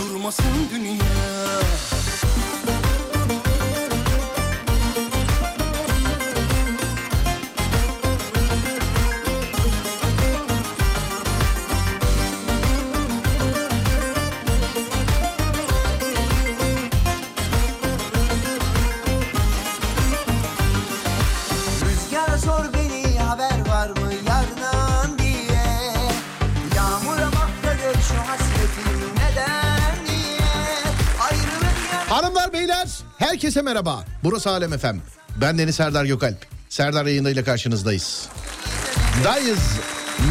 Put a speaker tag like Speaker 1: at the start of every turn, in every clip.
Speaker 1: olmasın dünya
Speaker 2: Rüzgara sor beni haber var mı yardan diye Yağmura bak da gör şu hasretin neden diye Ayrılık yar-
Speaker 3: Hanımlar beyler herkese merhaba. Burası Alem Efem. Ben Deniz Serdar Gökalp. Serdar yayınıyla karşınızdayız. Dayız.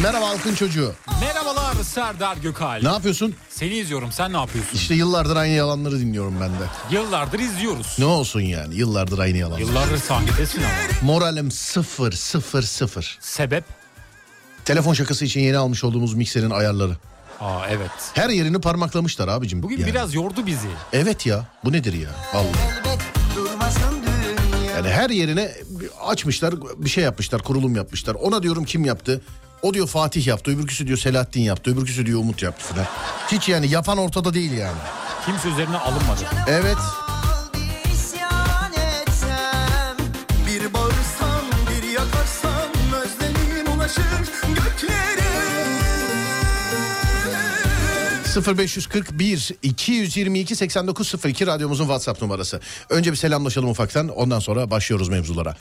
Speaker 3: Merhaba halkın çocuğu.
Speaker 4: Merhabalar Serdar Gökal.
Speaker 3: Ne yapıyorsun?
Speaker 4: Seni izliyorum sen ne yapıyorsun?
Speaker 3: İşte yıllardır aynı yalanları dinliyorum ben de.
Speaker 4: Yıllardır izliyoruz.
Speaker 3: Ne olsun yani yıllardır aynı yalanlar.
Speaker 4: Yıllardır sahnedesin ama.
Speaker 3: Moralim sıfır sıfır sıfır.
Speaker 4: Sebep?
Speaker 3: Telefon şakası için yeni almış olduğumuz mikserin ayarları.
Speaker 4: Aa evet.
Speaker 3: Her yerini parmaklamışlar abicim.
Speaker 4: Bugün
Speaker 3: yani.
Speaker 4: biraz yordu bizi.
Speaker 3: Evet ya bu nedir ya? Allah.
Speaker 2: elbet durmasın dünya
Speaker 3: Yani her yerine açmışlar bir şey yapmışlar kurulum yapmışlar. Ona diyorum kim yaptı? O diyor Fatih yaptı, öbürküsü diyor Selahattin yaptı, öbürküsü diyor Umut yaptı falan. Hiç yani yapan ortada değil yani.
Speaker 4: Kimse üzerine alınmadı.
Speaker 3: Evet.
Speaker 2: Al diye isyan etsem
Speaker 1: Bir bağırsam bir yakarsam özlemin ulaşır göklere
Speaker 3: 0541 222 8902 radyomuzun WhatsApp numarası. Önce bir selamlaşalım ufaktan ondan sonra başlıyoruz mevzulara.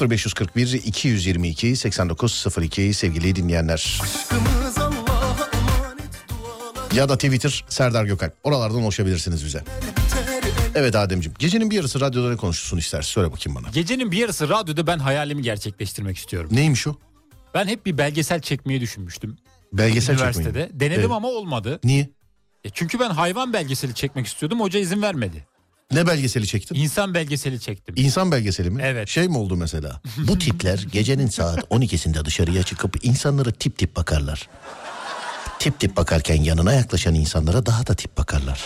Speaker 3: 0541 222 8902 sevgili dinleyenler.
Speaker 1: Aşkımız Allah'a emanet dualar
Speaker 3: Ya da Twitter Serdar Gökalp. Oralardan ulaşabilirsiniz bize.
Speaker 1: biter el
Speaker 3: Evet Ademciğim gecenin bir yarısı radyoda ne konuşulsun istersin söyle bakayım bana.
Speaker 4: Gecenin bir yarısı radyoda ben hayalimi gerçekleştirmek istiyorum.
Speaker 3: Neymiş o?
Speaker 4: Ben hep bir belgesel çekmeyi düşünmüştüm.
Speaker 3: Belgesel
Speaker 4: üniversitede.
Speaker 3: çekmeyi mi?
Speaker 4: Denedim
Speaker 3: Evet.
Speaker 4: ama olmadı.
Speaker 3: Niye?
Speaker 4: E, çünkü ben hayvan belgeseli çekmek istiyordum. Hoca izin vermedi.
Speaker 3: Ne belgeseli çektin?
Speaker 4: İnsan belgeseli çektim.
Speaker 3: İnsan belgeseli mi?
Speaker 4: Evet.
Speaker 3: Şey mi oldu mesela? Bu tipler gecenin saat 12'sinde dışarıya çıkıp insanlara tip tip bakarlar. Tip tip bakarken yanına yaklaşan insanlara daha da tip bakarlar.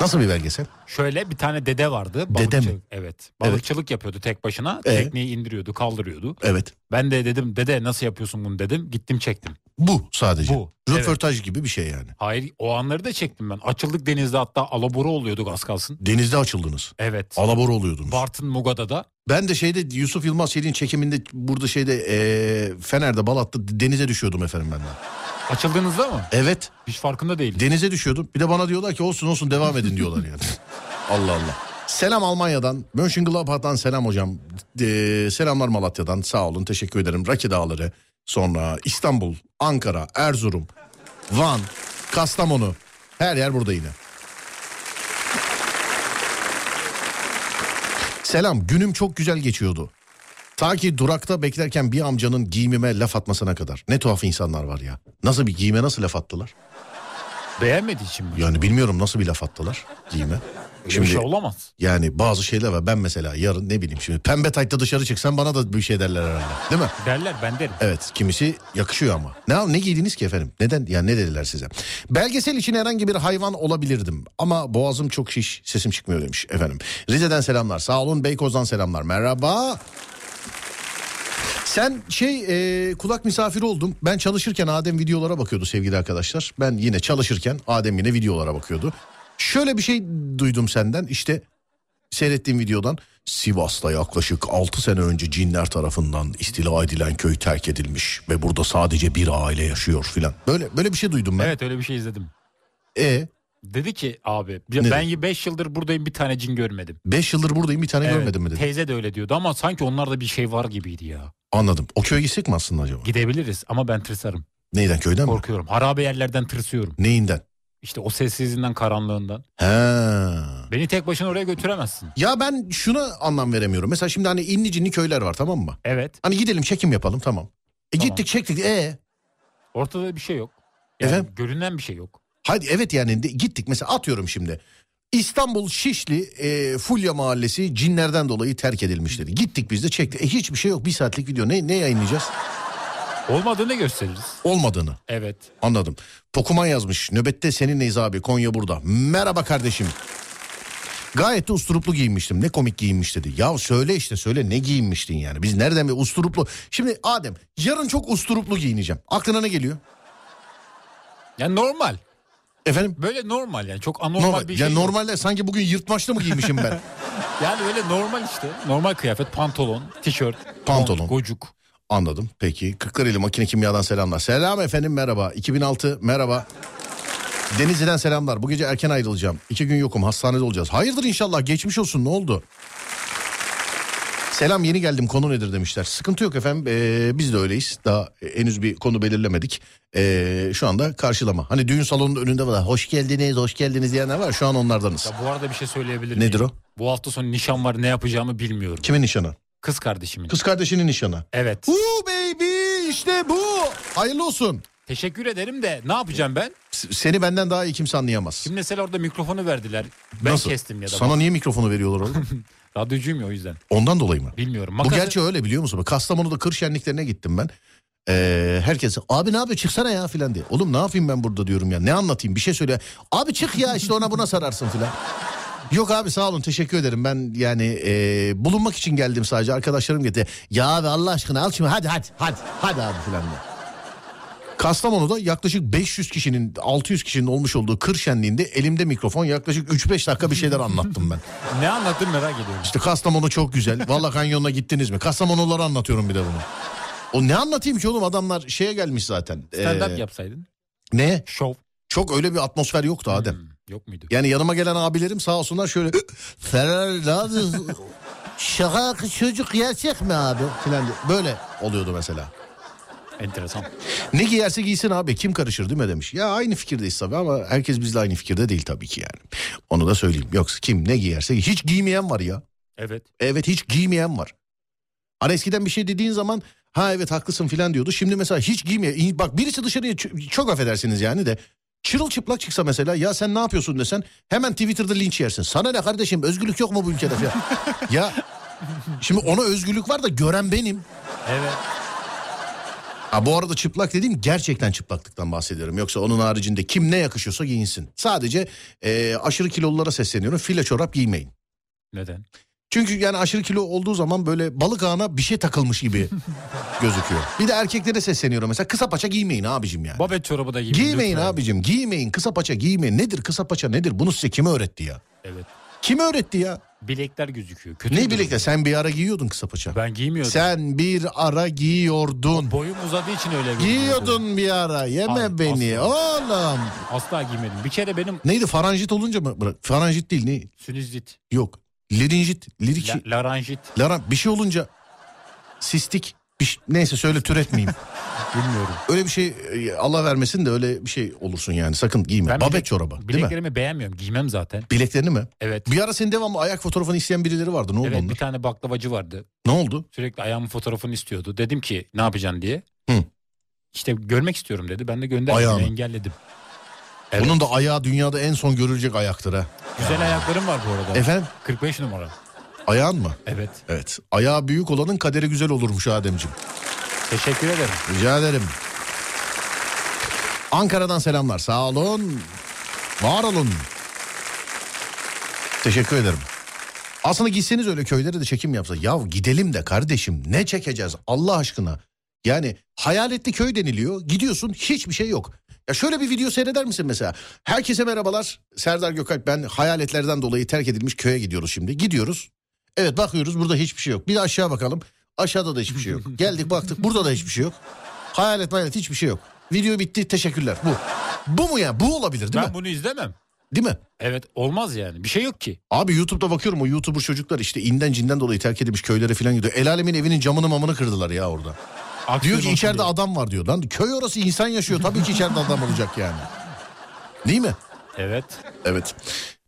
Speaker 3: Nasıl bir belgesel?
Speaker 4: Şöyle bir tane dede vardı.
Speaker 3: Dede mi?
Speaker 4: balıkçılık- Evet. Balıkçılık yapıyordu tek başına.
Speaker 3: Ee?
Speaker 4: Tekneyi indiriyordu, kaldırıyordu.
Speaker 3: Evet.
Speaker 4: Ben de dedim dede nasıl yapıyorsun bunu dedim. Gittim çektim.
Speaker 3: Bu sadece.
Speaker 4: Bu,
Speaker 3: Röportaj gibi bir şey yani.
Speaker 4: Hayır o anları da çektim ben. Açıldık denizde hatta alabora oluyorduk az kalsın.
Speaker 3: Denizde açıldınız.
Speaker 4: Evet.
Speaker 3: Alabor oluyordunuz.
Speaker 4: Bartın Mugada'da.
Speaker 3: Ben de şeyde Yusuf Yılmaz Şeli'nin çekiminde burada şeyde eee, Fener'de Balat'ta denize düşüyordum efendim ben de.
Speaker 4: Açıldığınızda mı?
Speaker 3: Evet
Speaker 4: Hiç farkında değilim.
Speaker 3: denize düşüyordum. Bir de bana diyorlar ki olsun olsun devam edin diyorlar yani. Allah Allah. Selam Almanya'dan, Mönchengladbach'tan selam hocam. Eee, selamlar Malatya'dan sağ olun teşekkür ederim. Raki Dağları sonra İstanbul, Ankara, Erzurum, Van, Kastamonu her yer burada yine. Selam günüm çok güzel geçiyordu. Ta ki durakta beklerken bir amcanın giyimime laf atmasına kadar. Ne tuhaf insanlar var ya. Nasıl bir giyime nasıl laf attılar?
Speaker 4: Beğenmediği için mi?
Speaker 3: Yani bilmiyorum nasıl bir laf attılar giyime.
Speaker 4: Şimdi...
Speaker 3: Şimdi
Speaker 4: Bir şey olamaz.
Speaker 3: yani bazı şeyler var. Ben mesela yarın ne bileyim şimdi pembe taytta dışarı çıksam bana da bir şey derler herhalde. Değil mi?
Speaker 4: Derler ben derim.
Speaker 3: Evet kimisi yakışıyor ama. Ne ne giydiniz ki efendim? Neden? Yani ne dediler size? Belgesel için herhangi bir hayvan olabilirdim. Ama boğazım çok şiş sesim çıkmıyor demiş efendim. Rize'den selamlar. Sağ olun Beykoz'dan selamlar. Merhaba. Sen şey e, kulak misafiri oldum. Ben çalışırken Adem videolara bakıyordu sevgili arkadaşlar. Ben yine çalışırken Adem yine videolara bakıyordu. Şöyle bir şey duydum senden işte seyrettiğim videodan Sivas'ta yaklaşık 6 sene önce cinler tarafından istila edilen köy terk edilmiş ve burada sadece bir aile yaşıyor filan. Böyle böyle bir şey duydum ben.
Speaker 4: Evet öyle bir şey izledim.
Speaker 3: E
Speaker 4: Dedi ki abi
Speaker 3: Ne
Speaker 4: ya ben 5 yıldır buradayım bir tane cin görmedim.
Speaker 3: 5 yıldır buradayım bir tane
Speaker 4: Evet,
Speaker 3: görmedim mi dedi.
Speaker 4: Teyze de öyle diyordu ama sanki onlarda bir şey var gibiydi ya.
Speaker 3: Anladım. O köye gitsek mi aslında acaba?
Speaker 4: Gidebiliriz ama ben tırsarım.
Speaker 3: Neyden köyden mi?
Speaker 4: Korkuyorum. Harabe yerlerden tırsıyorum.
Speaker 3: Neyinden?
Speaker 4: İşte o sessizliğinden karanlığından.
Speaker 3: He.
Speaker 4: Beni tek başına oraya götüremezsin.
Speaker 3: Ya ben şuna anlam veremiyorum. Mesela şimdi hani inli cinli köyler var tamam mı?
Speaker 4: Evet.
Speaker 3: Hani gidelim çekim yapalım tamam. E
Speaker 4: Tamam.
Speaker 3: gittik çektik e
Speaker 4: Ortada bir şey yok. Yani
Speaker 3: Efendim?
Speaker 4: görünen bir şey yok.
Speaker 3: hadi evet yani de- gittik mesela atıyorum şimdi. İstanbul Şişli e, Fulya Mahallesi cinlerden dolayı terk edilmiş dedi. Gittik biz de çektik. E hiçbir şey yok bir saatlik video ne, ne yayınlayacağız?
Speaker 4: Olmadığını gösteririz.
Speaker 3: Olmadığını
Speaker 4: Evet.
Speaker 3: anladım. Pokuman yazmış nöbette seninleyiz abi Konya burada. Merhaba kardeşim. Gayet de usturuplu giyinmiştim. Ne komik giyinmiş dedi. Ya söyle işte söyle ne giyinmiştin yani. Biz nereden bir usturuplu. Şimdi Adem yarın çok usturuplu giyineceğim. Aklına ne geliyor?
Speaker 4: Yani normal.
Speaker 3: Efendim?
Speaker 4: Böyle normal yani çok anormal,
Speaker 3: Normal.
Speaker 4: bir
Speaker 3: Ya
Speaker 4: şey. yok.
Speaker 3: normalde sanki bugün yırtmaçlı mı giymişim ben?
Speaker 4: Yani öyle normal işte. Normal kıyafet pantolon, tişört,
Speaker 3: Pantolon.
Speaker 4: mont, gocuk.
Speaker 3: Anladım. Peki. Kırklareli Makine Kimya'dan selamlar. Selam efendim merhaba. 2006 merhaba. Denizli'den selamlar. Bu gece erken ayrılacağım. İki gün yokum hastanede olacağız. Hayırdır inşallah geçmiş olsun ne oldu? Selam yeni geldim konu nedir demişler. Sıkıntı yok efendim Ee, biz de öyleyiz. Daha henüz bir konu belirlemedik. Ee, şu anda karşılama. Hani düğün salonunun önünde var. Hoş geldiniz hoş geldiniz diyenler var. Şu an onlardanız.
Speaker 4: Ya bu arada bir şey söyleyebilir miyim?
Speaker 3: Nedir o?
Speaker 4: Bu hafta sonu nişan var ne yapacağımı bilmiyorum.
Speaker 3: Kimin nişanı?
Speaker 4: Kız kardeşimin.
Speaker 3: Kız kardeşinin nişanı.
Speaker 4: Evet.
Speaker 3: Uuu baby işte bu. Hayırlı olsun.
Speaker 4: Teşekkür ederim de ne yapacağım ben?
Speaker 3: S- Seni benden daha iyi kimse anlayamaz.
Speaker 4: Şimdi mesela orada mikrofonu verdiler. Ben kestim ya da.
Speaker 3: Sana niye mikrofonu veriyorlar oğlum?
Speaker 4: Radyocuyum ya o yüzden.
Speaker 3: Ondan dolayı mı?
Speaker 4: Bilmiyorum.
Speaker 3: Bu
Speaker 4: Makası...
Speaker 3: gerçi öyle biliyor musun? Kastamonu'da kır şenliklerine gittim ben. Ee, herkes abi ne yapıyor çıksana ya filan diye. Oğlum ne yapayım ben burada diyorum ya. Ne anlatayım bir şey söyle. Abi çık ya işte ona buna sararsın filan. Yok abi sağ olun teşekkür ederim. Ben yani e, bulunmak için geldim sadece. Arkadaşlarım gitti. Ya abi Allah aşkına al şimdi hadi hadi hadi hadi abi filan diye. Kastamonu'da yaklaşık 500 kişinin 600 kişinin olmuş olduğu kır şenliğinde elimde mikrofon yaklaşık 3-5 dakika bir şeyler anlattım ben.
Speaker 4: Ne anlattın merak ediyorum.
Speaker 3: İşte Kastamonu çok güzel. Valla kanyonuna gittiniz mi? Kastamonulara anlatıyorum bir de bunu. O ne anlatayım ki oğlum adamlar şeye gelmiş zaten. Ee,
Speaker 4: Stand up yapsaydın.
Speaker 3: Ne?
Speaker 4: Şov.
Speaker 3: Çok öyle bir atmosfer yoktu Adem.
Speaker 4: Hmm, yok muydu?
Speaker 3: Yani yanıma gelen abilerim sağ olsunlar şöyle. Ferrari Şaka çocuk gerçek mi abi? Falan diye. Böyle oluyordu mesela.
Speaker 4: Enteresan.
Speaker 3: Ne giyerse giysin abi kim karışır değil mi demiş. Ya aynı fikirdeyiz tabii ama herkes bizle aynı fikirde değil tabii ki yani. Onu da söyleyeyim. Yoksa kim ne giyerse hiç giymeyen var ya.
Speaker 4: Evet.
Speaker 3: Evet hiç giymeyen var. Hani eskiden bir şey dediğin zaman ha evet haklısın filan diyordu. Şimdi mesela hiç giymeye İn- bak birisi dışarıya ç- çok affedersiniz yani de çırılçıplak çıksa mesela ya sen ne yapıyorsun desen hemen Twitter'da linç yersin. Sana ne kardeşim özgürlük yok mu bu ülkede filan. ya şimdi ona özgürlük var da gören benim.
Speaker 4: Evet.
Speaker 3: Ha bu arada çıplak dediğim gerçekten çıplaklıktan bahsediyorum. Yoksa onun haricinde kim ne yakışıyorsa giyinsin. Sadece e, aşırı kilolulara sesleniyorum. File çorap giymeyin.
Speaker 4: Neden?
Speaker 3: Çünkü yani aşırı kilo olduğu zaman böyle balık ağına bir şey takılmış gibi gözüküyor. Bir de erkeklere sesleniyorum mesela kısa paça giymeyin abicim yani.
Speaker 4: Babet çorabı da giymeyin.
Speaker 3: giymeyin
Speaker 4: lütfen.
Speaker 3: abicim giymeyin kısa paça giymeyin. Nedir kısa paça nedir bunu size kim öğretti ya?
Speaker 4: Evet.
Speaker 3: Kim öğretti ya?
Speaker 4: Bilekler gözüküyor. Kötü
Speaker 3: Ne
Speaker 4: bir
Speaker 3: bilekle sen bir ara giyiyordun kısa paça.
Speaker 4: durum. Ben giymiyordum.
Speaker 3: Sen bir ara giyiyordun.
Speaker 4: Boyum uzadığı için öyle görünüyordu.
Speaker 3: Giyiyordun bir ara yeme
Speaker 4: Hayır,
Speaker 3: beni oğlum.
Speaker 4: Asla giymedim. Bir kere benim
Speaker 3: Neydi faranjit olunca mı? Bırak, faranjit değil ne?
Speaker 4: sinüzit,
Speaker 3: Yok. Lirinjit, lirik.
Speaker 4: la- laranjit
Speaker 3: Lara bir şey olunca sistik bir şey- neyse söyle türetmeyeyim.
Speaker 4: bilmiyorum.
Speaker 3: öyle bir şey e, Allah vermesin de öyle bir şey olursun yani sakın giyme.
Speaker 4: Ben
Speaker 3: Babet
Speaker 4: bilek-
Speaker 3: çorabı değil mi?
Speaker 4: Bileklerimi beğenmiyorum. Giymem zaten.
Speaker 3: Bileklerini mi?
Speaker 4: Evet.
Speaker 3: Bir ara senin devamlı ayak fotoğrafını isteyen birileri vardı ne oldu
Speaker 4: Evet
Speaker 3: onlar?
Speaker 4: bir tane baklavacı vardı.
Speaker 3: Ne oldu?
Speaker 4: Sürekli ayağımın fotoğrafını istiyordu. Dedim ki ne yapacaksın diye.
Speaker 3: Hı.
Speaker 4: İşte görmek istiyorum dedi. Ben de gönderdim
Speaker 3: Ayağını.
Speaker 4: engelledim. Evet.
Speaker 3: Bunun da ayağı dünyada en son görülecek ayaktır ha.
Speaker 4: Güzel ayaklarım var bu arada.
Speaker 3: Efendim
Speaker 4: 45 numara.
Speaker 3: ayağın mı?
Speaker 4: Evet.
Speaker 3: Evet. Ayağı büyük olanın kaderi güzel olurmuş Ademciğim.
Speaker 4: Teşekkür ederim.
Speaker 3: Rica ederim. Ankara'dan selamlar. Sağ olun. Var olun. Teşekkür ederim. Aslında gitseniz öyle köylere de çekim yapsa. Ya gidelim de kardeşim ne çekeceğiz Allah aşkına. Yani hayaletli köy deniliyor. Gidiyorsun hiçbir şey yok. Ya şöyle bir video seyreder misin mesela? Herkese merhabalar. Serdar Gökalp ben hayaletlerden dolayı terk edilmiş köye gidiyoruz şimdi. Gidiyoruz. Evet bakıyoruz burada hiçbir şey yok. Bir de aşağı bakalım. Aşağıda da hiçbir şey yok. Geldik baktık burada da hiçbir şey yok. Hayalet hayalet hiçbir şey yok. Video bitti teşekkürler bu. Bu mu ya bu olabilir değil
Speaker 4: ben
Speaker 3: mi?
Speaker 4: bunu izlemem.
Speaker 3: Değil mi?
Speaker 4: Evet olmaz yani. Bir şey yok ki.
Speaker 3: Abi YouTube'da bakıyorum o YouTuber çocuklar işte inden cinden dolayı terk edilmiş köylere falan gidiyor. El alemin evinin camını mamını kırdılar ya orada.
Speaker 4: Aksiyon
Speaker 3: Diyor ki
Speaker 4: olsun
Speaker 3: içeride
Speaker 4: diye.
Speaker 3: adam var diyor. Lan köy orası insan yaşıyor tabii ki içeride adam olacak yani. Değil mi?
Speaker 4: Evet.
Speaker 3: Evet.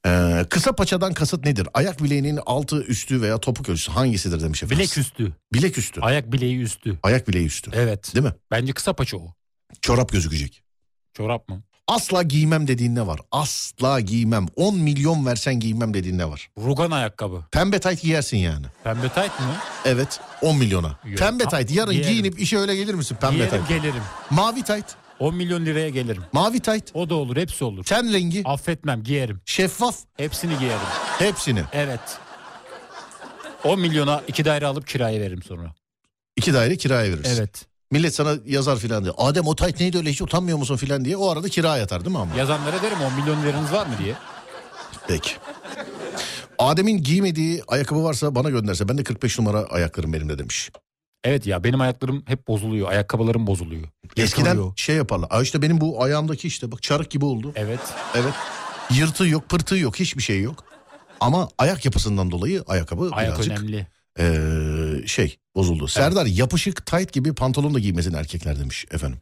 Speaker 3: Ee, kısa paçadan kasıt nedir? Ayak bileğinin altı üstü veya topuk ölçüsü hangisidir demiş efendim.
Speaker 4: Bilek üstü.
Speaker 3: Bilek üstü.
Speaker 4: Ayak bileği üstü.
Speaker 3: Ayak bileği üstü.
Speaker 4: Evet.
Speaker 3: Değil mi?
Speaker 4: Bence kısa paça o.
Speaker 3: Çorap gözükecek.
Speaker 4: Çorap mı?
Speaker 3: Asla giymem dediğin ne var? Asla giymem. 10 milyon versen giymem dediğin ne var?
Speaker 4: Rugan ayakkabı.
Speaker 3: Pembe tayt giyersin yani.
Speaker 4: Pembe tayt mı?
Speaker 3: Evet 10 milyona.
Speaker 4: Yok.
Speaker 3: Pembe tayt yarın
Speaker 4: Giyerim.
Speaker 3: giyinip işe öyle gelir misin pembe
Speaker 4: Giyerim
Speaker 3: tayt?
Speaker 4: gelirim.
Speaker 3: Mavi tayt.
Speaker 4: 10 milyon liraya gelirim.
Speaker 3: Mavi tayt.
Speaker 4: O da olur hepsi olur.
Speaker 3: Ten rengi.
Speaker 4: Affetmem giyerim.
Speaker 3: Şeffaf.
Speaker 4: Hepsini giyerim.
Speaker 3: Hepsini.
Speaker 4: Evet. 10 milyona iki daire alıp kiraya veririm sonra.
Speaker 3: İki daire kiraya verirsin.
Speaker 4: Evet.
Speaker 3: Millet sana yazar filan diye. Adem o tayt neydi öyle hiç utanmıyor musun filan diye. O arada kiraya yatar değil mi ama?
Speaker 4: Yazanlara derim 10 milyon liranız var mı diye.
Speaker 3: Peki. Adem'in giymediği ayakkabı varsa bana gönderse. Ben de 45 numara ayaklarım benim de demiş.
Speaker 4: Evet ya benim ayaklarım hep bozuluyor. Ayakkabılarım bozuluyor.
Speaker 3: Eskiden
Speaker 4: Yırtılıyor.
Speaker 3: şey yaparlar. Aa işte benim bu ayağımdaki işte bak çarık gibi oldu.
Speaker 4: Evet.
Speaker 3: Evet. Yırtığı yok, pırtığı yok, hiçbir şey yok. Ama ayak yapısından dolayı ayakkabı
Speaker 4: Ayak
Speaker 3: birazcık
Speaker 4: önemli.
Speaker 3: eee, şey bozuldu. Serdar yapışık tayt gibi pantolon da giymesin erkekler demiş efendim.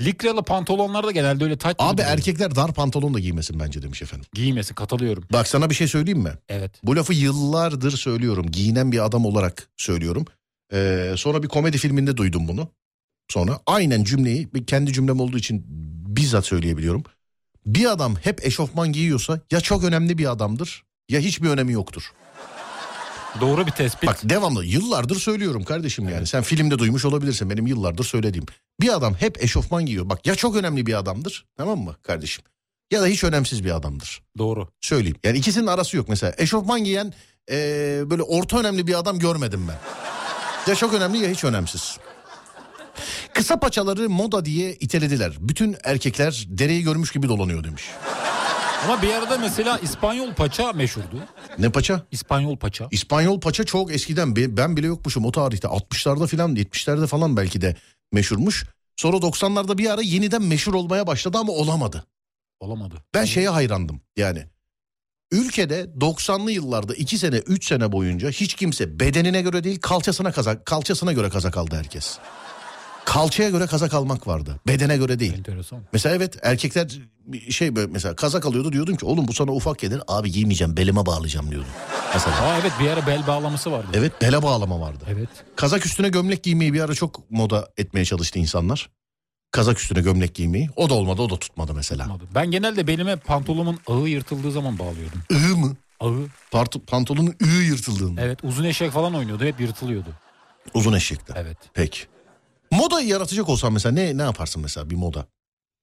Speaker 4: Likralı pantolonlar da genelde öyle tight
Speaker 3: Abi
Speaker 4: giyiyor.
Speaker 3: erkekler dar pantolon da giymesin bence demiş efendim.
Speaker 4: Giymesin katılıyorum.
Speaker 3: Bak sana bir şey söyleyeyim mi?
Speaker 4: Evet.
Speaker 3: Bu lafı yıllardır söylüyorum. Giyinen bir adam olarak söylüyorum. Ee, sonra bir komedi filminde duydum bunu. Sonra aynen cümleyi bir kendi cümlem olduğu için bizzat söyleyebiliyorum. Bir adam hep eşofman giyiyorsa ya çok önemli bir adamdır ya hiçbir önemi yoktur.
Speaker 4: Doğru bir tespit.
Speaker 3: Bak devamlı yıllardır söylüyorum kardeşim yani. Sen filmde duymuş olabilirsin benim yıllardır söylediğim. Bir adam hep eşofman giyiyor. Bak ya çok önemli bir adamdır tamam mı kardeşim? Ya da hiç önemsiz bir adamdır
Speaker 4: Doğru.
Speaker 3: söyleyeyim. Yani ikisinin arası yok mesela. Eşofman giyen eee, böyle orta önemli bir adam görmedim ben. Ya çok önemli ya hiç önemsiz. Kısa paçaları moda diye itelediler. Bütün erkekler dereyi görmüş gibi dolanıyor demiş.
Speaker 4: Ama bir arada mesela İspanyol paça meşhurdu.
Speaker 3: Ne paça?
Speaker 4: İspanyol paça.
Speaker 3: İspanyol paça çok eskiden be- ben bile yokmuşum o tarihte 60'larda falan 70'lerde falan belki de meşhurmuş. Sonra 90'larda bir ara yeniden meşhur olmaya başladı ama olamadı.
Speaker 4: Olamadı.
Speaker 3: Ben şey- şeye hayrandım yani. Ülkede 90'lı yıllarda 2 sene 3 sene boyunca hiç kimse bedenine göre değil kalçasına kazak kalçasına göre kazak aldı herkes. Kalçaya göre kazak almak vardı. Bedene göre değil.
Speaker 4: Enteresan.
Speaker 3: Mesela evet erkekler şey böyle mesela kazak alıyordu diyordum ki oğlum bu sana ufak gelir abi giymeyeceğim belime bağlayacağım diyordum. Mesela
Speaker 4: Aa evet bir ara bel bağlaması vardı.
Speaker 3: evet bele bağlama vardı.
Speaker 4: Evet.
Speaker 3: Kazak üstüne gömlek giymeyi bir ara çok moda etmeye çalıştı insanlar. Kazak üstüne gömlek giymeyi o da olmadı o da tutmadı mesela.
Speaker 4: olmadı. Ben genelde belime pantolonumun ağı yırtıldığı zaman bağlıyordum.
Speaker 3: Iı mı?
Speaker 4: Ağı.
Speaker 3: Part- pantolonun ıı ığı yırtıldığını.
Speaker 4: Evet uzun eşek falan oynuyordu hep yırtılıyordu.
Speaker 3: Uzun eşekte.
Speaker 4: Evet.
Speaker 3: Peki. Moda yaratacak olsan mesela ne ne yaparsın mesela bir moda?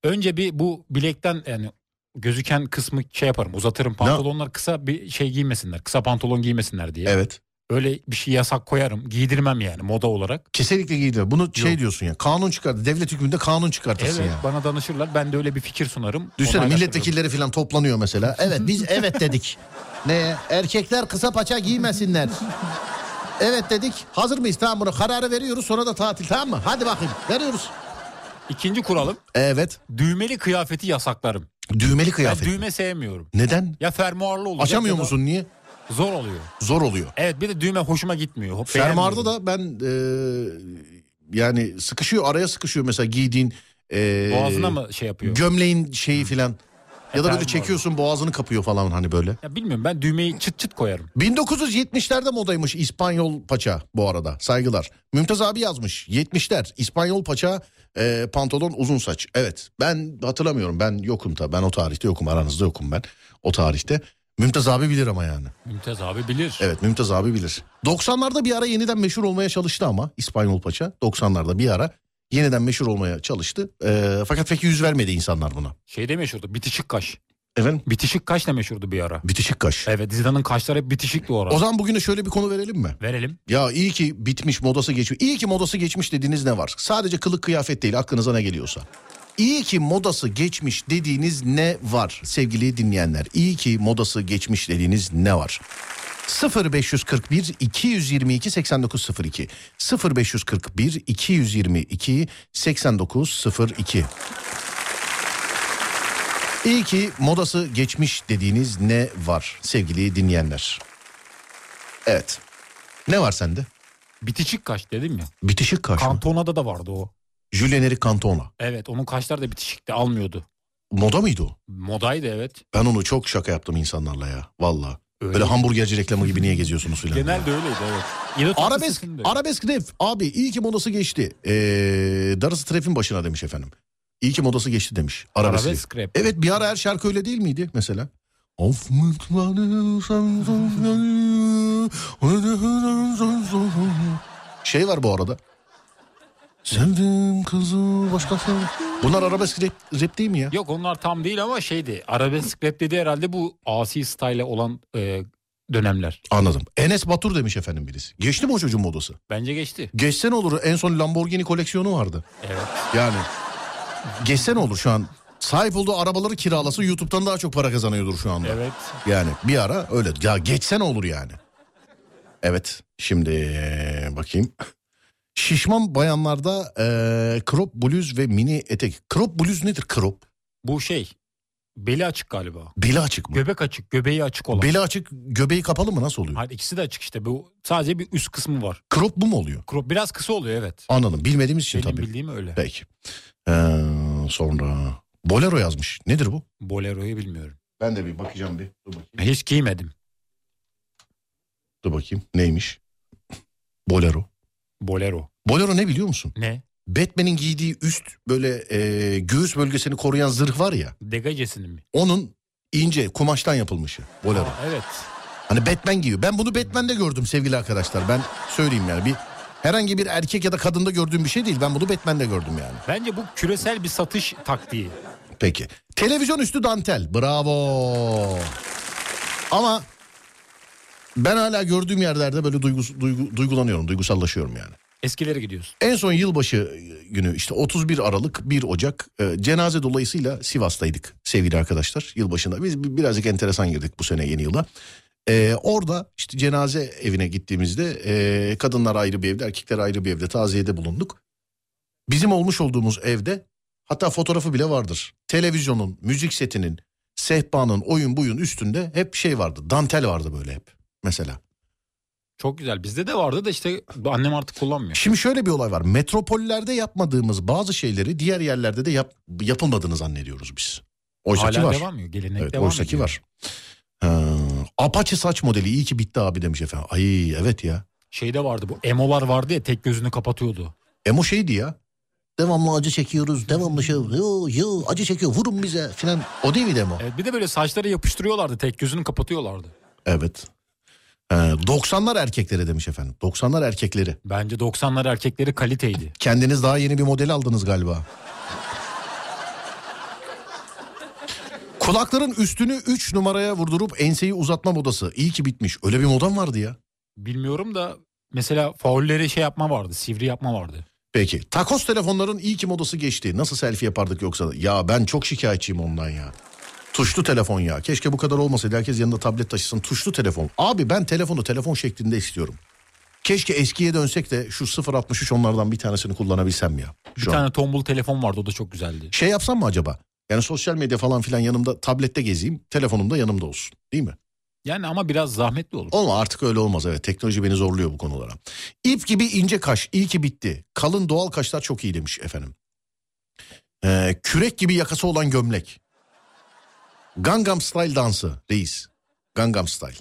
Speaker 4: Önce bir bu bilekten yani gözüken kısmı şey yaparım uzatırım. Pantolonlar kısa bir şey giymesinler. Kısa pantolon giymesinler diye.
Speaker 3: Evet.
Speaker 4: Öyle bir şey yasak koyarım. Giydirmem yani moda olarak.
Speaker 3: Kesinlikle giydir. Bunu şey diyorsun ya. Kanun çıkart. Devlet hükmünde kanun
Speaker 4: Evet
Speaker 3: çıkartırsın ya.
Speaker 4: bana danışırlar. Ben de öyle bir fikir sunarım.
Speaker 3: Düşünsene
Speaker 4: Onaylaşırım.
Speaker 3: milletvekilleri falan toplanıyor mesela. Evet biz evet dedik. Ne? Erkekler kısa paça giymesinler. Evet dedik. Hazır mıyız? Tamam bunu kararı veriyoruz. Sonra da tatil tamam mı? Hadi bakayım. Veriyoruz.
Speaker 4: İkinci kuralım.
Speaker 3: Evet.
Speaker 4: Düğmeli kıyafeti yasaklarım.
Speaker 3: Düğmeli
Speaker 4: Ben
Speaker 3: kıyafet.
Speaker 4: düğme sevmiyorum.
Speaker 3: Neden?
Speaker 4: Ya fermuarlı oluyor.
Speaker 3: Açamıyor
Speaker 4: ya da
Speaker 3: musun? Niye?
Speaker 4: Zor oluyor.
Speaker 3: Zor oluyor.
Speaker 4: Evet bir de düğme hoşuma gitmiyor. Hop,
Speaker 3: Fermuarda
Speaker 4: beğenmiyorum.
Speaker 3: da ben e, yani sıkışıyor araya sıkışıyor mesela giydiğin e,
Speaker 4: Boğazına mı şey yapıyor?
Speaker 3: gömleğin şeyi filan ya da böyle
Speaker 4: Fermuarda.
Speaker 3: çekiyorsun boğazını kapıyor falan hani böyle.
Speaker 4: Ya bilmiyorum ben düğmeyi çıt çıt koyarım.
Speaker 3: 1970'lerde modaymış İspanyol paça bu arada saygılar. Mümtaz abi yazmış 70'ler İspanyol paça e, pantolon uzun saç. Evet ben hatırlamıyorum ben yokum da ben o tarihte yokum aranızda yokum ben o tarihte. Mümtaz abi bilir ama yani.
Speaker 4: Mümtaz abi bilir.
Speaker 3: Evet Mümtaz abi bilir. 90'larda bir ara yeniden meşhur olmaya çalıştı ama İspanyol Paça 90'larda bir ara yeniden meşhur olmaya çalıştı. Ee, fakat pek yüz vermedi insanlar buna.
Speaker 4: Şey de meşhurdu bitişik kaş.
Speaker 3: Efendim
Speaker 4: Bitişik kaş da meşhurdu bir ara.
Speaker 3: bitişik kaş.
Speaker 4: Evet Zidane'ın kaşları hep bitişikti o ara.
Speaker 3: O zaman bugüne şöyle bir konu verelim mi?
Speaker 4: Verelim.
Speaker 3: Ya iyi ki bitmiş modası geçmiş. İyi ki modası geçmiş dediğiniz ne var? Sadece kılık kıyafet değil aklınıza ne geliyorsa. İyi ki modası geçmiş dediğiniz ne var sevgili dinleyenler? İyi ki modası geçmiş dediğiniz ne var? 0541 222 8902 0541 222 8902 İyi ki modası geçmiş dediğiniz ne var sevgili dinleyenler? Evet. Ne var sende?
Speaker 4: Bitişik kaş dedim ya.
Speaker 3: Bitişik kaş mı?
Speaker 4: Kantona'da da vardı o.
Speaker 3: Julien Eric Cantona.
Speaker 4: Evet onun kaşları da bitişikti almıyordu.
Speaker 3: Moda mıydı o?
Speaker 4: Modaydı evet.
Speaker 3: Ben onu çok şaka yaptım insanlarla ya. Valla.
Speaker 4: Öyle
Speaker 3: Böyle
Speaker 4: mi?
Speaker 3: hamburgerci reklamı gibi niye geziyorsunuz filan.
Speaker 4: Genelde öyleydi evet. Ya da Türk
Speaker 3: Arabesk,
Speaker 4: lisesinde.
Speaker 3: arabesk rap. Abi iyi ki modası geçti. Ee, darısı trap'in başına demiş efendim. İyi ki modası geçti demiş. Arabesk, rap.
Speaker 4: Arabesk rap.
Speaker 3: Evet bir ara her şarkı öyle değil miydi mesela? Of mutları Şey var bu arada. Sevdim kızı başkası. Bunlar arabesk rap, rap değil mi ya?
Speaker 4: Yok onlar tam değil ama şeydi. Arabesk rap dedi herhalde bu asi style olan e, dönemler.
Speaker 3: Anladım. Enes Batur demiş efendim birisi. Geçti mi o çocuğun modası?
Speaker 4: Bence geçti.
Speaker 3: Geçsen olur. En son Lamborghini koleksiyonu vardı.
Speaker 4: Evet.
Speaker 3: Yani geçsen olur şu an. Sahip olduğu arabaları kiralasa YouTube'dan daha çok para kazanıyordur şu anda.
Speaker 4: Evet.
Speaker 3: Yani bir ara öyle. Ya geçsen olur yani. Evet. Şimdi eee, bakayım. Şişman bayanlarda eee crop bluz ve mini etek. Crop bluz nedir crop?
Speaker 4: Bu şey beli açık galiba.
Speaker 3: Beli açık mı?
Speaker 4: Göbek açık, göbeği açık olan.
Speaker 3: Beli açık, göbeği kapalı mı nasıl oluyor?
Speaker 4: Hayır ikisi de açık işte. Bu sadece bir üst kısmı var.
Speaker 3: Crop bu mu oluyor?
Speaker 4: Crop biraz kısa oluyor evet.
Speaker 3: Anladım. Bilmediğimiz için
Speaker 4: Benim
Speaker 3: tabii.
Speaker 4: bildiğim öyle.
Speaker 3: Peki. Ee, sonra Bolero yazmış. Nedir bu?
Speaker 4: Bolero'yu bilmiyorum.
Speaker 3: Ben de bir bakacağım bir. Dur bakayım.
Speaker 4: Hiç giymedim.
Speaker 3: Dur bakayım. Neymiş? Bolero.
Speaker 4: Bolero.
Speaker 3: Bolero ne biliyor musun?
Speaker 4: Ne?
Speaker 3: Batman'in giydiği üst böyle e, göğüs bölgesini koruyan zırh var ya.
Speaker 4: Degacesini mi?
Speaker 3: Onun ince kumaştan yapılmışı. Bolero.
Speaker 4: Aa, evet.
Speaker 3: Hani Batman giyiyor. Ben bunu Batman'de gördüm sevgili arkadaşlar. Ben söyleyeyim yani bir herhangi bir erkek ya da kadında gördüğüm bir şey değil. Ben bunu Batman'de gördüm yani.
Speaker 4: Bence bu küresel bir satış taktiği.
Speaker 3: Peki. Televizyon üstü dantel. Bravo. Ama ben hala gördüğüm yerlerde böyle duygus- duygu- duygulanıyorum, duygusallaşıyorum yani.
Speaker 4: Eskilere gidiyorsun.
Speaker 3: En son yılbaşı günü işte 31 Aralık 1 Ocak e, cenaze dolayısıyla Sivas'taydık sevgili arkadaşlar yılbaşında. Biz bi- birazcık enteresan girdik bu sene yeni yıla. E, orada işte cenaze evine gittiğimizde e, kadınlar ayrı bir evde erkekler ayrı bir evde taziyede bulunduk. Bizim olmuş olduğumuz evde hatta fotoğrafı bile vardır. Televizyonun, müzik setinin, sehpanın, oyun buyun üstünde hep şey vardı. Dantel vardı böyle hep mesela.
Speaker 4: Çok güzel. Bizde de vardı da işte annem artık kullanmıyor.
Speaker 3: Şimdi şöyle bir olay var. Metropollerde yapmadığımız bazı şeyleri diğer yerlerde de yap, yapılmadığını zannediyoruz biz. Oysa ki
Speaker 4: Hala
Speaker 3: var.
Speaker 4: devam ediyor. Gelenek
Speaker 3: Evet,
Speaker 4: devam
Speaker 3: oysa ki
Speaker 4: ediyor.
Speaker 3: var. Ha, Apache saç modeli iyi ki bitti abi demiş efendim. Ay evet ya.
Speaker 4: Şeyde vardı bu. Emolar vardı ya tek gözünü kapatıyordu.
Speaker 3: Emo şeydi ya. Devamlı acı çekiyoruz. Devamlı şey. Yo, yo, acı çekiyor. Vurun bize filan. O değil miydi Emo?
Speaker 4: Evet, E, bir de böyle saçları yapıştırıyorlardı. Tek gözünü kapatıyorlardı.
Speaker 3: Evet. Ha, 90'lar erkekleri demiş efendim. 90'lar erkekleri.
Speaker 4: Bence 90'lar erkekleri kaliteydi.
Speaker 3: Kendiniz daha yeni bir model aldınız galiba. Kulakların üstünü 3 numaraya vurdurup enseyi uzatma modası. İyi ki bitmiş. Öyle bir modam vardı ya.
Speaker 4: Bilmiyorum da mesela faullere şey yapma vardı. Sivri yapma vardı.
Speaker 3: Peki. Takos telefonların iyi ki modası geçti. Nasıl selfie yapardık yoksa? Ya ben çok şikayetçiyim ondan ya. Tuşlu telefon ya. Keşke bu kadar olmasaydı. Herkes yanında tablet taşısın. Tuşlu telefon. Abi ben telefonu telefon şeklinde istiyorum. Keşke eskiye dönsek de şu 063 onlardan bir tanesini kullanabilsem ya.
Speaker 4: Bir
Speaker 3: Şu an.
Speaker 4: tane tombul telefon vardı o da çok güzeldi.
Speaker 3: Şey yapsam mı acaba? Yani sosyal medya falan filan yanımda tablette gezeyim. Telefonum da yanımda olsun. Değil mi?
Speaker 4: Yani ama biraz zahmetli olur.
Speaker 3: Olma artık öyle olmaz evet. Teknoloji beni zorluyor bu konulara. İp gibi ince kaş iyi ki bitti. Kalın doğal kaşlar çok iyi demiş efendim. Ee, kürek gibi yakası olan gömlek. Gangnam Style dansı reis. Gangnam Style.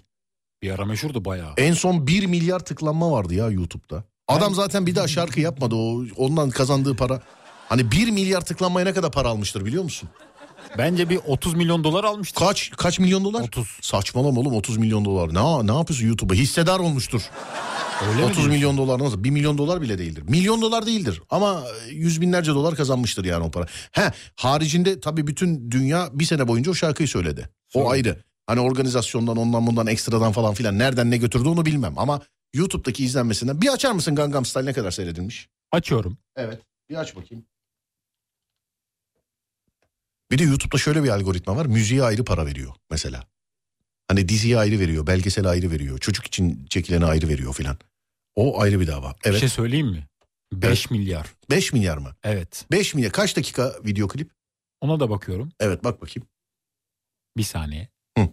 Speaker 4: Bir ara meşhurdu bayağı.
Speaker 3: En son 1 milyar tıklanma vardı ya YouTube'da. Adam zaten bir daha şarkı yapmadı. O, ondan kazandığı para. Hani 1 milyar tıklanmaya ne kadar para almıştır biliyor musun?
Speaker 4: Bence bir 30 milyon dolar almıştı.
Speaker 3: Kaç kaç milyon dolar?
Speaker 4: 30.
Speaker 3: Saçmalama oğlum 30 milyon dolar. Ne ne yapıyorsun YouTube'a? Hissedar olmuştur.
Speaker 4: Öyle mi
Speaker 3: 30
Speaker 4: diyorsun?
Speaker 3: milyon dolar nasıl? 1 milyon dolar bile değildir. Milyon dolar değildir ama e, yüz binlerce dolar kazanmıştır yani o para. He haricinde tabii bütün dünya bir sene boyunca o şarkıyı söyledi. O
Speaker 4: Söyledi.
Speaker 3: ayrı. Hani organizasyondan ondan bundan ekstradan falan filan nereden ne götürdü onu bilmem. Ama YouTube'daki izlenmesinden bir açar mısın Gangnam Style ne kadar seyredilmiş?
Speaker 4: Açıyorum.
Speaker 3: Evet bir aç bakayım. Bir de YouTube'da şöyle bir algoritma var. Müziğe ayrı para veriyor mesela. Hani diziye ayrı veriyor, belgesele ayrı veriyor, çocuk için çekilene ayrı veriyor filan. O ayrı bir dava.
Speaker 4: Bir
Speaker 3: Evet.
Speaker 4: şey söyleyeyim mi? 5 milyar.
Speaker 3: 5 milyar mı?
Speaker 4: Evet.
Speaker 3: 5 milyar. Kaç dakika video klip?
Speaker 4: Ona da bakıyorum.
Speaker 3: Evet bak bakayım.
Speaker 4: Bir saniye.
Speaker 3: Hı.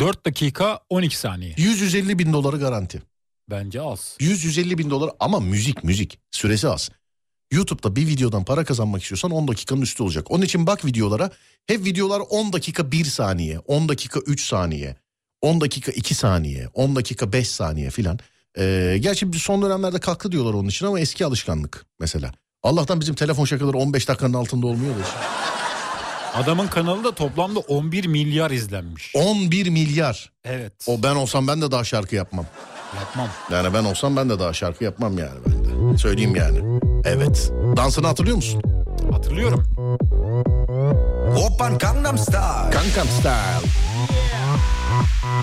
Speaker 4: 4 dakika 12 saniye.
Speaker 3: 100-150 bin doları garanti.
Speaker 4: Bence az.
Speaker 3: 100-150 bin dolar ama müzik müzik. Süresi az. YouTube'da bir videodan para kazanmak istiyorsan 10 dakikanın üstü olacak. Onun için bak videolara. Hep videolar 10 dakika 1 saniye, 10 dakika 3 saniye, 10 dakika 2 saniye, 10 dakika 5 saniye filan. Ee, gerçi biz son dönemlerde kalktı diyorlar onun için ama eski alışkanlık mesela. Allah'tan bizim telefon şakaları 15 dakikanın altında olmuyor da. işte.
Speaker 4: Adamın kanalı da toplamda 11 milyar izlenmiş.
Speaker 3: 11 milyar.
Speaker 4: Evet.
Speaker 3: O ben olsam ben de daha şarkı yapmam.
Speaker 4: Yapmam.
Speaker 3: Yani ben olsam ben de daha şarkı yapmam yani ben de. Söyleyeyim yani. Evet. Dansını hatırlıyor musun?
Speaker 4: Hatırlıyorum.
Speaker 5: 오빤 강남 스타일
Speaker 3: Gangnam Style.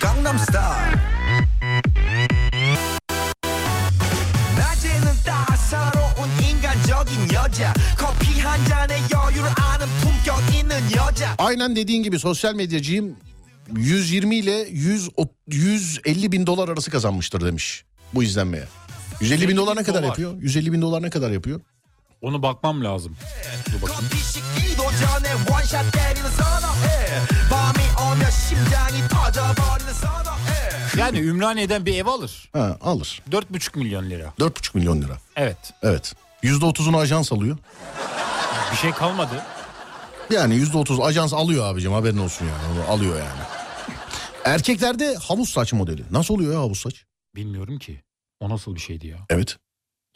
Speaker 5: 강남 스타일 낮에는 따사로운 인간적인 여자 커피 한 잔에 여유를 아는 품격 있는 여자
Speaker 3: Aynen dediğin gibi sosyal medyacıyım 120 ile 100, o- 150 bin dolar arası kazanmıştır demiş bu izlenmeye. 150 bin dolar ne kadar
Speaker 4: Dolar.
Speaker 3: yapıyor? 150 bin dolar ne kadar yapıyor?
Speaker 4: Onu bakmam lazım. Dur bakayım.
Speaker 5: 커피 식기도 전에 원샷 때리는 선어해 밤이 오면 심장이 터져버리는 선어해
Speaker 4: Yani Ümraniye'den bir ev alır.
Speaker 3: Ha, alır.
Speaker 4: 4,5 milyon lira.
Speaker 3: 4,5 milyon lira.
Speaker 4: Evet.
Speaker 3: Evet. %30'unu ajans alıyor.
Speaker 4: Bir şey kalmadı.
Speaker 3: Yani %30 ajans alıyor abicim haberin olsun yani. Onu alıyor yani. Erkeklerde havuz saç modeli. Nasıl oluyor ya havuz saç?
Speaker 4: Bilmiyorum ki. O nasıl bir şeydi ya?
Speaker 3: Evet.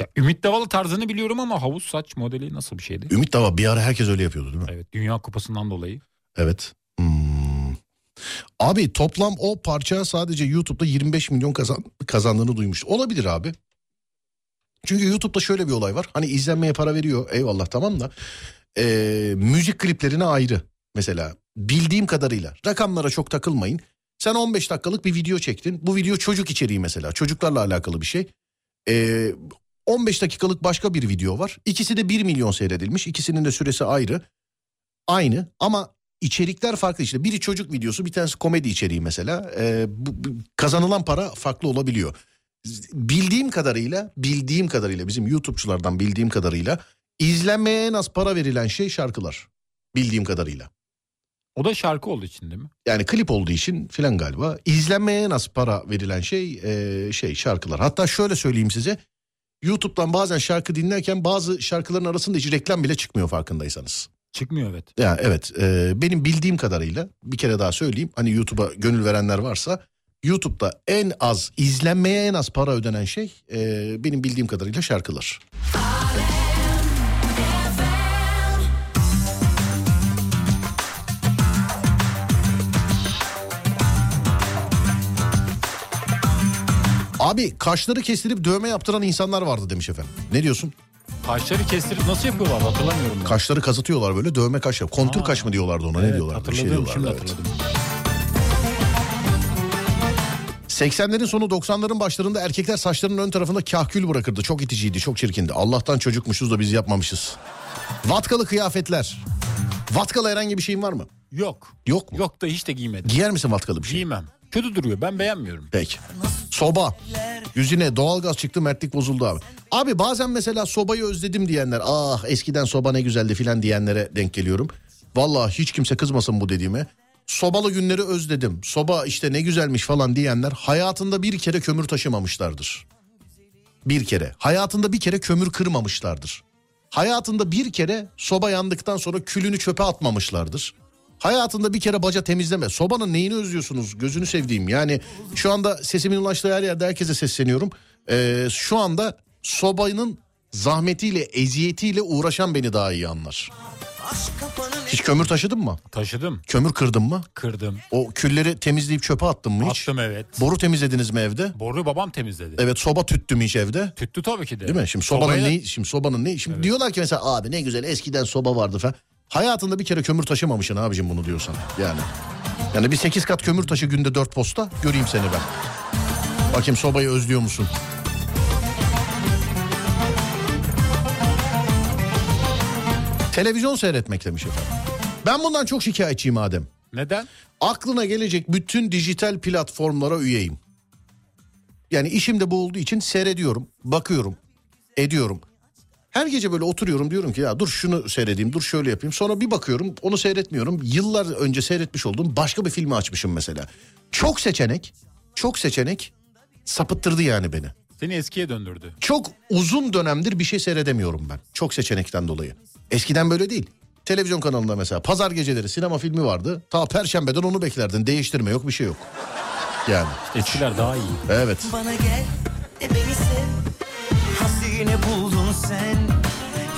Speaker 4: Ya Ümit Davalı tarzını biliyorum ama havuz saç modeli nasıl bir şeydi?
Speaker 3: Ümit Dava bir ara herkes öyle yapıyordu değil mi?
Speaker 4: Evet. Dünya Kupası'ndan dolayı.
Speaker 3: Evet. Hmm. Abi toplam o parça sadece YouTube'da 25 milyon kazan, kazandığını duymuş. Olabilir abi. Çünkü YouTube'da şöyle bir olay var. Hani izlenmeye para veriyor eyvallah tamam da. Ee, müzik kliplerine ayrı mesela bildiğim kadarıyla rakamlara çok takılmayın. Sen 15 dakikalık bir video çektin. Bu video çocuk içeriği mesela çocuklarla alakalı bir şey. Ee, 15 dakikalık başka bir video var. İkisi de 1 milyon seyredilmiş. İkisinin de süresi ayrı. Aynı ama içerikler farklı işte. Biri çocuk videosu bir tanesi komedi içeriği mesela. Ee, bu- bu- kazanılan para farklı olabiliyor. Z- Bildiğim kadarıyla, bildiğim kadarıyla bizim YouTube'culardan bildiğim kadarıyla izlenmeye en az para verilen şey şarkılar. Bildiğim kadarıyla.
Speaker 4: O da şarkı olduğu için değil mi?
Speaker 3: Yani klip olduğu için filan galiba. İzlenmeye en az para verilen şey e, şey şarkılar. Hatta şöyle söyleyeyim size. YouTube'dan bazen şarkı dinlerken bazı şarkıların arasında hiç reklam bile çıkmıyor farkındaysanız.
Speaker 4: Çıkmıyor evet.
Speaker 3: Ya evet e, benim bildiğim kadarıyla bir kere daha söyleyeyim. Hani YouTube'a gönül verenler varsa YouTube'da en az izlenmeye en az para ödenen şey e, benim bildiğim kadarıyla şarkılar. Abi kaşları kestirip dövme yaptıran insanlar vardı demiş efendim. Ne diyorsun?
Speaker 4: Kaşları kestirip nasıl yapıyorlar hatırlamıyorum. ben.
Speaker 3: Kaşları kazıtıyorlar böyle dövme kaş yap. Kontür kaş mı diyorlardı ona ne
Speaker 4: Evet,
Speaker 3: diyorlardı? Bir şey
Speaker 4: hatırladım, şimdi
Speaker 3: diyorlardı, evet.
Speaker 4: hatırladım.
Speaker 3: 80'lerin sonu 90'ların başlarında erkekler saçlarının ön tarafında kahkül bırakırdı. Çok iticiydi, çok çirkindi. Allah'tan çocukmuşuz da biz yapmamışız. Vatkalı kıyafetler. Vatkalı herhangi bir şeyin var mı?
Speaker 4: Yok.
Speaker 3: Yok mu?
Speaker 4: Yok da hiç de giymedim.
Speaker 3: Giyer misin vatkalı bir şey?
Speaker 4: Giymem. Kötü duruyor ben beğenmiyorum.
Speaker 3: Peki. Soba. Yüzüne doğalgaz çıktı mertlik bozuldu abi. Abi bazen mesela sobayı özledim diyenler ah eskiden soba ne güzeldi filan diyenlere denk geliyorum. Vallahi hiç kimse kızmasın bu dediğime. Sobalı günleri özledim. Soba işte ne güzelmiş falan diyenler hayatında bir kere kömür taşımamışlardır. Bir kere. Hayatında bir kere kömür kırmamışlardır. Hayatında bir kere soba yandıktan sonra külünü çöpe atmamışlardır. Hayatında bir kere baca temizleme. Sobanın neyini özlüyorsunuz? Gözünü sevdiğim. Yani şu anda sesimin ulaştığı her yerde herkese sesleniyorum. Ee, şu anda sobanın zahmetiyle, eziyetiyle uğraşan beni daha iyi anlar. Hiç kömür taşıdın mı?
Speaker 4: Taşıdım.
Speaker 3: Kömür kırdın mı?
Speaker 4: Kırdım.
Speaker 3: O külleri temizleyip çöpe attın mı hiç?
Speaker 4: Attım evet.
Speaker 3: Boru temizlediniz mi evde?
Speaker 4: Boruyu babam temizledi.
Speaker 3: Evet soba tüttü mü hiç evde?
Speaker 4: Tüttü tabii ki de.
Speaker 3: Değil mi? Şimdi sobanın
Speaker 4: Sobaya-
Speaker 3: ne? Şimdi sobanın ne? Şimdi diyorlar ki mesela abi ne güzel eskiden soba vardı falan. Hayatında bir kere kömür taşımamışsın abicim bunu diyorsan. Yani. Yani bir 8 kat kömür taşı günde 4 posta göreyim seni ben. Bakayım sobayı özlüyor musun? Televizyon seyretmek demiş efendim. Ben bundan çok şikayetçiyim Adem.
Speaker 4: Neden?
Speaker 3: Aklına gelecek bütün dijital platformlara üyeyim. Yani işim de bu olduğu için seyrediyorum, bakıyorum, ediyorum. Her gece böyle oturuyorum diyorum ki ya dur şunu seyredeyim, dur şöyle yapayım. Sonra bir bakıyorum onu seyretmiyorum. Yıllar önce seyretmiş olduğum başka bir filmi açmışım mesela. Çok seçenek, çok seçenek sapıttırdı yani beni.
Speaker 4: Seni eskiye döndürdü.
Speaker 3: Çok uzun dönemdir bir şey seyredemiyorum ben. Çok seçenekten dolayı. Eskiden böyle değil. Televizyon kanalında mesela pazar geceleri sinema filmi vardı. Ta perşembeden onu beklerdin. Değiştirme yok bir şey yok. Yani
Speaker 4: Eskiler daha iyi.
Speaker 3: evet.
Speaker 2: Bana gel de beni sev Hazine buldun sen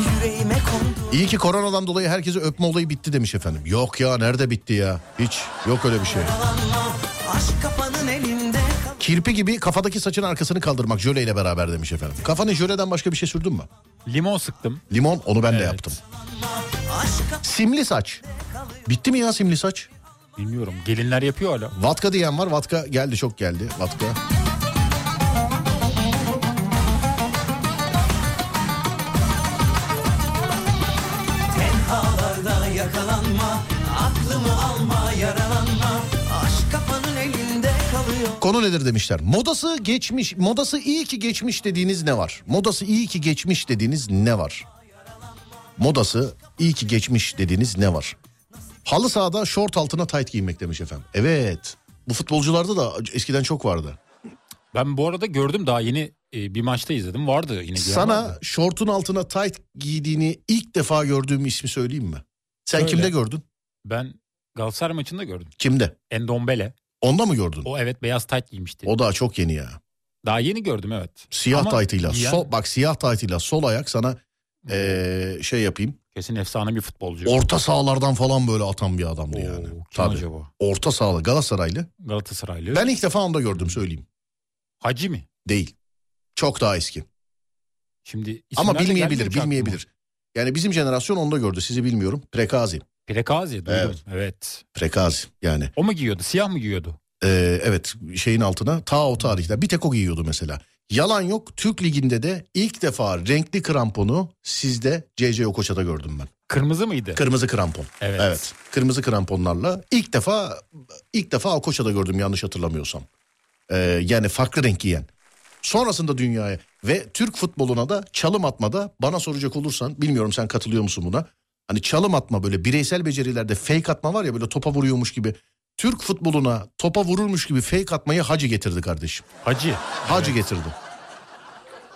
Speaker 2: Yüreğime kondu
Speaker 3: İyi ki koronadan dolayı herkese öpme olayı bitti demiş efendim. Yok ya nerede bitti ya? Hiç yok öyle bir şey.
Speaker 2: yalanma Aşk kafanın elinde kal-
Speaker 3: Kirpi gibi kafadaki saçın arkasını kaldırmak jöleyle beraber demiş efendim. Kafanı jöleden başka bir şey sürdün mü?
Speaker 4: Limon sıktım.
Speaker 3: Limon onu ben de
Speaker 4: Evet.
Speaker 3: yaptım.
Speaker 2: Aşk
Speaker 3: Simli saç.
Speaker 2: kalıyor
Speaker 3: Bitti mi ya simli saç?
Speaker 4: Bilmiyorum. Gelinler yapıyor hala.
Speaker 3: Vatka diyen var. Vatka geldi çok geldi. Vatka.
Speaker 2: Tenhalarda yakalanma Aklımı alma yaralanma Aşk kafanın elinde kalıyor
Speaker 3: Konu nedir demişler. Modası geçmiş. Modası iyi ki geçmiş dediğiniz ne var? Modası iyi ki geçmiş dediğiniz ne var? Modası iyi ki geçmiş dediğiniz ne var? Halı sahada şort altına tayt giymek demiş efendim. Evet. Bu futbolcularda da eskiden çok vardı.
Speaker 4: Ben bu arada gördüm daha yeni e, bir maçta izledim. Vardı yine. giyen
Speaker 3: Sana
Speaker 4: vardı.
Speaker 3: şortun altına tayt giydiğini ilk defa gördüğüm ismi söyleyeyim mi? Sen
Speaker 4: Söyle.
Speaker 3: kimde gördün?
Speaker 4: Ben Galatasaray maçında gördüm.
Speaker 3: Kimde?
Speaker 4: Endombele.
Speaker 3: Onda mı gördün?
Speaker 4: O evet beyaz tayt giymişti.
Speaker 3: O daha çok yeni ya.
Speaker 4: Daha yeni gördüm evet.
Speaker 3: Siyah
Speaker 4: Ama Hmm.
Speaker 3: taytıyla
Speaker 4: giyen-
Speaker 3: sol bak siyah taytıyla sol ayak sana eee, şey yapayım.
Speaker 4: Kesin efsane bir futbolcu.
Speaker 3: Orta sahalardan falan böyle atan bir adamdı
Speaker 4: Oo,
Speaker 3: yani.
Speaker 4: Kim
Speaker 3: Tabii.
Speaker 4: acaba?
Speaker 3: Orta sahalı Galatasaraylı.
Speaker 4: Galatasaraylı.
Speaker 3: Ben ilk defa onda gördüm söyleyeyim.
Speaker 4: Hacı mı?
Speaker 3: Değil. Çok daha eski.
Speaker 4: Şimdi isimler
Speaker 3: Ama
Speaker 4: de gelmiyor
Speaker 3: bilmeyebilir,
Speaker 4: ki aklıma.
Speaker 3: bilmeyebilir. Yani bizim jenerasyon onda gördü. Sizi bilmiyorum. Prekazi.
Speaker 4: Prekazi duydum.
Speaker 3: Evet.
Speaker 4: Evet.
Speaker 3: Prekazi yani.
Speaker 4: O mu giyiyordu? Siyah mı giyiyordu?
Speaker 3: Ee, evet şeyin altına ta o tarihte bir tek o giyiyordu mesela. Yalan yok Türk Ligi'nde de ilk defa renkli kramponu sizde CC Okoçat'a gördüm ben.
Speaker 4: Kırmızı mıydı?
Speaker 3: Kırmızı krampon.
Speaker 4: Evet.
Speaker 3: Evet. Kırmızı kramponlarla ilk defa ilk defa Okoça'da gördüm yanlış hatırlamıyorsam. Ee, yani farklı renk giyen. Sonrasında dünyaya ve Türk futboluna da çalım atmada bana soracak olursan bilmiyorum sen katılıyor musun buna? Hani çalım atma böyle bireysel becerilerde fake atma var ya böyle topa vuruyormuş gibi. Türk futboluna topa vurulmuş gibi fake atmayı Hacı getirdi kardeşim.
Speaker 4: Hacı.
Speaker 3: Hacı getirdi.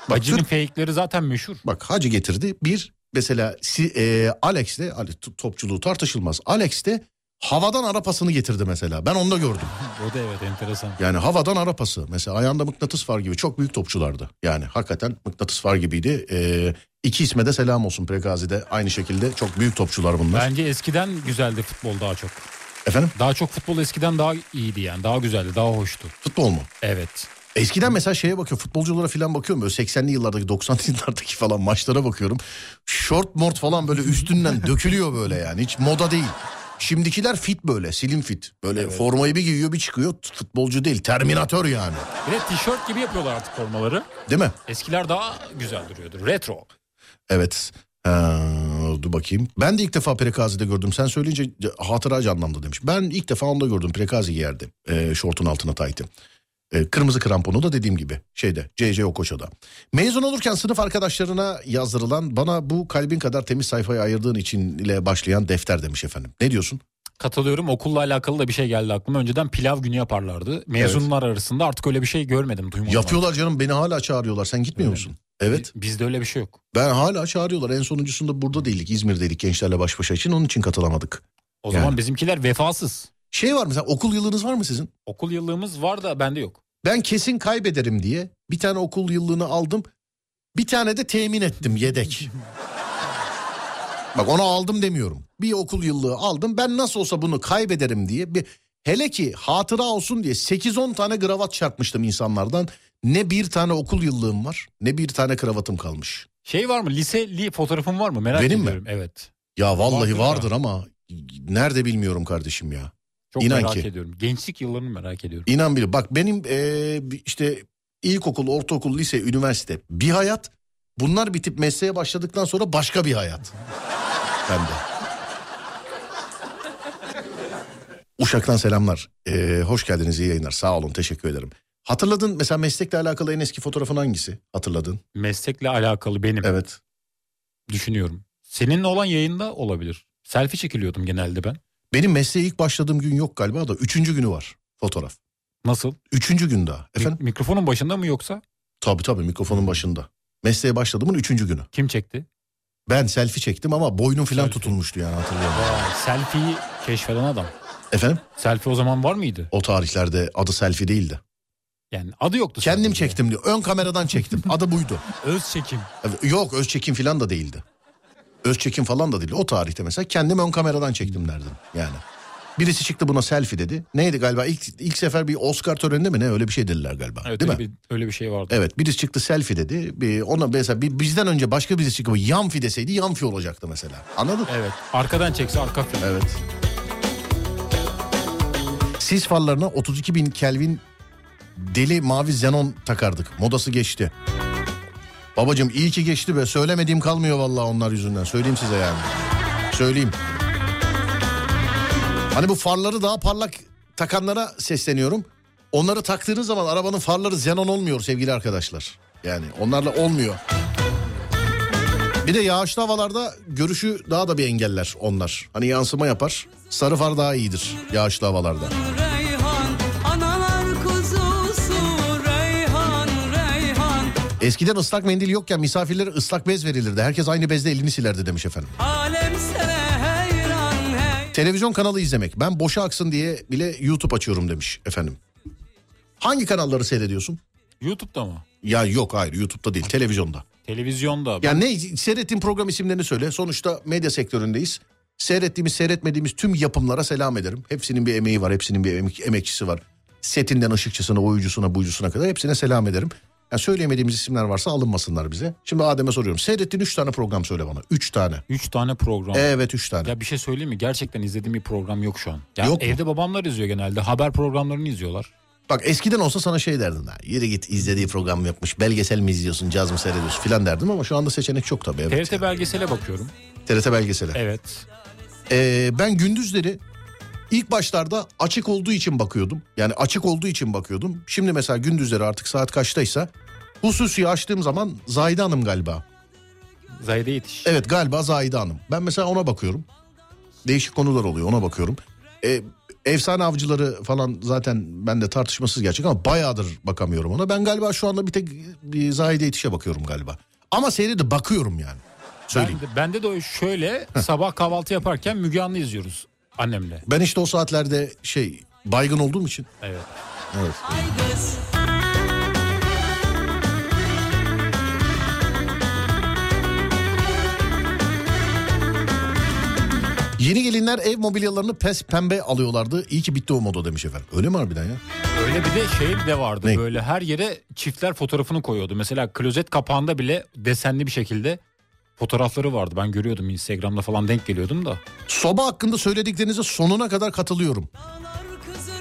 Speaker 3: Bak,
Speaker 4: Hacı'nın
Speaker 3: Türk-
Speaker 4: fake'leri zaten meşhur.
Speaker 3: Bak Hacı getirdi. Bir mesela si, e, Alex de Ali- t- topçuluğu tartışılmaz. Alex de havadan ara pasını getirdi mesela. Ben onu da gördüm.
Speaker 4: O da evet enteresan.
Speaker 3: Yani havadan ara pası. Mesela ayağında mıknatıs var gibi. Çok büyük topçulardı. Yani hakikaten mıknatıs var gibiydi. E, iki isme de selam olsun Prekazi'de. Aynı şekilde çok büyük topçular bunlar.
Speaker 4: Bence eskiden güzeldi futbol daha çok.
Speaker 3: Efendim
Speaker 4: Daha çok futbol eskiden daha iyiydi yani. Daha güzeldi, daha hoştu.
Speaker 3: futbol mu?
Speaker 4: Evet.
Speaker 3: Eskiden mesela şeye bakıyorum futbolculara falan bakıyorum böyle 80'li yıllardaki 90'lı yıllardaki falan maçlara bakıyorum. Short mort falan böyle üstünden dökülüyor böyle yani hiç moda değil. Şimdikiler fit böyle slim fit. Böyle formayı bir giyiyor bir çıkıyor futbolcu değil terminatör yani
Speaker 4: Bir de tişört gibi yapıyorlar artık formaları.
Speaker 3: değil mi?
Speaker 4: Eskiler daha güzel duruyordu. Retro.
Speaker 3: Evet. Ha, dur bakayım. Ben de ilk defa Prekazi'de gördüm. Sen söyleyince c- hatıra canlandı demiş. Ben ilk defa onda gördüm. Prekazi giyerdi. E, şortun altına tayti. E, kırmızı kramponu da dediğim gibi şeyde CC Okoşa'da. Mezun olurken sınıf arkadaşlarına yazdırılan bana bu kalbin kadar temiz sayfayı ayırdığın için ile başlayan defter demiş efendim. Ne diyorsun?
Speaker 4: Katılıyorum. Okulla alakalı da bir şey geldi aklıma. Önceden pilav günü yaparlardı. Mezunlar arasında artık öyle bir şey görmedim, duymadım.
Speaker 3: Yapıyorlar canım beni hala çağırıyorlar. Sen gitmiyor musun? Evet.
Speaker 4: Bizde öyle bir şey yok.
Speaker 3: Ben hala çağırıyorlar. En sonuncusunda burada değildik. İzmir'deydik gençlerle baş başa için. Onun için katılamadık.
Speaker 4: O
Speaker 3: Yani.
Speaker 4: zaman bizimkiler vefasız.
Speaker 3: Şey var mesela okul yılınız var mı sizin?
Speaker 4: Okul yıllığımız var da bende yok.
Speaker 3: Ben kesin kaybederim diye bir tane okul yıllığını aldım. Bir tane de temin ettim yedek. Bak onu aldım demiyorum. Bir okul yıllığı aldım. Ben nasıl olsa bunu kaybederim diye bir hele ki hatıra olsun diye 8-10 tane kravat çarpmıştım insanlardan. Ne bir tane okul yıllığım var ne bir tane kravatım kalmış.
Speaker 4: Şey var mı? Liseli fotoğrafın var mı? Merak
Speaker 3: Benim mi?
Speaker 4: ediyorum. Evet.
Speaker 3: Ya vallahi
Speaker 4: Vardır
Speaker 3: vardır ama nerede bilmiyorum kardeşim ya.
Speaker 4: Çok
Speaker 3: İnan
Speaker 4: merak
Speaker 3: ki.
Speaker 4: ediyorum. Gençlik yıllarını merak ediyorum.
Speaker 3: İnan bile bak benim eee, işte ilkokul, ortaokul, lise, üniversite bir hayat. Bunlar bitip mesleğe başladıktan sonra başka bir hayat. Ben de. Uşak'tan selamlar. Eee, hoş geldiniz, iyi yayınlar. Sağ olun, teşekkür ederim. Hatırladın mesela meslekle alakalı en eski fotoğrafın hangisi? Hatırladın.
Speaker 4: Meslekle alakalı benim.
Speaker 3: Evet.
Speaker 4: Düşünüyorum. Seninle olan yayında olabilir. Selfie çekiliyordum genelde ben.
Speaker 3: Benim mesleğe ilk başladığım gün yok galiba da üçüncü günü var fotoğraf.
Speaker 4: Nasıl?
Speaker 3: Üçüncü gün daha.
Speaker 4: Mi-
Speaker 3: Efendim? Hmm.
Speaker 4: mikrofonun başında mı yoksa?
Speaker 3: Tabii tabii mikrofonun başında. Mesleğe başladığımın üçüncü günü.
Speaker 4: Kim çekti?
Speaker 3: Ben selfie çektim ama boynum filan
Speaker 4: Selfie.
Speaker 3: tutulmuştu yani hatırlıyorum.
Speaker 4: Vay, selfie'yi keşfeden adam.
Speaker 3: Efendim?
Speaker 4: Selfie o zaman var mıydı?
Speaker 3: O tarihlerde adı selfie değildi.
Speaker 4: Yani adı yoktu.
Speaker 3: Kendim
Speaker 4: selfie'de.
Speaker 3: çektim diyor. Ön kameradan çektim. Adı buydu.
Speaker 4: Öz çekim.
Speaker 3: Evet, Yok öz çekim filan da değildi. Öz çekim falan da değil. O tarihte mesela kendim ön kameradan çektim derdim yani. Birisi çıktı buna selfie dedi. Neydi galiba ilk ilk sefer bir Oscar töreninde mi ne öyle bir şey dediler galiba.
Speaker 4: Evet,
Speaker 3: değil mi?
Speaker 4: öyle, Bir, öyle bir şey vardı.
Speaker 3: Evet birisi çıktı selfie dedi. Bir, ona mesela bir, bizden önce başka birisi çıkıp yanfi deseydi yanfi olacaktı mesela. Anladın?
Speaker 4: Evet. Arkadan çekse arka film.
Speaker 3: Evet. Sis farlarına 32 bin Kelvin deli mavi xenon takardık. Modası geçti. Babacım iyi ki geçti be. Söylemediğim kalmıyor vallahi onlar yüzünden. Söyleyeyim size yani. Söyleyeyim. Hani bu farları daha parlak takanlara sesleniyorum. Onları taktığınız zaman arabanın farları xenon olmuyor sevgili arkadaşlar. Yani onlarla olmuyor. Bir de yağışlı havalarda görüşü daha da bir engeller onlar. Hani yansıma yapar. Sarı far daha iyidir yağışlı havalarda.
Speaker 6: Reyhan analar kuzusu Reyhan Reyhan
Speaker 3: Eskiden ıslak mendil yokken misafirlere ıslak bez verilirdi. Herkes aynı bezle elini silerdi demiş efendim.
Speaker 6: alem sana heyran hey
Speaker 3: Televizyon kanalı izlemek. Ben boşa aksın diye bile YouTube açıyorum demiş efendim. Hangi kanalları seyrediyorsun?
Speaker 4: YouTube'da mı?
Speaker 3: Ya yok hayır YouTube'da değil televizyonda.
Speaker 4: Televizyonda.
Speaker 3: Ya ne seyrettiğin program isimlerini söyle. Sonuçta medya sektöründeyiz. Seyrettiğimiz seyretmediğimiz tüm yapımlara selam ederim. Hepsinin bir emeği var, hepsinin bir emek- emekçisi var. Setinden ışıkçısına, oyuncusuna, buyucusuna kadar hepsine selam ederim. Ya söyleyemediğimiz isimler varsa alınmasınlar bize. Şimdi Adem'e soruyorum. Seyrettiğin 3 tane program söyle bana. 3 tane.
Speaker 4: Üç tane program.
Speaker 3: Evet 3 tane.
Speaker 4: Ya bir şey söyleyeyim mi? Gerçekten izlediğim bir program yok şu an. Ya
Speaker 3: Yok mu?
Speaker 4: evde babamlar izliyor genelde. Haber programlarını izliyorlar.
Speaker 3: Bak eskiden olsa sana şey derdim. Ha, yürü git izlediği program yapmış. Belgesel mi izliyorsun, caz mı seyrediyorsun filan derdim ama şu anda seçenek çok tabii. Evet.
Speaker 4: TRT belgesele bakıyorum.
Speaker 3: TRT belgeseli.
Speaker 4: Evet.
Speaker 3: Ee, ben gündüzleri ilk başlarda açık olduğu için bakıyordum. Yani açık olduğu için bakıyordum. Şimdi mesela gündüzleri artık saat kaçtaysa hususiyi açtığım zaman Zahide Hanım galiba.
Speaker 4: Zahide Yetiş.
Speaker 3: Evet galiba Zahide Hanım. Ben mesela ona bakıyorum. Değişik konular oluyor ona bakıyorum. Ee, efsane avcıları falan zaten ben de tartışmasız gerçek ama bayağıdır bakamıyorum ona. Ben galiba şu anda bir tek e, Zahide Yetiş'e bakıyorum galiba. Ama seyrede bakıyorum yani. Söyleyeyim.
Speaker 4: Bende, bende de o şöyle sabah kahvaltı yaparken Müge Anlı izliyoruz annemle.
Speaker 3: Ben işte o saatlerde şey baygın olduğum için
Speaker 4: Evet.
Speaker 6: aygız
Speaker 3: Yeni gelinler ev mobilyalarını pes pembe alıyorlardı. İyi ki bitti o moda demiş efendim. Öyle mi harbiden ya?
Speaker 4: Öyle bir de şey bir de vardı.
Speaker 3: Ne?
Speaker 4: Böyle her yere çiftler fotoğrafını koyuyordu. Mesela klozet kapağında bile desenli bir şekilde fotoğrafları vardı. Ben görüyordum Instagram'da falan denk geliyordum da.
Speaker 3: Soba hakkında söylediklerinize sonuna kadar katılıyorum.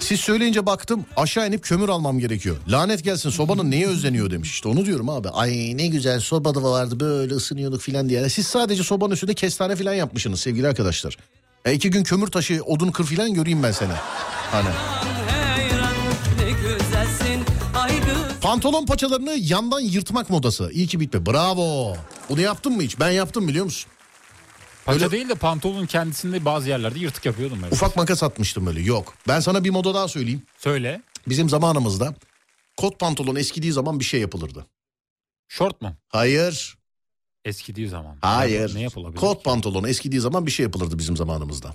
Speaker 3: Siz söyleyince baktım aşağı inip kömür almam gerekiyor. Lanet gelsin sobanın neye özleniyor demiş. İşte onu diyorum abi. Ay ne güzel sobada vardı böyle ısınıyorduk filan diye. Siz sadece sobanın üstünde kestane filan yapmışsınız sevgili arkadaşlar. E iki gün kömür taşı odun kır filan göreyim ben seni. Hani.
Speaker 6: heyran ne güzelsin aygız
Speaker 3: Pantolon paçalarını yandan yırtmak modası. İyi ki bitme. Bravo. Bunu yaptın mı hiç? Ben yaptım biliyor musun?
Speaker 4: Paça
Speaker 3: Öyle-
Speaker 4: değil de pantolonun kendisinde bazı yerlerde yırtık yapıyordum. Evet.
Speaker 3: Ufak makas atmıştım böyle yok. Ben sana bir moda daha söyleyeyim.
Speaker 4: Söyle.
Speaker 3: Bizim zamanımızda kot pantolon eskidiği zaman bir şey yapılırdı.
Speaker 4: Şort mu?
Speaker 3: Hayır,
Speaker 4: Eskidiği zaman.
Speaker 3: hayır.
Speaker 4: Ne yapılabilir?
Speaker 3: Kot pantolon eskidiği zaman bir şey yapılırdı bizim zamanımızda.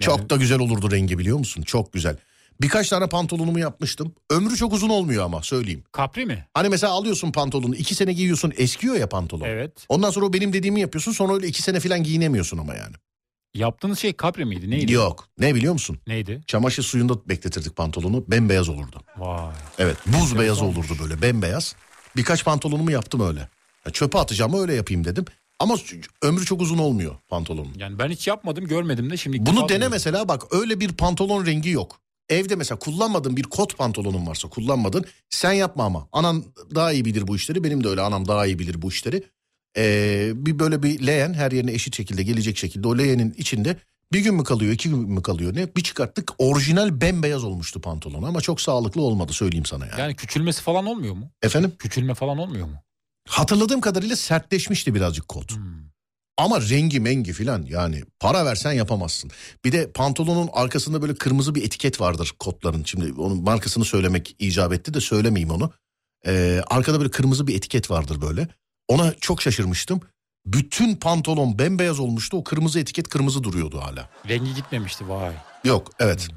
Speaker 3: Çok da güzel olurdu rengi biliyor musun? Çok güzel. Birkaç tane pantolonumu yapmıştım. Ömrü çok uzun olmuyor ama söyleyeyim.
Speaker 4: Kapri mi?
Speaker 3: Hani mesela alıyorsun pantolonu iki sene giyiyorsun eskiyor ya pantolon.
Speaker 4: Evet.
Speaker 3: Ondan sonra o benim dediğimi yapıyorsun sonra öyle iki sene falan giyinemiyorsun ama yani.
Speaker 4: Yaptığınız şey kapri miydi? Neydi?
Speaker 3: Yok ne biliyor musun?
Speaker 4: Neydi?
Speaker 3: Çamaşır suyunda bekletirdik pantolonu bembeyaz olurdu.
Speaker 4: Vay.
Speaker 3: Evet buz beyaz olurdu böyle bembeyaz. Birkaç pantolonumu yaptım öyle. Ya çöpe atacağımı öyle yapayım dedim. Ama s- ömrü çok uzun olmuyor pantolonun.
Speaker 4: Yani ben hiç yapmadım görmedim de şimdi. ilk
Speaker 3: Bunu
Speaker 4: defa
Speaker 3: dene
Speaker 4: duydum.
Speaker 3: mesela bak öyle bir pantolon rengi yok. Evde mesela kullanmadığın bir kot pantolonun varsa kullanmadın. Sen yapma ama. Anan daha iyi bilir bu işleri. Benim de öyle anam daha iyi bilir bu işleri. Ee, bir böyle bir leğen her yerine eşit şekilde gelecek şekilde o leğenin içinde bir gün mü kalıyor iki gün mü kalıyor ne bir çıkarttık orijinal bembeyaz olmuştu pantolon ama çok sağlıklı olmadı söyleyeyim sana yani.
Speaker 4: Yani küçülmesi falan olmuyor mu?
Speaker 3: Efendim?
Speaker 4: Küçülme falan olmuyor mu?
Speaker 3: Hatırladığım kadarıyla sertleşmişti birazcık kot.
Speaker 4: Hmm.
Speaker 3: Ama rengi mengi filan yani para versen yapamazsın. Bir de pantolonun arkasında böyle kırmızı bir etiket vardır kotların. Şimdi onun markasını söylemek icap etti de söylemeyeyim onu. Ee, arkada böyle kırmızı bir etiket vardır böyle. Ona çok şaşırmıştım. Bütün pantolon bembeyaz olmuştu. O kırmızı etiket kırmızı duruyordu hala.
Speaker 4: Rengi gitmemişti vay.
Speaker 3: Yok evet.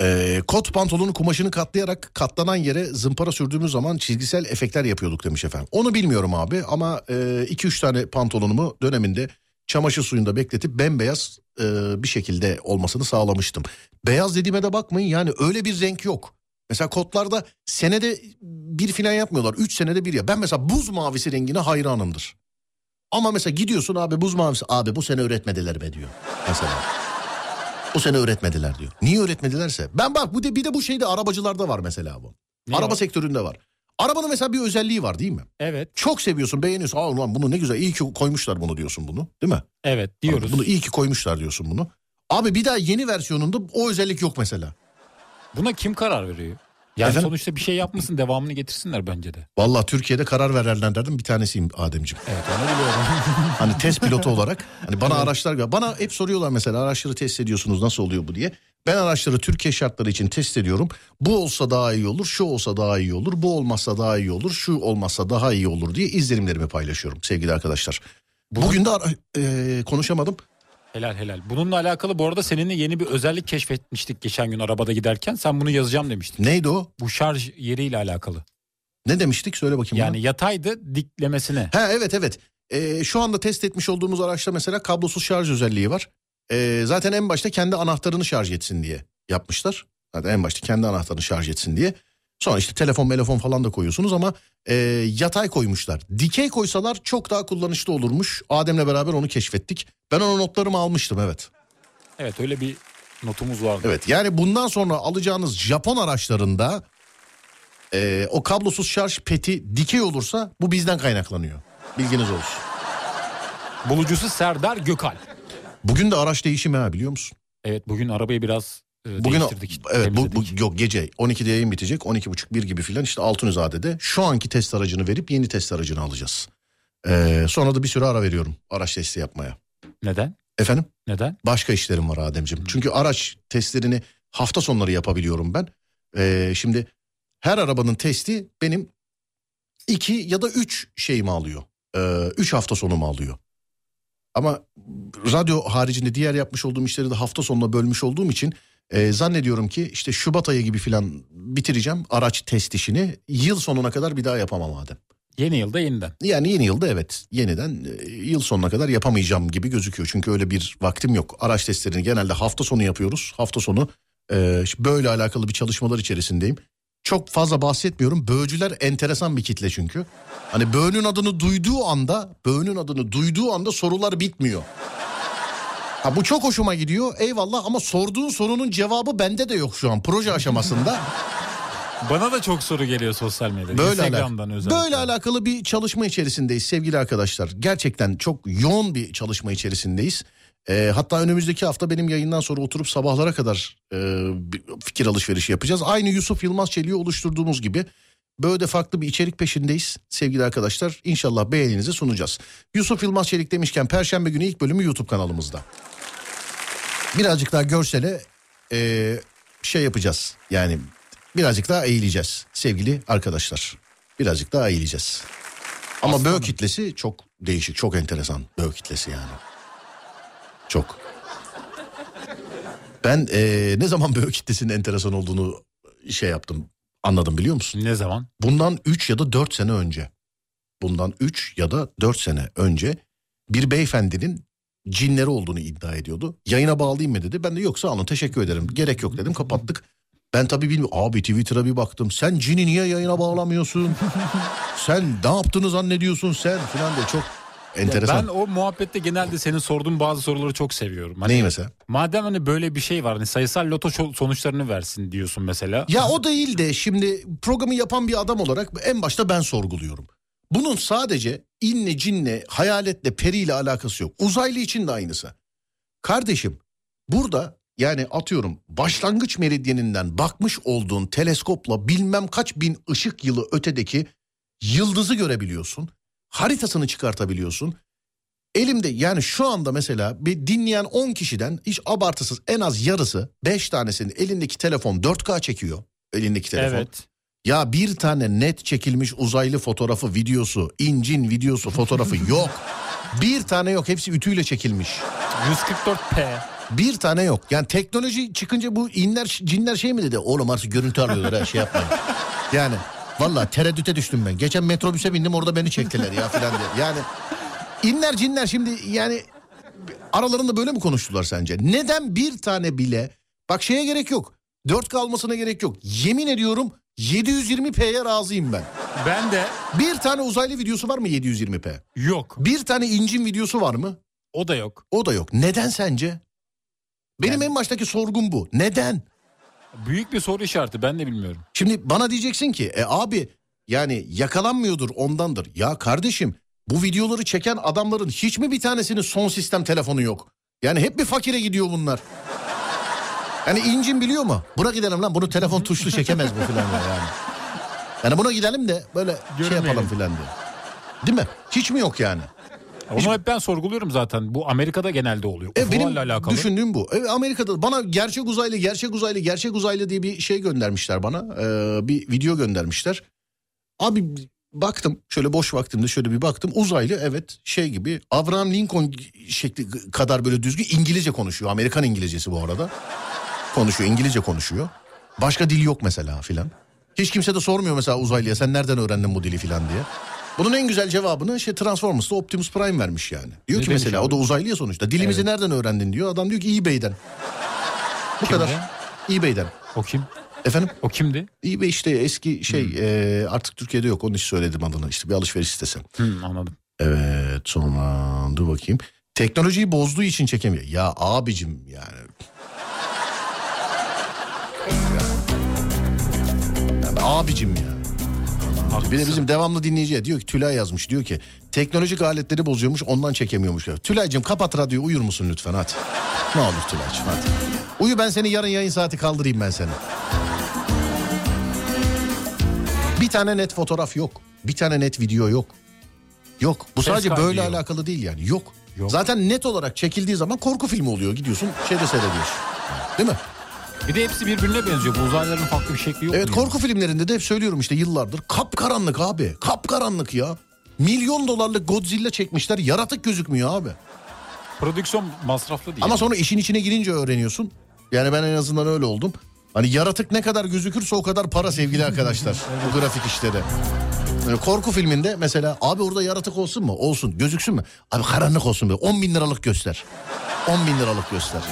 Speaker 3: Ee, kot pantolonun kumaşını katlayarak katlanan yere zımpara sürdüğümüz zaman çizgisel efektler yapıyorduk demiş efendim. Onu bilmiyorum abi ama 2-3 tane pantolonumu döneminde çamaşır suyunda bekletip bembeyaz e, bir şekilde olmasını sağlamıştım. Beyaz dediğime de bakmayın yani öyle bir renk yok. Mesela kotlarda senede bir filan yapmıyorlar. 3 senede bir ya. Ben mesela buz mavisi rengine hayranımdır. Ama mesela gidiyorsun abi buz mavisi abi bu sene öğretmediler be diyor mesela. Bu sene öğretmediler diyor. Niye öğretmedilerse? Ben bak bu de bir de bu şeyde arabacılarda var mesela bu.
Speaker 4: Ne
Speaker 3: Araba
Speaker 4: var?
Speaker 3: sektöründe var. Arabanın mesela bir özelliği var değil mi?
Speaker 4: Evet,
Speaker 3: Çok seviyorsun, beğeniyorsun. Aa ulan bunu ne güzel. iyi ki koymuşlar bunu diyorsun bunu. Değil mi?
Speaker 4: evet diyoruz.
Speaker 3: Bunu iyi ki koymuşlar diyorsun bunu. Abi bir daha yeni versiyonunda o özellik yok mesela.
Speaker 4: Buna kim karar veriyor? Yani
Speaker 3: Efendim?
Speaker 4: sonuçta bir şey yapmışsın devamını getirsinler bence de.
Speaker 3: Vallahi Türkiye'de karar verenlerden bir tanesiyim Ademciğim.
Speaker 4: Evet onu biliyorum.
Speaker 3: Hani test pilotu olarak hani bana araçlar bana hep soruyorlar mesela araçları test ediyorsunuz nasıl oluyor bu diye. Ben araçları Türkiye şartları için test ediyorum. Bu olsa daha iyi olur, şu olsa daha iyi olur, bu olmazsa daha iyi olur, şu olmazsa daha iyi olur diye izlenimlerimi paylaşıyorum sevgili arkadaşlar. Bugün de ara- e, konuşamadım.
Speaker 4: helal helal. Bununla alakalı bu arada seninle yeni bir özellik keşfetmiştik geçen gün arabada giderken. Sen bunu yazacağım demiştin.
Speaker 3: Neydi o?
Speaker 4: Bu şarj yeriyle alakalı.
Speaker 3: Ne demiştik? Söyle bakayım.
Speaker 4: Yani yataydı diklemesine.
Speaker 3: bana. Ha evet evet. E, şu anda test etmiş olduğumuz araçta mesela kablosuz şarj özelliği var. E, zaten en başta kendi anahtarını şarj etsin diye yapmışlar. Zaten en başta kendi anahtarını şarj etsin diye. Sonra işte telefon telefon falan da koyuyorsunuz ama e, yatay koymuşlar. Dikey koysalar çok daha kullanışlı olurmuş. Adem'le beraber onu keşfettik. Ben ona notlarımı almıştım evet.
Speaker 4: Evet öyle bir notumuz vardı.
Speaker 3: Evet yani bundan sonra alacağınız Japon araçlarında e, o kablosuz şarj peti dikey olursa bu bizden kaynaklanıyor. Bilginiz olsun.
Speaker 4: Bulucusu Serdar Gökal.
Speaker 3: Bugün de araç değişimi ha biliyor musun?
Speaker 4: Evet bugün arabayı biraz e,
Speaker 3: Bugün
Speaker 4: değiştirdik.
Speaker 3: evet bu, bu-
Speaker 4: temizledik.
Speaker 3: yok gece 12'de yayın bitecek. 12.30 1 gibi filan işte Altunizade'de şu anki test aracını verip yeni test aracını alacağız. E, sonra da bir süre ara veriyorum araç testi yapmaya.
Speaker 4: Neden?
Speaker 3: Efendim?
Speaker 4: Neden?
Speaker 3: Başka işlerim var Ademciğim. Çünkü araç testlerini hafta sonları yapabiliyorum ben. Ee, şimdi her arabanın testi benim iki ya da üç şeyimi alıyor. Ee, üç hafta sonumu alıyor. Ama radyo haricinde diğer yapmış olduğum işleri de hafta sonuna bölmüş olduğum için e, zannediyorum ki işte Şubat ayı gibi filan bitireceğim araç test işini. Yıl sonuna kadar bir daha yapamam Adem.
Speaker 4: Yeni yılda yeniden.
Speaker 3: Yani yeni yılda evet yeniden e, yıl sonuna kadar yapamayacağım gibi gözüküyor. Çünkü öyle bir vaktim yok. Araç testlerini genelde hafta sonu yapıyoruz. Hafta sonu e, işte böyle alakalı bir çalışmalar içerisindeyim. Çok fazla bahsetmiyorum. Böğcüler enteresan bir kitle çünkü. Hani böğünün adını duyduğu anda, böğünün adını duyduğu anda sorular bitmiyor. Ha bu çok hoşuma gidiyor. Eyvallah ama sorduğun sorunun cevabı bende de yok şu an. Proje aşamasında.
Speaker 4: Bana da çok soru geliyor sosyal medyada.
Speaker 3: Böyle,
Speaker 4: Instagram'dan
Speaker 3: alak-
Speaker 4: özellikle.
Speaker 3: böyle alakalı bir çalışma içerisindeyiz sevgili arkadaşlar. Gerçekten çok yoğun bir çalışma içerisindeyiz. Ee, hatta önümüzdeki hafta benim yayından sonra oturup sabahlara kadar e, bir fikir alışverişi yapacağız. Aynı Yusuf Yılmaz Çelik'i oluşturduğumuz gibi böyle de farklı bir içerik peşindeyiz sevgili arkadaşlar. İnşallah beğeninizi sunacağız. Yusuf Yılmaz Çelik demişken Perşembe günü ilk bölümü YouTube kanalımızda. Birazcık daha görsele e, şey yapacağız yani birazcık daha eğileceğiz sevgili arkadaşlar. Birazcık daha eğileceğiz. Ama böğ kitlesi çok değişik, çok enteresan böğ kitlesi yani. Çok. Ben e, ne zaman böğ kitlesinin enteresan olduğunu şey yaptım, anladım biliyor musun?
Speaker 4: Ne zaman?
Speaker 3: Bundan 3 ya da 4 sene önce. Bundan 3 ya da 4 sene önce bir beyefendinin cinleri olduğunu iddia ediyordu. Yayına bağlayayım mı dedi. Ben de yoksa alın teşekkür ederim. Gerek yok dedim kapattık. Ben tabii bilmiyorum. Abi Twitter'a bir baktım. Sen cini niye yayına bağlamıyorsun? sen ne yaptığını zannediyorsun sen filan diye çok enteresan.
Speaker 4: Ben o muhabbette genelde senin sorduğun bazı soruları çok seviyorum. Hani
Speaker 3: Neyi mesela?
Speaker 4: Madem hani böyle bir şey var hani sayısal loto şo- sonuçlarını versin diyorsun mesela.
Speaker 3: Ya o değil de şimdi programı yapan bir adam olarak en başta ben sorguluyorum. Bunun sadece inle cinle, hayaletle, periyle alakası yok. Uzaylı için de aynısı. Kardeşim burada yani atıyorum başlangıç meridyeninden bakmış olduğun teleskopla bilmem kaç bin ışık yılı ötedeki yıldızı görebiliyorsun. Haritasını çıkartabiliyorsun. Elimde yani şu anda mesela bir dinleyen 10 kişiden hiç abartısız en az yarısı 5 tanesinin elindeki telefon 4K çekiyor. Elindeki telefon.
Speaker 4: Evet.
Speaker 3: Ya bir tane net çekilmiş uzaylı fotoğrafı, videosu, incin videosu, fotoğrafı yok. Bir tane yok. Hepsi ütüyle çekilmiş.
Speaker 4: 144p.
Speaker 3: Bir tane yok. Yani teknoloji çıkınca bu inler cinler şey mi dedi? Oğlum artık görüntü arıyorlar ha şey yapmayın. Yani valla tereddüte düştüm ben. Geçen metrobüse bindim orada beni çektiler ya filan diye. Yani inler cinler şimdi yani aralarında böyle mi konuştular sence? Neden bir tane bile bak şeye gerek yok. 4 kalmasına gerek yok. Yemin ediyorum 720p'ye razıyım ben.
Speaker 4: Ben de
Speaker 3: Bir tane uzaylı videosu var mı 720p?
Speaker 4: yok.
Speaker 3: Bir tane incin videosu var mı?
Speaker 4: O da yok.
Speaker 3: O da yok. Neden sence? Benim en baştaki sorgum bu. Neden?
Speaker 4: Büyük bir soru işareti ben de bilmiyorum.
Speaker 3: Şimdi bana diyeceksin ki e abi yani yakalanmıyordur ondandır. Ya kardeşim bu videoları çeken adamların hiç mi bir tanesinin son sistem telefonu yok? Yani hep bir fakire gidiyor bunlar. Yani incin biliyor mu? Buna gidelim lan bunu telefon tuşlu çekemez bu filan ya yani. Yani buna gidelim de böyle şey
Speaker 4: Görmeyelim.
Speaker 3: yapalım filan diye. Değil mi? Hiç mi yok yani?
Speaker 4: Onu hep ben sorguluyorum zaten. Bu Amerika'da genelde oluyor.
Speaker 3: E,
Speaker 4: UFO'larla
Speaker 3: benim
Speaker 4: alakalı.
Speaker 3: düşündüğüm bu. E, Amerika'da bana gerçek uzaylı, gerçek uzaylı, gerçek uzaylı diye bir şey göndermişler bana. Ee, bir video göndermişler. Abi baktım şöyle boş vaktimde şöyle bir baktım. Uzaylı evet şey gibi Abraham Lincoln şekli kadar böyle düzgün İngilizce konuşuyor. Amerikan İngilizcesi bu arada. konuşuyor İngilizce konuşuyor. Başka dil yok mesela filan. Hiç kimse de sormuyor mesela uzaylıya sen nereden öğrendin bu dili filan diye. Bunun en güzel cevabını şey Transformers'ta Optimus Prime vermiş yani. Diyor
Speaker 4: Ne
Speaker 3: ki
Speaker 4: demiş
Speaker 3: mesela
Speaker 4: abi?
Speaker 3: o da uzaylıya sonuçta. Dilimizi nereden öğrendin diyor. Adam diyor ki eBay'den. Bu kadar. eBay'den.
Speaker 4: O kim?
Speaker 3: Efendim?
Speaker 4: O kimdi?
Speaker 3: eBay işte eski şey e, artık Türkiye'de yok. Onun için söyledim adını işte bir alışveriş sitesi.
Speaker 4: Hı, anladım.
Speaker 3: Evet sonra dur bakayım. Teknolojiyi bozduğu için çekemiyor. Ya abicim yani. Yani abicim ya. Bir de bizim devamlı dinleyiciye diyor ki Tülay yazmış diyor ki teknolojik aletleri bozuyormuş ondan çekemiyormuş. diyor. Tülay'cığım kapat radyoyu uyur musun lütfen hadi. Ne olur Tülay'cığım hadi. Uyu ben seni yarın yayın saati kaldırayım ben seni. Bir tane net fotoğraf yok. Bir tane net video yok. Yok. Bu
Speaker 4: Ses
Speaker 3: sadece
Speaker 4: kaydı
Speaker 3: böyle
Speaker 4: yok.
Speaker 3: alakalı değil yani. Yok.
Speaker 4: Yok.
Speaker 3: Zaten net olarak çekildiği zaman korku filmi oluyor. Gidiyorsun şeyde seyrediyorsun. Değil mi?
Speaker 4: Bir de hepsi birbirine benziyor. Bu uzaylıların farklı bir şekli yok.
Speaker 3: Evet
Speaker 4: mu
Speaker 3: korku filmlerinde de hep söylüyorum işte yıllardır. Kapkaranlık abi. Kapkaranlık ya. Milyon dolarlık Godzilla çekmişler. Yaratık gözükmüyor abi.
Speaker 4: ya? Prodüksiyon masraflı değil.
Speaker 3: Ama sonra işin içine girince öğreniyorsun. Yani ben en azından öyle oldum. Hani yaratık ne kadar gözükürse o kadar para sevgili arkadaşlar. Bu grafik işleri. Yani korku filminde mesela abi orada yaratık olsun mu? Olsun. Gözüksün mü? Abi karanlık olsun be. 10 bin liralık göster. 10 bin liralık göster.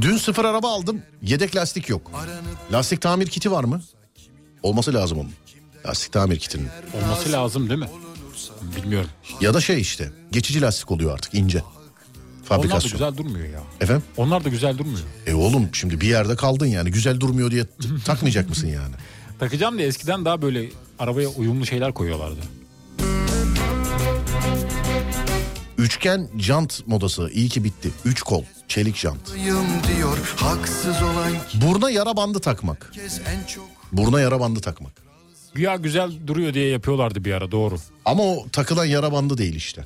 Speaker 3: Dün sıfır araba aldım. Yedek lastik yok. Lastik tamir kiti var mı? Olması lazım onun. Lastik tamir kitinin.
Speaker 4: Olması lazım değil mi? Bilmiyorum.
Speaker 3: Ya da şey işte. Geçici lastik oluyor artık ince.
Speaker 4: Onlar da
Speaker 3: Fabrikasyon.
Speaker 4: güzel durmuyor ya.
Speaker 3: Efendim?
Speaker 4: Onlar da güzel durmuyor.
Speaker 3: E oğlum şimdi bir yerde kaldın yani güzel durmuyor diye t- takmayacak mısın yani?
Speaker 4: Takacağım da eskiden daha böyle arabaya uyumlu şeyler koyuyorlardı.
Speaker 3: Üçgen jant modası iyi ki bitti. Üç kol, çelik jant.
Speaker 1: Yım diyor haksız olan
Speaker 3: Burna yara bandı takmak.
Speaker 1: kez en çok
Speaker 3: Burna yara bandı takmak.
Speaker 4: Güya güzel duruyor diye yapıyorlardı bir ara doğru.
Speaker 3: Ama o takılan yara bandı değil işte.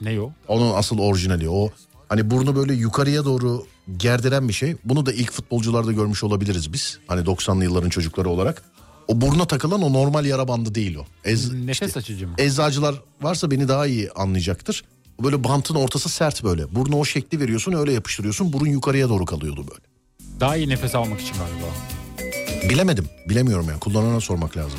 Speaker 4: Ne o?
Speaker 3: Onun asıl orijinali o. Hani burnu böyle yukarıya doğru gerdiren bir şey. Bunu da ilk futbolcularda görmüş olabiliriz biz. Hani 90'lı yılların çocukları olarak. O burna takılan o normal yara bandı değil o. Ez,
Speaker 4: Nefes açıcı mı?
Speaker 3: eczacılar varsa beni daha iyi anlayacaktır. Böyle bantın ortası sert böyle. Burnu o şekli veriyorsun öyle yapıştırıyorsun. Burun yukarıya doğru kalıyordu böyle.
Speaker 4: Daha iyi nefes almak için galiba.
Speaker 3: Bilemedim. Bilemiyorum yani. Kullanana sormak lazım.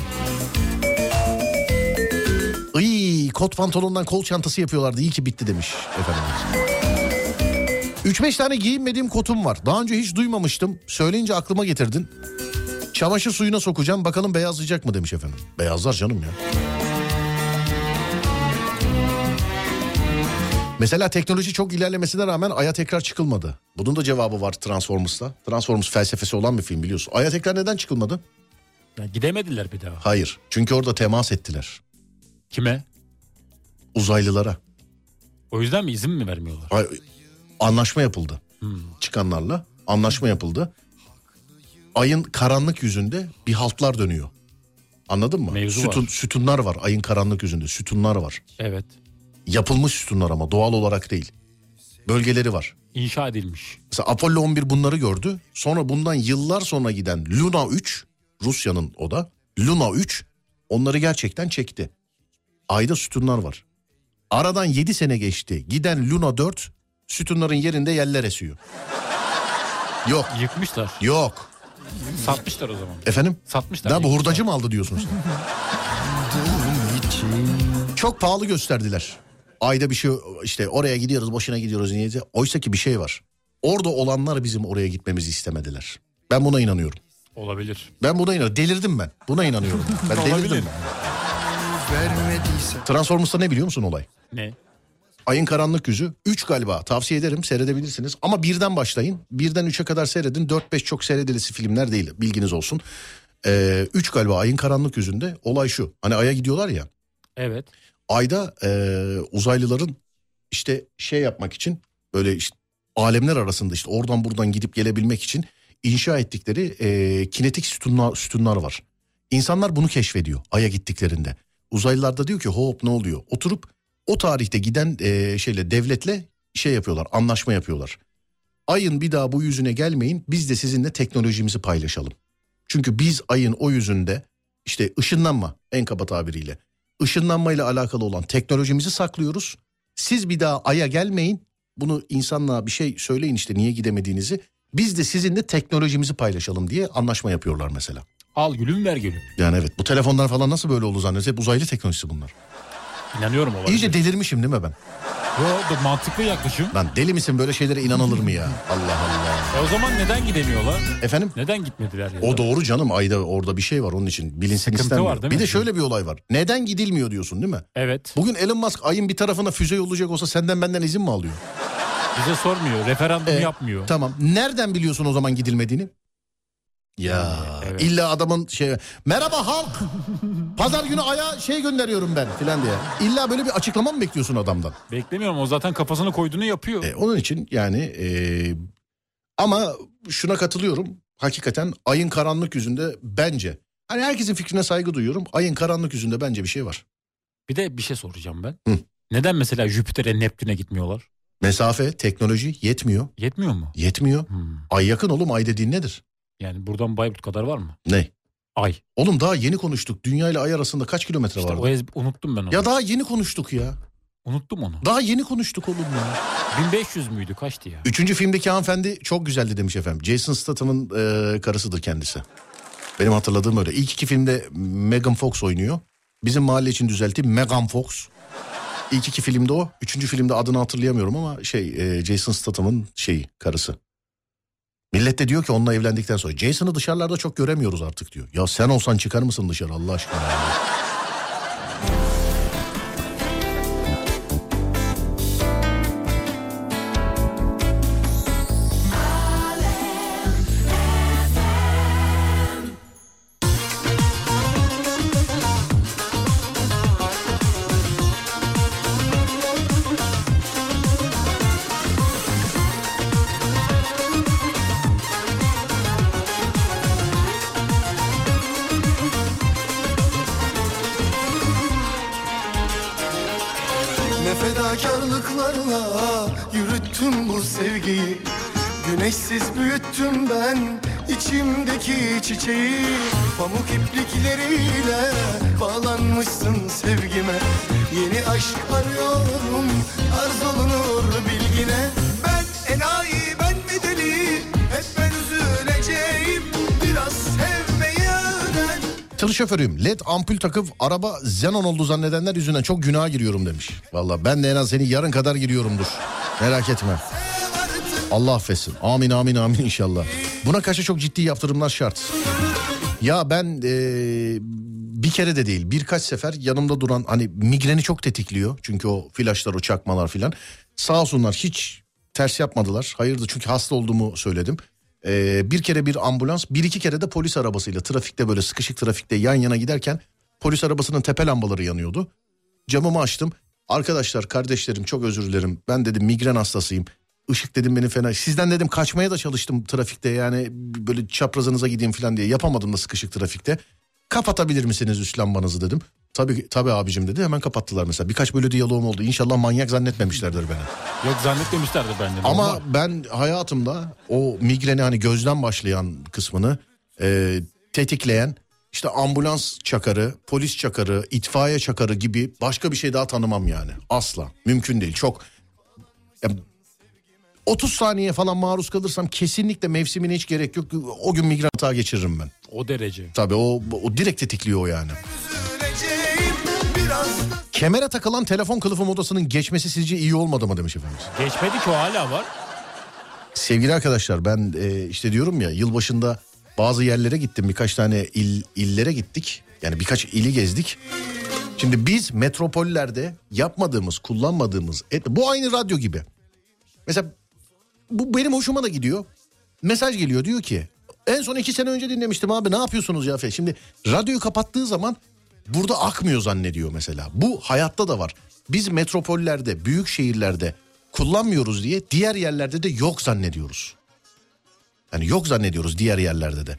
Speaker 3: Iy, kot pantolondan kol çantası yapıyorlardı. İyi ki bitti demiş efendimiz. 3-5 tane giyinmediğim kotum var. Daha önce hiç duymamıştım. Söyleyince aklıma getirdin. Çamaşır suyuna sokacağım. Bakalım beyazlayacak mı demiş efendim. Beyazlar canım ya. Mesela teknoloji çok ilerlemesine rağmen Ay'a tekrar çıkılmadı. Bunun da cevabı var Transformers'ta. Transformers felsefesi olan bir film biliyorsun. Ay'a tekrar neden çıkılmadı?
Speaker 4: Yani gidemediler bir daha.
Speaker 3: Hayır. Çünkü orada temas ettiler.
Speaker 4: Kime?
Speaker 3: Uzaylılara.
Speaker 4: O yüzden mi izin mi vermiyorlar?
Speaker 3: Ay- Anlaşma yapıldı. Çıkanlarla anlaşma yapıldı. Ayın karanlık yüzünde bir haltlar dönüyor. Anladın mı?
Speaker 4: Mevzu
Speaker 3: Sütun,
Speaker 4: var.
Speaker 3: Sütunlar var ayın karanlık yüzünde. Sütunlar var.
Speaker 4: Evet.
Speaker 3: Yapılmış sütunlar ama doğal olarak değil. Bölgeleri var.
Speaker 4: İnşa edilmiş.
Speaker 3: Mesela Apollo 11 bunları gördü. Sonra bundan yıllar sonra giden Luna 3, Rusya'nın o da Luna 3 onları gerçekten çekti. Ayda sütunlar var. Aradan 7 sene geçti. Giden Luna 4 sütunların yerinde yeller esiyor. Yok,
Speaker 4: Yıkmışlar.
Speaker 3: yok.
Speaker 4: Satmışlar o zaman.
Speaker 3: Efendim?
Speaker 4: Satmışlar.
Speaker 3: Daha bu
Speaker 4: yıkmışlar.
Speaker 3: hurdacı mı aldı diyorsunuz? Çok pahalı gösterdiler. Ayda bir şey işte oraya gidiyoruz boşuna gidiyoruz niye? Oysa ki bir şey var. Orada olanlar bizim oraya gitmemizi istemediler. Ben buna inanıyorum.
Speaker 4: Olabilir.
Speaker 3: Ben buna inanıyorum. Delirdim ben. Buna inanıyorum. Ben delirdim. ben.
Speaker 1: vermediyse
Speaker 3: Transformers'ta ne biliyor musun olay?
Speaker 4: Ne?
Speaker 3: Ayın Karanlık Yüzü 3 galiba tavsiye ederim seyredebilirsiniz ama birden başlayın birden 3'e kadar seyredin 4-5 çok seyredilesi filmler değil bilginiz olsun. 3 galiba Ayın Karanlık Yüzü'nde olay şu hani Ay'a gidiyorlar ya
Speaker 4: Evet.
Speaker 3: Ay'da ee, uzaylıların işte şey yapmak için böyle işte alemler arasında işte oradan buradan gidip gelebilmek için inşa ettikleri ee, kinetik sütunlar, sütunlar var. İnsanlar bunu keşfediyor Ay'a gittiklerinde. Uzaylılar da diyor ki hop ne oluyor? Oturup o tarihte giden e, şeyle devletle şey yapıyorlar, anlaşma yapıyorlar. Ay'ın bir daha bu yüzüne gelmeyin. Biz de sizinle teknolojimizi paylaşalım. Çünkü biz ayın o yüzünde işte ışınlanma en kaba tabiriyle ışınlanmayla alakalı olan teknolojimizi saklıyoruz. Siz bir daha aya gelmeyin. Bunu insanlığa bir şey söyleyin işte niye gidemediğinizi. Biz de sizinle teknolojimizi paylaşalım diye anlaşma yapıyorlar mesela.
Speaker 4: Al gülüm ver gülüm.
Speaker 3: Yani evet bu telefonlar falan nasıl böyle olur zannediyoruz. Hep uzaylı teknolojisi bunlar.
Speaker 4: İnanıyorum olabilir.
Speaker 3: İyice delirmişim değil mi ben?
Speaker 4: Yo, da mantıklı yaklaşım.
Speaker 3: Lan deli misin böyle şeylere inanılır mı ya? Allah Allah.
Speaker 4: E o zaman neden gidemiyorlar?
Speaker 3: Efendim?
Speaker 4: Neden gitmediler ya?
Speaker 3: O doğru canım ayda orada bir şey var onun için bilinsin
Speaker 4: Sıkıntı
Speaker 3: istenmiyor.
Speaker 4: var değil
Speaker 3: bir
Speaker 4: mi?
Speaker 3: de şöyle bir olay var. Neden gidilmiyor diyorsun değil mi?
Speaker 4: Evet.
Speaker 3: Bugün Elon Musk ayın bir tarafına füze yollayacak olsa senden benden izin mi alıyor?
Speaker 4: Bize sormuyor. Referandum
Speaker 3: E,
Speaker 4: yapmıyor.
Speaker 3: Tamam. Nereden biliyorsun o zaman gidilmediğini? Ya
Speaker 4: Evet.
Speaker 3: illa adamın şey merhaba halk pazar günü aya şey gönderiyorum ben filan diye. İlla böyle bir açıklama mı bekliyorsun adamdan?
Speaker 4: Beklemiyorum. O zaten kafasına koyduğunu yapıyor.
Speaker 3: E, onun için yani e, ama şuna katılıyorum. Hakikaten ayın karanlık yüzünde bence hani herkesin fikrine saygı duyuyorum. Ayın karanlık yüzünde bence bir şey var.
Speaker 4: Bir de bir şey soracağım ben.
Speaker 3: Hı.
Speaker 4: Neden mesela Jüpiter'e Neptün'e gitmiyorlar?
Speaker 3: Mesafe, teknoloji yetmiyor.
Speaker 4: Yetmiyor mu?
Speaker 3: Yetmiyor.
Speaker 4: Hmm.
Speaker 3: Ay yakın oğlum ay dediğin nedir?
Speaker 4: Yani buradan Bayburt kadar var mı?
Speaker 3: Ne?
Speaker 4: Ay.
Speaker 3: Oğlum daha yeni konuştuk. Dünya ile ay arasında kaç kilometre
Speaker 4: İşte
Speaker 3: var?
Speaker 4: o ez- unuttum ben onu.
Speaker 3: Ya daha yeni konuştuk ya.
Speaker 4: Unuttum onu.
Speaker 3: Daha yeni konuştuk oğlum ya.
Speaker 4: 1500 müydü kaçtı ya?
Speaker 3: Üçüncü filmdeki hanımefendi çok güzeldi demiş efendim. Jason Statham'ın e, karısıdır kendisi. Benim hatırladığım öyle. İlk iki filmde Megan Fox oynuyor. Bizim mahalle için düzelteyim Megan Fox. İlk iki filmde o. Üçüncü filmde adını hatırlayamıyorum ama şey e, Jason Statham'ın şeyi karısı. Millet de diyor ki onunla evlendikten sonra Jason'ı dışarılarda çok göremiyoruz artık diyor. Ya sen olsan çıkar mısın dışarı Allah aşkına? ya?
Speaker 1: Ne fedakarlıklarla yürüttüm bu sevgiyi Güneşsiz büyüttüm ben içimdeki çiçeği Pamuk iplikleriyle bağlanmışsın sevgime Yeni aşk arıyorum arz olunur bilgine Ben enayi ben mi deli hep ben üzüleceğim Biraz sevmeyi öğren
Speaker 3: Tır şoförüyüm. LED ampul takıp araba Xenon oldu zannedenler yüzünden çok günaha giriyorum demiş. Valla ben de en az seni yarın kadar giriyorumdur. Merak etme.
Speaker 1: ev artık
Speaker 3: Allah affetsin. Amin amin amin inşallah. Buna karşı çok ciddi yaptırımlar şart. Ya ben eee, bir kere de değil birkaç sefer yanımda duran hani migreni çok tetikliyor. Çünkü o flaşlar o çakmalar filan. Sağ olsunlar hiç ters yapmadılar. Hayırdır çünkü hasta olduğumu söyledim. Eee, bir kere bir ambulans bir iki kere de polis arabasıyla trafikte böyle sıkışık trafikte yan yana giderken polis arabasının tepe lambaları yanıyordu. Camımı açtım. Arkadaşlar, kardeşlerim çok özür dilerim. Ben dedim migren hastasıyım. Işık dedim beni fena. Sizden dedim kaçmaya da çalıştım trafikte yani b- böyle çaprazınıza gideyim falan diye. Yapamadım da sıkışık trafikte. Kapatabilir misiniz üst lambanızı dedim. Tabii tabii abicim dedi hemen kapattılar mesela. Birkaç böyle diyaloğum oldu. İnşallah manyak zannetmemişlerdir beni.
Speaker 4: Yok zannetmemişlerdi bence.
Speaker 3: Ama
Speaker 4: Normal.
Speaker 3: ben hayatımda o migreni hani gözden başlayan kısmını e, tetikleyen işte ambulans çakarı, polis çakarı, itfaiye çakarı gibi başka bir şey daha tanımam yani. Asla. Mümkün değil. Çok ya, 30 saniye falan maruz kalırsam kesinlikle mevsimine hiç gerek yok. O gün migren hata geçiririm ben.
Speaker 4: o derece.
Speaker 3: Tabii o, o direkt tetikliyor o yani.
Speaker 1: üzüleceğim Biraz
Speaker 3: Kemere takılan telefon kılıfı modasının geçmesi sizce iyi olmadı mı demiş efendim.
Speaker 4: Geçmedi ki o hala var.
Speaker 3: Sevgili arkadaşlar ben e, işte diyorum ya yılbaşında Bazı yerlere gittim birkaç tane il, illere gittik. Yani birkaç ili gezdik. Şimdi biz metropollerde yapmadığımız, kullanmadığımız... et- bu aynı radyo gibi. Mesela bu benim hoşuma da gidiyor. Mesaj geliyor diyor ki en son iki sene önce dinlemiştim abi ne yapıyorsunuz ya? falan. Şimdi radyoyu kapattığı zaman burada akmıyor zannediyor mesela. Bu hayatta da var. Biz metropollerde, büyük şehirlerde kullanmıyoruz diye diğer yerlerde de yok zannediyoruz. Yani Hani yok zannediyoruz diğer yerlerde de.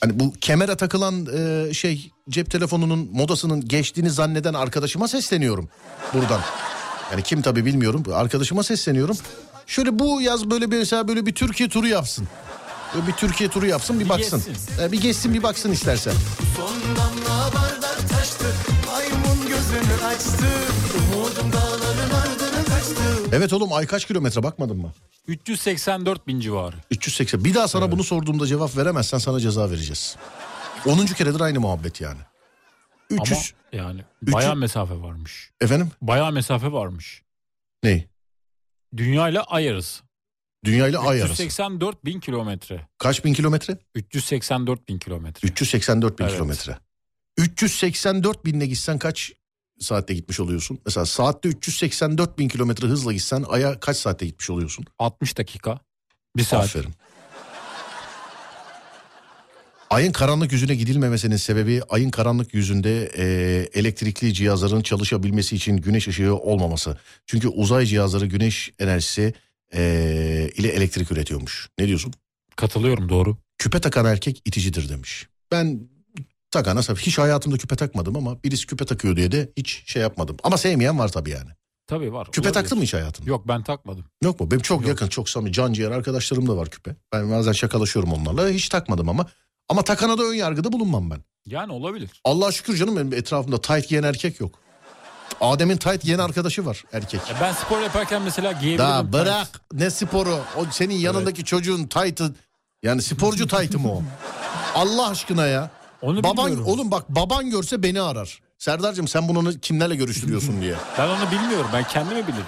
Speaker 3: Hani bu kemere takılan e, şey cep telefonunun modasının geçtiğini zanneden arkadaşıma sesleniyorum buradan. Yani kim tabii bilmiyorum. Arkadaşıma sesleniyorum. Şöyle bu yaz böyle bir mesela böyle bir Türkiye turu yapsın. Böyle bir Türkiye turu yapsın bir baksın.
Speaker 4: gezsin.
Speaker 3: E, bir geçsin bir baksın istersen.
Speaker 1: Son damla bardak taştı Maymun gözünü açtı Umudum dağların ardına kaçtı
Speaker 3: Evet oğlum ay kaç kilometre bakmadın mı?
Speaker 4: 384 bin civarı.
Speaker 3: 380. Bir daha sana bunu sorduğumda cevap veremezsen sana ceza vereceğiz. 10. keredir aynı muhabbet yani. 300
Speaker 4: Ama yani bayağı
Speaker 3: Üçü-
Speaker 4: mesafe varmış.
Speaker 3: efendim
Speaker 4: Bayağı mesafe varmış.
Speaker 3: ne?
Speaker 4: Dünya ile ay arası.
Speaker 3: Dünya ile ay arası.
Speaker 4: 384 bin kilometre.
Speaker 3: Kaç bin kilometre?
Speaker 4: 384 bin kilometre.
Speaker 3: 384 bin
Speaker 4: Evet.
Speaker 3: kilometre. 384 binle gitsen kaç saatte gitmiş oluyorsun? Mesela saatte 384 bin kilometre hızla gitsen aya kaç saatte gitmiş oluyorsun?
Speaker 4: 60 dakika. Bir saat.
Speaker 3: Aferin. Ayın karanlık yüzüne gidilmemesinin sebebi ayın karanlık yüzünde e, elektrikli cihazların çalışabilmesi için güneş ışığı olmaması. Çünkü uzay cihazları güneş enerjisi e, ile elektrik üretiyormuş. Ne diyorsun?
Speaker 4: Katılıyorum doğru.
Speaker 3: küpe takan erkek iticidir demiş. Ben takana saf- hiç hayatımda küpe takmadım ama birisi küpe takıyor diye de hiç şey yapmadım. Ama sevmeyen var tabii yani.
Speaker 4: Tabii var.
Speaker 3: Küpe
Speaker 4: olabilir.
Speaker 3: taktın mı hiç hayatında?
Speaker 4: Yok ben takmadım.
Speaker 3: Yok mu? Benim çok
Speaker 4: Yok.
Speaker 3: yakın, çok samimi, can ciğer arkadaşlarım da var küpe. Ben bazen şakalaşıyorum onlarla. Hiç takmadım ama. Ama takana da ön yargıda bulunmam ben.
Speaker 4: Yani olabilir.
Speaker 3: Allah'a şükür canım benim etrafımda tayt giyen erkek yok. Adem'in tayt giyen arkadaşı var erkek.
Speaker 4: Ya E, ben spor yaparken mesela giyebilirdim.
Speaker 3: Daha bırak ne sporu. O senin yanındaki çocuğun taytı. Yani sporcu taytı mı o? Allah aşkına ya.
Speaker 4: Onu
Speaker 3: baban
Speaker 4: bilmiyorum.
Speaker 3: oğlum bak baban görse beni arar. Serdar'cığım sen bunu kimlerle görüştürüyorsun diye.
Speaker 4: Ben onu bilmiyorum. Ben kendimi bilirim.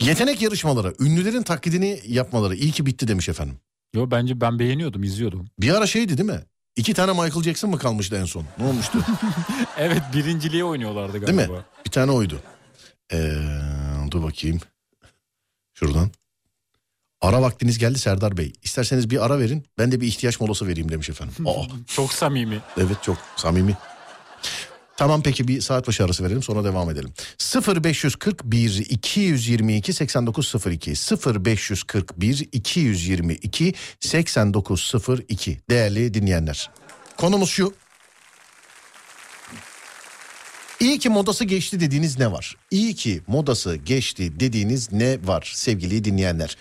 Speaker 3: Yetenek yarışmaları, ünlülerin taklidini yapmaları iyi ki bitti demiş efendim.
Speaker 4: Yo bence ben beğeniyordum, izliyordum.
Speaker 3: Bir ara şeydi değil mi? İki tane Michael Jackson mı kalmıştı en son? Ne olmuştu?
Speaker 4: Evet birinciliğe oynuyorlardı
Speaker 3: Değil
Speaker 4: galiba.
Speaker 3: mi? Bir tane oydu. Ee, dur bakayım. Şuradan. Ara vaktiniz geldi Serdar Bey. İsterseniz bir ara verin. Ben de bir ihtiyaç molası vereyim demiş efendim. Aa,
Speaker 4: Çok samimi.
Speaker 3: Evet çok samimi. Tamam peki bir saat başı arası verelim sonra devam edelim. 0541 222 8902 0541 222 8902 değerli dinleyenler. Konumuz şu. İyi ki modası geçti dediğiniz ne var? İyi ki modası geçti dediğiniz ne var sevgili dinleyenler?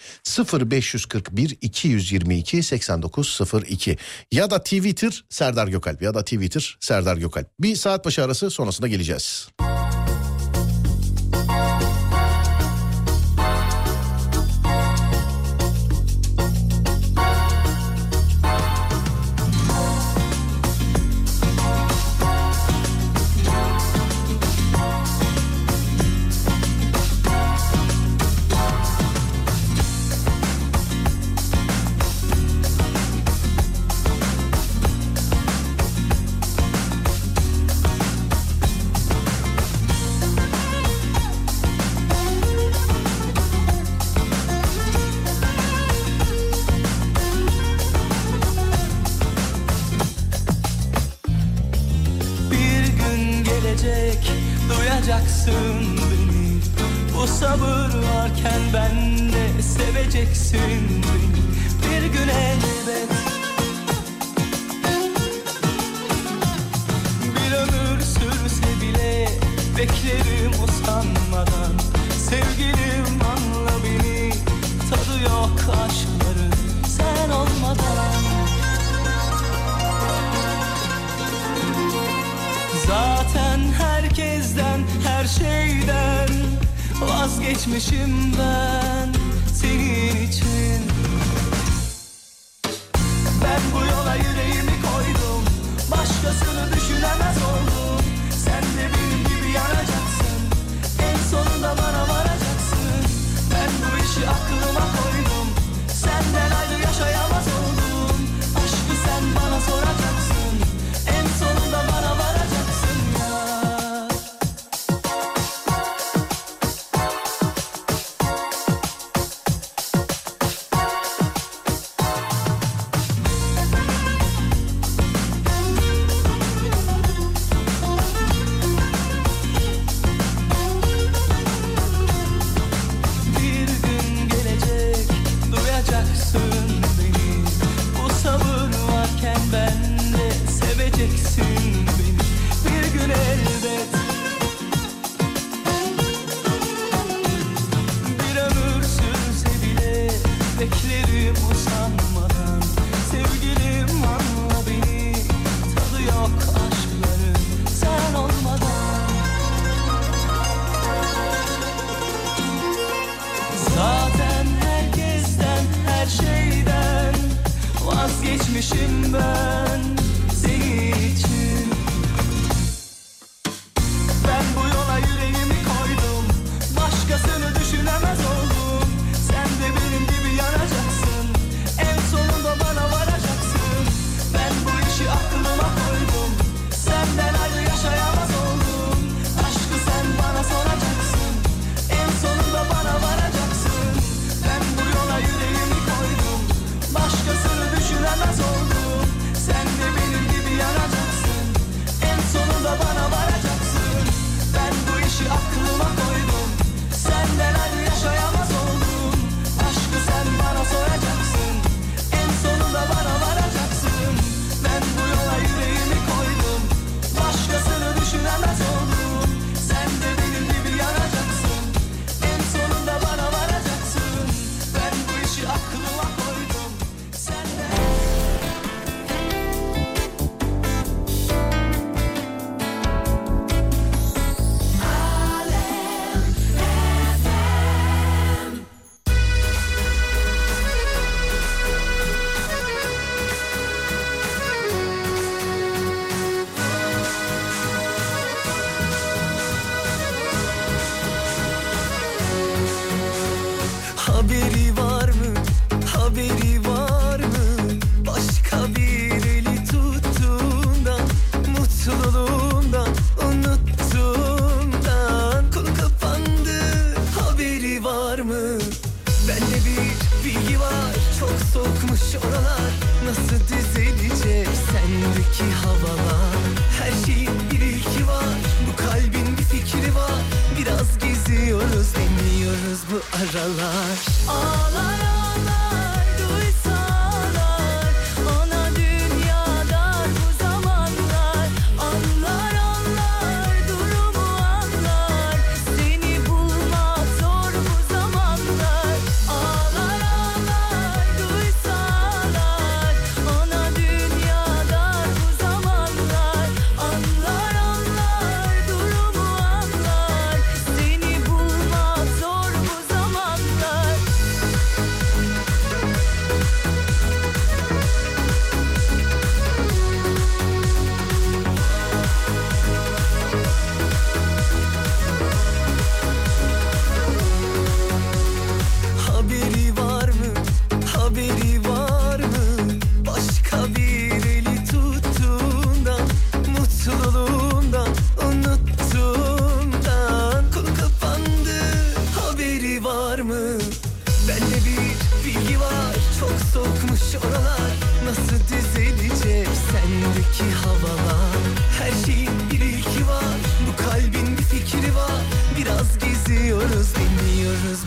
Speaker 3: 0541 222 8902 ya da Twitter Serdar Gökalp ya da Twitter Serdar Gökalp. Bir saat başı arası sonrasında geleceğiz.
Speaker 6: Bir gün gelecek duyacaksın beni Bu sabır varken ben de seveceksin beni Bir gün elbet Bir ömür sürse bile beklerim usanmadan Sevgilim anla beni tadı yok aşkların sen olmadan Zaten herkesten, her şeyden vazgeçmişim ben senin için. Ben bu yola yüreğimi koydum, başkasını düşünemez oldum. Sen de benim gibi yanacaksın, en sonunda bana varacaksın. Ben bu işi aklıma koydum, senden ayrı yaşayamaz oldum. göreceksin beni bir gün elbet Bir ömür sürse bile beklerim usanmadan Sevgilim anla beni tadı yok aşkların sen olmadan Zaten herkesten her şeyden vazgeçmişim ben seni için ben bu yola yüreğimi koydum Başkasını düşünemez oldum Sen de benim gibi yanacaksın En sonunda bana varacaksın Ben bu işi aklıma koydum Senden ayrı yaşayamaz oldum Aşkı sen bana soracaksın En sonunda bana varacaksın Ben bu yola yüreğimi koydum Başkasını düşünemez oldum Sen de benim gibi yanacaksın en sonunda bana varacaksın Ben bu işi aklıma koydum Senden ayrı yaşayamaz oldum Aşkı sen bana soracaksın En sonunda bana varacaksın Ben bu yola yüreğimi koydum Başkasını düşünemez oldum Sen de benim gibi yanacaksın En sonunda bana varacaksın Ben bu işi aklıma koydum Senden Haberi var mı? Haberi var mı? Başka bir eli tuttuğumdan Mutluluğumdan Unuttuğumdan Konu kapandı Haberi var mı? Bende bir bilgi var Çok soğukmuş oralar Nasıl düzelecek sendeki havalar Her şeyin bir ilki var Bu kalbin bir fikri var Biraz geziyoruz deniyoruz bu aralar Ağlar ağlar duysalar Ana dünyadan bu zamanlar Anlar anlar durumu anlar Seni bulmak zor bu zamanlar Ağlar ağlar duysalar Ana dünyadan bu zamanlar Anlar anlar durumu anlar Seni bulmak zor bu zamanlar Haberi var mı? Haberi var mı? Başka bir eli tuttuğundan Mutluluğumdan Unuttuğumdan Konu kapandı Haberi var mı? Bende bir bilgi var Çok soğukmuş oralar Nasıl düzelecek sendeki havalar Her şeyin bir ilki var Bu kalbin bir fikri var Biraz geziyoruz dinliyoruz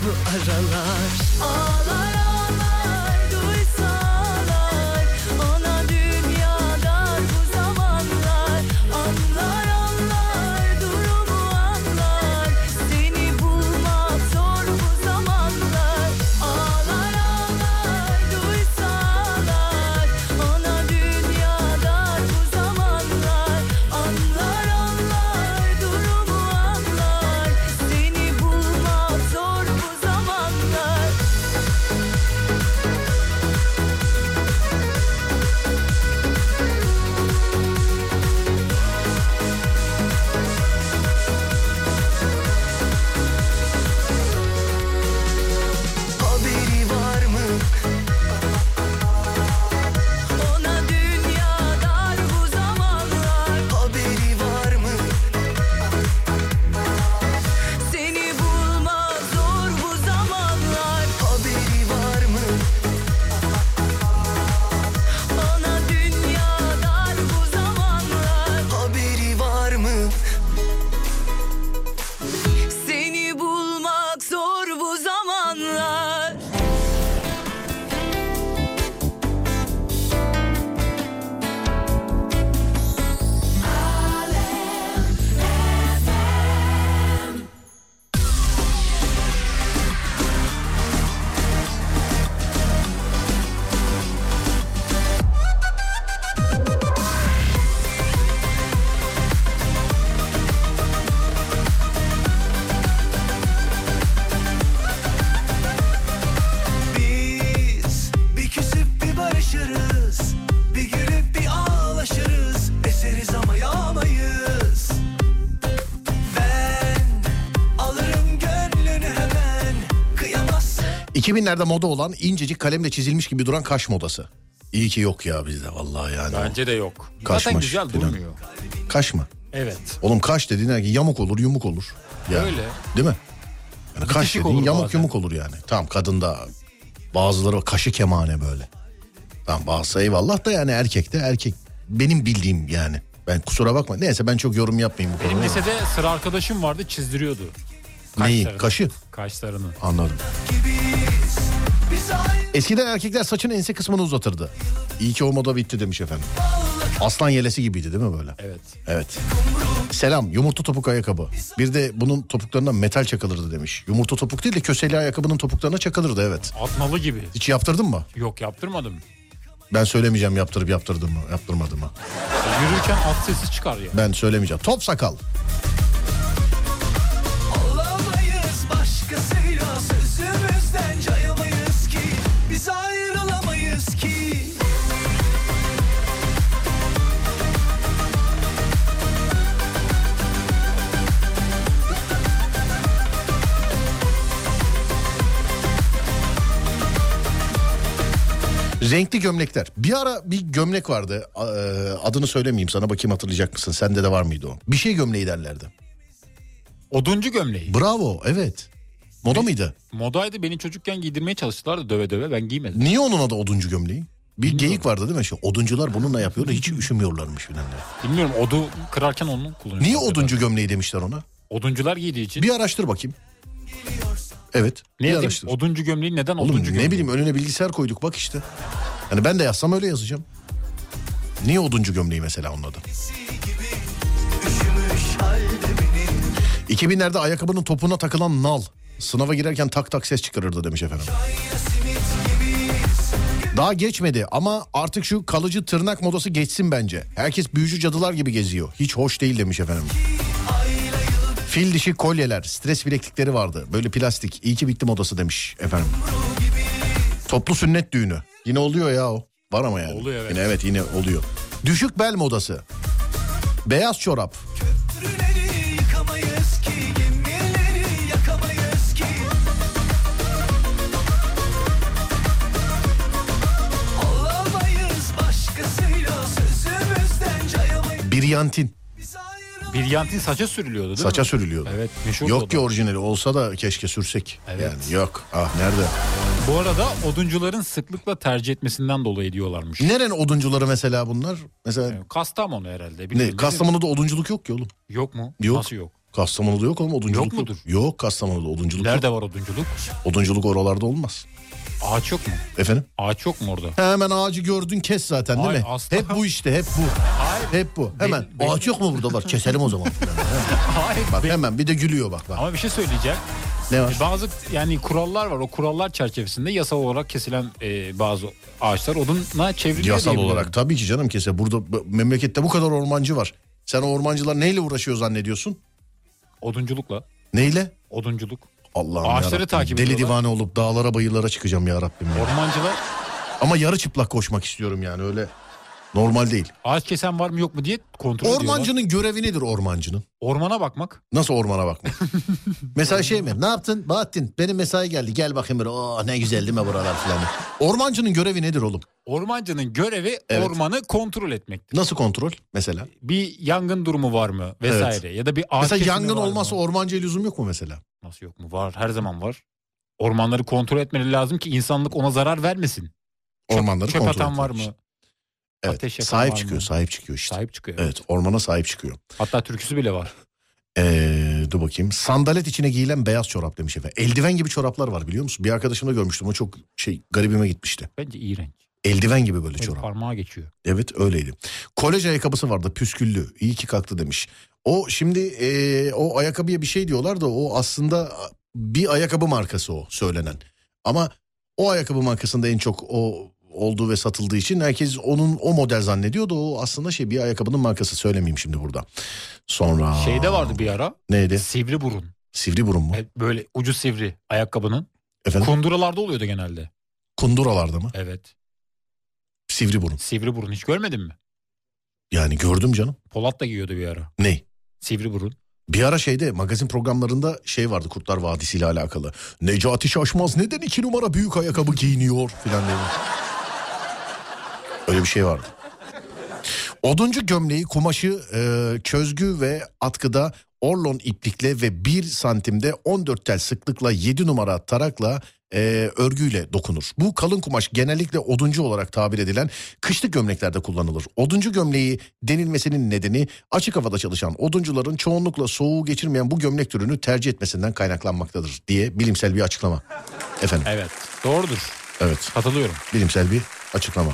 Speaker 6: bu aralar Ağlar ağlar duysalar Ana dünyadan bu zamanlar Anlar anlar durumu anlar Seni bulmak zor bu zamanlar Ağlar ağlar duysalar Ana dünyadan bu zamanlar Anlar anlar durumu anlar Seni bulmak zor bu zamanlar
Speaker 3: 2000'lerde moda olan incecik kalemle çizilmiş gibi duran kaş modası. İyi ki yok ya bizde vallahi yani.
Speaker 4: Bence de yok. Zaten
Speaker 3: Kaçmış
Speaker 4: güzel
Speaker 3: filan.
Speaker 4: durmuyor.
Speaker 3: Kaş mı?
Speaker 4: Evet.
Speaker 3: Oğlum kaş dediğin her yamuk olur yumuk olur. Ya.
Speaker 4: Öyle.
Speaker 3: Değil mi? Yani kaş
Speaker 4: Bitişik
Speaker 3: dediğin
Speaker 4: olur
Speaker 3: yamuk
Speaker 4: bazen.
Speaker 3: yumuk olur yani. Tamam kadında bazıları var, kaşı kemane böyle. Tamam bazısı eyvallah da yani erkekte erkek benim bildiğim yani. Ben kusura bakma. Neyse ben çok yorum yapmayayım bu
Speaker 4: Benim
Speaker 3: konuda.
Speaker 4: lisede sıra arkadaşım vardı çizdiriyordu.
Speaker 3: Neyi?
Speaker 4: kaşlarını.
Speaker 3: Kaşı?
Speaker 4: Kaşlarını.
Speaker 3: Anladım. Eskiden erkekler saçın ense kısmını uzatırdı. İyi ki o moda bitti demiş efendim. Aslan yelesi gibiydi değil mi böyle?
Speaker 4: Evet.
Speaker 3: Evet. Selam yumurta topuk ayakkabı. Bir de bunun topuklarına metal çakılırdı demiş. Yumurta topuk değil de köseli ayakkabının topuklarına çakılırdı evet.
Speaker 4: Atmalı gibi.
Speaker 3: Hiç yaptırdın mı?
Speaker 4: Yok yaptırmadım.
Speaker 3: Ben söylemeyeceğim yaptırıp yaptırdım mı yaptırmadım mı.
Speaker 4: Yürürken at sesi çıkar ya.
Speaker 3: Ben söylemeyeceğim. Top sakal.
Speaker 6: Olamayız başkasıyla sözümüzden cayamayız ki Biz ayrılamayız ki
Speaker 3: Renkli gömlekler. Bir ara bir gömlek vardı. A- e, Adını söylemeyeyim sana bakayım hatırlayacak mısın? Sende de var mıydı o? Bir şey gömleği derlerdi.
Speaker 4: Oduncu gömleği.
Speaker 3: Bravo evet. Moda mıydı?
Speaker 4: Modaydı beni çocukken giydirmeye çalıştılar da döve döve ben giymedim.
Speaker 3: Niye onun adı oduncu gömleği? Bir geyik vardı değil mi? Şu oduncular bununla yapıyor da hiç üşümüyorlarmış bilmem ne.
Speaker 4: Bilmiyorum odu kırarken onu kullanıyor.
Speaker 3: Niye oduncu gömleği demişler ona?
Speaker 4: Oduncular giydiği için.
Speaker 3: Bir araştır bakayım. Evet. bir
Speaker 4: ne yazayım?
Speaker 3: araştır.
Speaker 4: Oduncu gömleği neden
Speaker 3: Oğlum
Speaker 4: oduncu
Speaker 3: ne
Speaker 4: gömleği?
Speaker 3: bileyim önüne bilgisayar koyduk bak işte. Yani ben de yazsam öyle yazacağım. Niye oduncu gömleği mesela onun adı? 2000'lerde ayakkabının topuna takılan nal. Sınava girerken tak tak ses çıkarırdı demiş efendim. Daha geçmedi ama artık şu kalıcı tırnak modası geçsin bence. Herkes büyücü cadılar gibi geziyor. Hiç hoş değil demiş efendim. Fil dişi kolyeler, stres bileklikleri vardı. Böyle plastik. İyi ki bitti modası demiş efendim. Toplu sünnet düğünü. Yine oluyor ya o. Var ama yani.
Speaker 4: Oluyor, evet.
Speaker 3: Yine evet yine oluyor. Düşük bel modası. Beyaz çorap.
Speaker 6: Ürünleri yıkamayız ki Gemileri yakamayız ki Olamayız başkasıyla sözümüzden cayamayız
Speaker 3: Biryantin.
Speaker 6: Biz ayrılamayız
Speaker 4: Biryantin saça sürülüyordu değil
Speaker 3: Saça
Speaker 4: mi?
Speaker 3: sürülüyordu.
Speaker 4: Evet, meşhur o
Speaker 3: Yok
Speaker 4: da.
Speaker 3: ki orijinali olsa da keşke sürsek.
Speaker 4: Evet.
Speaker 3: Yani yok. Ah nerede?
Speaker 4: Bu arada oduncuların sıklıkla tercih etmesinden dolayı diyorlarmış.
Speaker 3: Neren oduncuları mesela bunlar? Mesela
Speaker 4: Kastamonu herhalde.
Speaker 3: ne?
Speaker 4: bilmiyorum.
Speaker 3: Kastamonu'da odunculuk yok ki oğlum.
Speaker 4: Yok mu?
Speaker 3: Yok.
Speaker 4: Nasıl yok?
Speaker 3: Kastamonu'da yok oğlum odunculuk.
Speaker 4: Yok mudur?
Speaker 3: Yok Kastamonu'da odunculuk yok.
Speaker 4: Nerede var odunculuk?
Speaker 3: Odunculuk oralarda olmaz.
Speaker 4: Ağaç yok mu?
Speaker 3: Efendim?
Speaker 4: Ağaç yok mu orada?
Speaker 3: Hemen ağacı gördün kes zaten değil
Speaker 4: Ay,
Speaker 3: mi?
Speaker 4: asla.
Speaker 3: Hep bu işte hep bu. Hep bu. Hemen
Speaker 4: benim-
Speaker 3: ağaç yok mu burada var keselim o zaman. falan.
Speaker 4: Hayır.
Speaker 3: bak hemen bir de gülüyor bak bak.
Speaker 4: Ama bir şey söyleyeceğim.
Speaker 3: Ne
Speaker 4: E,
Speaker 3: var?
Speaker 4: Bazı yani kurallar var. O kurallar çerçevesinde yasal olarak kesilen e, bazı ağaçlar oduna çevriliyor
Speaker 3: Yasal
Speaker 4: diye biliyorum.
Speaker 3: olarak tabii ki canım kese. Burada bu- memlekette bu kadar ormancı var. Sen o ormancılar neyle uğraşıyor zannediyorsun?
Speaker 4: Odunculukla.
Speaker 3: Neyle?
Speaker 4: Odunculuk.
Speaker 3: Allah'ım
Speaker 4: Ağaçları
Speaker 3: yarabbim.
Speaker 4: takip
Speaker 3: Deli
Speaker 4: ediyorlar.
Speaker 3: divane olup dağlara bayırlara çıkacağım ya Rabbim. Ya.
Speaker 4: Ormancılar
Speaker 3: Ama yarı çıplak koşmak istiyorum yani öyle normal değil.
Speaker 4: ağaç kesen var mı yok mu diye kontrol ediyorlar.
Speaker 3: Ormancının görevi nedir ormancının?
Speaker 4: Ormana bakmak.
Speaker 3: Nasıl ormana bakmak? Mesela şey mi? Ne yaptın? Bahattin benim mesai geldi. Gel bakayım buraya. Oh, ne güzel değil mi buralar filan. Ormancının görevi nedir oğlum?
Speaker 4: Ormancının görevi
Speaker 3: Evet.
Speaker 4: ormanı kontrol etmektir.
Speaker 3: Nasıl kontrol mesela?
Speaker 4: Bir yangın durumu var mı vesaire ya da bir ağaç
Speaker 3: mesela
Speaker 4: kesimi
Speaker 3: yangın
Speaker 4: var mı?
Speaker 3: olmazsa ormancıya lüzum yok mu mesela?
Speaker 4: Nasıl yok mu? Var. Her zaman var. Ormanları kontrol etmeleri lazım ki insanlık ona zarar vermesin. Çöp-
Speaker 3: Ormanları
Speaker 4: çöp
Speaker 3: kontrol
Speaker 4: atan var
Speaker 3: etmek için.
Speaker 4: mı?
Speaker 3: Evet.
Speaker 4: Ateş yakan var
Speaker 3: sahip
Speaker 4: mı?
Speaker 3: çıkıyor, sahip çıkıyor işte.
Speaker 4: Sahip çıkıyor.
Speaker 3: Evet, ormana sahip çıkıyor.
Speaker 4: Hatta türküsü bile var.
Speaker 3: Ee, dur bakayım. Sandalet içine giyilen beyaz çorap demiş efendim. Eldiven gibi çoraplar var biliyor musun? Bir arkadaşımda görmüştüm. O çok şey garibime gitmişti.
Speaker 4: Bence iğrenç.
Speaker 3: Eldiven gibi böyle
Speaker 4: Benim
Speaker 3: çorap.
Speaker 4: parmağa geçiyor.
Speaker 3: Evet öyleydi. Kolej ayakkabısı vardı püsküllü. İyi ki kalktı demiş. O şimdi eee, o ayakkabıya bir şey diyorlar da o aslında bir ayakkabı markası o söylenen. Ama o ayakkabı markasında en çok o olduğu ve satıldığı için herkes onun o model zannediyor da o aslında şey bir ayakkabının markası söylemeyeyim şimdi burada. Sonra
Speaker 4: Şeyde vardı bir ara.
Speaker 3: neydi?
Speaker 4: Sivri burun.
Speaker 3: Sivri burun mu?
Speaker 4: Evet, Böyle ucu sivri ayakkabının.
Speaker 3: Efendim?
Speaker 4: Kunduralarda oluyordu genelde.
Speaker 3: Kunduralarda mı?
Speaker 4: Evet.
Speaker 3: Sivri burun.
Speaker 4: Sivri burun hiç görmedin mi?
Speaker 3: Yani gördüm canım.
Speaker 4: Polat da giyiyordu bir ara.
Speaker 3: Ney?
Speaker 4: Sivri burun.
Speaker 3: Bir ara şeyde magazin programlarında şey vardı Kurtlar Vadisi ile alakalı. Necati Şaşmaz neden iki numara büyük ayakkabı giyiniyor filan diye. Öyle bir şey vardı. Oduncu gömleği kumaşı e, çözgü ve atkıda orlon iplikle ve 1 santimde 14 tel sıklıkla 7 numara tarakla e, örgüyle dokunur. Bu kalın kumaş genellikle oduncu olarak tabir edilen kışlık gömleklerde kullanılır. Oduncu gömleği denilmesinin nedeni açık havada çalışan oduncuların çoğunlukla soğuğu geçirmeyen bu gömlek türünü tercih etmesinden kaynaklanmaktadır diye bilimsel bir açıklama. Efendim
Speaker 4: Evet doğrudur
Speaker 3: evet
Speaker 4: katılıyorum.
Speaker 3: bilimsel bir açıklama.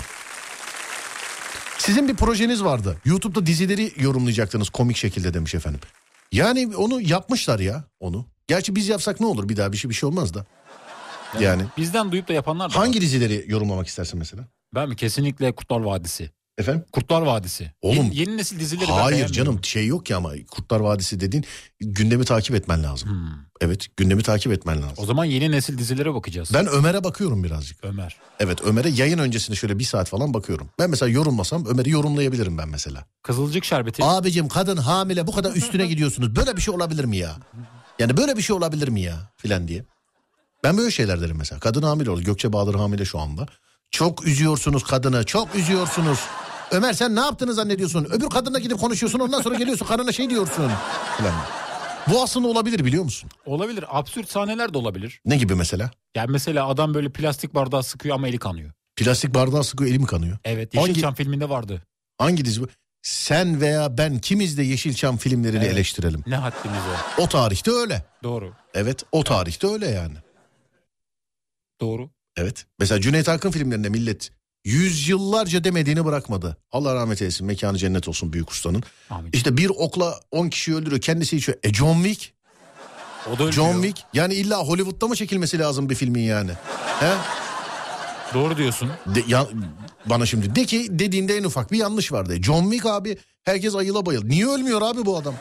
Speaker 3: Sizin bir projeniz vardı. YouTube'da dizileri yorumlayacaktınız komik şekilde demiş efendim. Yani onu yapmışlar ya onu. Gerçi biz yapsak ne olur bir daha bir şey bir şey olmaz da. Yani
Speaker 4: Bizden duyup da yapanlar da var.
Speaker 3: hangi dizileri yorumlamak istersin mesela?
Speaker 4: Ben mi? Kesinlikle Kurtlar Vadisi.
Speaker 3: Efendim?
Speaker 4: Kurtlar Vadisi.
Speaker 3: Oğlum.
Speaker 4: Yeni, yeni nesil dizileri ben
Speaker 3: Hayır
Speaker 4: beğenmiyorum.
Speaker 3: canım şey yok ya ama Kurtlar Vadisi dediğin gündemi takip etmen lazım. Evet gündemi takip etmen
Speaker 4: Hmm. O
Speaker 3: lazım.
Speaker 4: zaman yeni nesil dizilere bakacağız.
Speaker 3: Ben Ömer'e bakıyorum birazcık.
Speaker 4: Ömer.
Speaker 3: Evet Ömer'e yayın öncesinde şöyle bir saat falan bakıyorum. Ben mesela yorumlasam Ömer'i yorumlayabilirim ben mesela.
Speaker 4: Kızılcık Şerbeti.
Speaker 3: Abicim kadın hamile bu kadar üstüne gidiyorsunuz. Böyle bir şey olabilir mi ya? Yani böyle bir şey olabilir mi ya? Filan diye. Ben böyle şeyler derim mesela. Kadın hamile oldu. Gökçe Bahadır hamile şu anda. Çok üzüyorsunuz kadını. Çok üzüyorsunuz. Ömer sen ne yaptığını zannediyorsun? Öbür kadınla gidip konuşuyorsun. Ondan sonra geliyorsun karına şey diyorsun. Filan. Bu aslında olabilir biliyor musun?
Speaker 4: Olabilir. Absürt sahneler de olabilir.
Speaker 3: Ne gibi mesela?
Speaker 4: Yani mesela adam böyle plastik bardağı sıkıyor ama eli kanıyor.
Speaker 3: Plastik bardağı sıkıyor elim kanıyor.
Speaker 4: Evet.
Speaker 3: Hangi-
Speaker 4: Yeşilçam filminde vardı.
Speaker 3: Hangi dizi bu? Sen veya ben kimiz de Yeşilçam filmlerini
Speaker 4: Evet.
Speaker 3: eleştirelim.
Speaker 4: Ne haddimize.
Speaker 3: O tarihte öyle.
Speaker 4: Doğru.
Speaker 3: Evet o tarihte öyle yani.
Speaker 4: Doğru.
Speaker 3: Evet. Mesela Cüneyt Arkın filmlerinde millet yüzyıllarca demediğini bırakmadı. Allah rahmet eylesin. Mekanı cennet olsun büyük ustanın.
Speaker 4: Amin.
Speaker 3: İşte bir okla 10 kişiyi öldürüyor. Kendisi içiyor. E John Wick?
Speaker 4: O da
Speaker 3: John
Speaker 4: ölmüyor.
Speaker 3: Wick? Yani illa Hollywood'da mı çekilmesi lazım bir filmin yani? He?
Speaker 4: Doğru diyorsun.
Speaker 3: De- ya- bana şimdi de ki dediğinde en ufak bir yanlış vardı. E, John Wick abi herkes ayıla bayıl. Niye ölmüyor abi bu adam?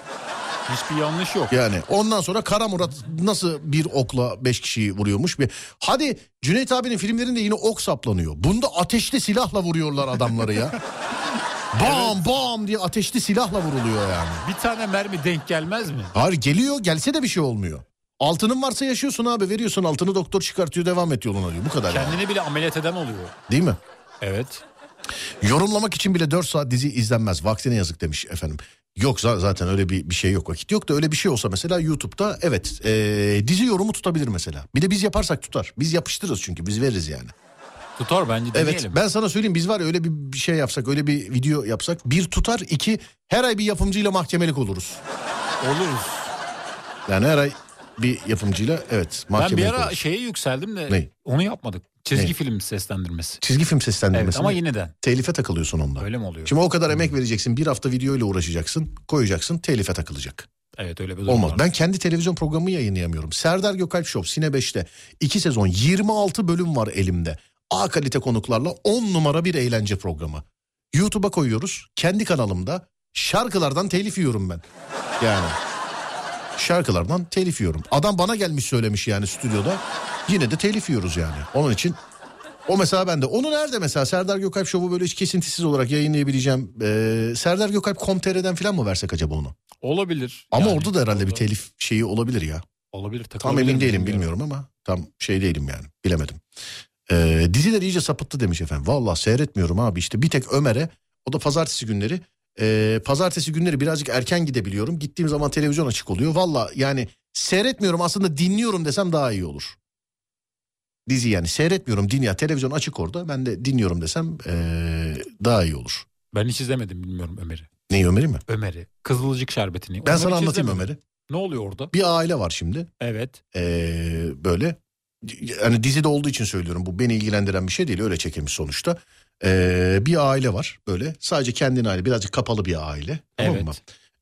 Speaker 4: Hiçbir yanlış yok.
Speaker 3: Yani ondan sonra Kara Murat nasıl bir okla beş kişiyi vuruyormuş bir. Hadi Cüneyt abinin filmlerinde yine ok saplanıyor. Bunda ateşli silahla vuruyorlar adamları ya. bam bam diye ateşli silahla vuruluyor yani.
Speaker 4: Bir tane mermi denk gelmez mi?
Speaker 3: Hayır geliyor gelse de bir şey olmuyor. Altının varsa yaşıyorsun abi veriyorsun altını doktor çıkartıyor devam et yoluna diyor. Bu kadar yani.
Speaker 4: Kendini bile ameliyat eden oluyor.
Speaker 3: Değil mi?
Speaker 4: Evet.
Speaker 3: Yorumlamak için bile 4 saat dizi izlenmez. Vaktine yazık demiş efendim. Yok za- zaten öyle bir, bir şey yok vakit yok da öyle bir şey olsa mesela YouTube'da evet ee, dizi yorumu tutabilir mesela. Bir de biz yaparsak tutar. Biz yapıştırırız çünkü biz veririz yani.
Speaker 4: Tutar bence
Speaker 3: Evet
Speaker 4: deneyelim.
Speaker 3: ben sana söyleyeyim biz var ya öyle bir, bir şey yapsak öyle bir video yapsak bir tutar iki her ay bir yapımcıyla mahkemelik oluruz.
Speaker 4: Oluruz.
Speaker 3: Yani her ay bir yapımcıyla evet
Speaker 4: Ben bir
Speaker 3: mahkemelik
Speaker 4: ara
Speaker 3: oluruz.
Speaker 4: şeye yükseldim de
Speaker 3: Ney?
Speaker 4: onu yapmadık. Çizgi
Speaker 3: Ney?
Speaker 4: film seslendirmesi.
Speaker 3: Çizgi film
Speaker 4: Evet
Speaker 3: seslendirmesi
Speaker 4: ama yeniden.
Speaker 3: telife takılıyorsun onda.
Speaker 4: Öyle mi oluyor?
Speaker 3: Şimdi o kadar emek vereceksin bir hafta videoyla uğraşacaksın koyacaksın telife takılacak.
Speaker 4: Evet öyle bir durum
Speaker 3: Olmaz.
Speaker 4: var.
Speaker 3: Ben kendi televizyon programı yayınlayamıyorum. Serdar Gökalp Show Sine 5'te 2 sezon 26 bölüm var elimde. A kalite konuklarla 10 numara bir eğlence programı. YouTube'a koyuyoruz. Kendi kanalımda şarkılardan telif yiyorum ben. Yani şarkılardan telif yiyorum. Adam bana gelmiş söylemiş yani stüdyoda. Yine de telif yiyoruz yani. Onun için o mesela bende. Onu nerede mesela Serdar Gökalp Show'u böyle hiç kesintisiz olarak yayınlayabileceğim. Ee, Serdar Gökalp.com.tr'den falan mı versek acaba onu?
Speaker 4: Olabilir.
Speaker 3: Ama
Speaker 4: Yani
Speaker 3: orada da herhalde bir
Speaker 4: orada
Speaker 3: telif şeyi olabilir ya.
Speaker 4: Olabilir.
Speaker 3: Tam
Speaker 4: takılabilir
Speaker 3: emin
Speaker 4: mi
Speaker 3: değilim bilmiyorum ama tam şey değilim yani bilemedim. Ee, diziler iyice sapıttı demiş efendim. Vallahi seyretmiyorum abi işte bir tek Ömer'e o da pazartesi günleri. ee, pazartesi günleri birazcık erken gidebiliyorum. Gittiğim zaman televizyon açık oluyor. Valla yani seyretmiyorum aslında dinliyorum desem daha iyi olur. Dizi yani seyretmiyorum dünya televizyon açık orada. Ben de dinliyorum desem ee, daha iyi olur.
Speaker 4: Ben hiç izlemedim bilmiyorum Ömer'i.
Speaker 3: Neyi Ömer'i mi?
Speaker 4: Ömer'i. Kızılcık şerbetini.
Speaker 3: Ben
Speaker 4: Onları
Speaker 3: sana
Speaker 4: hiç
Speaker 3: anlatayım
Speaker 4: izlemedim.
Speaker 3: Ömer'i.
Speaker 4: Ne oluyor orada?
Speaker 3: Bir aile var şimdi.
Speaker 4: Evet.
Speaker 3: Ee, böyle yani dizide olduğu için söylüyorum bu beni ilgilendiren bir şey değil öyle çekilmiş sonuçta. Ee, bir aile var böyle sadece kendine aile birazcık kapalı bir aile tamam mı?
Speaker 4: evet.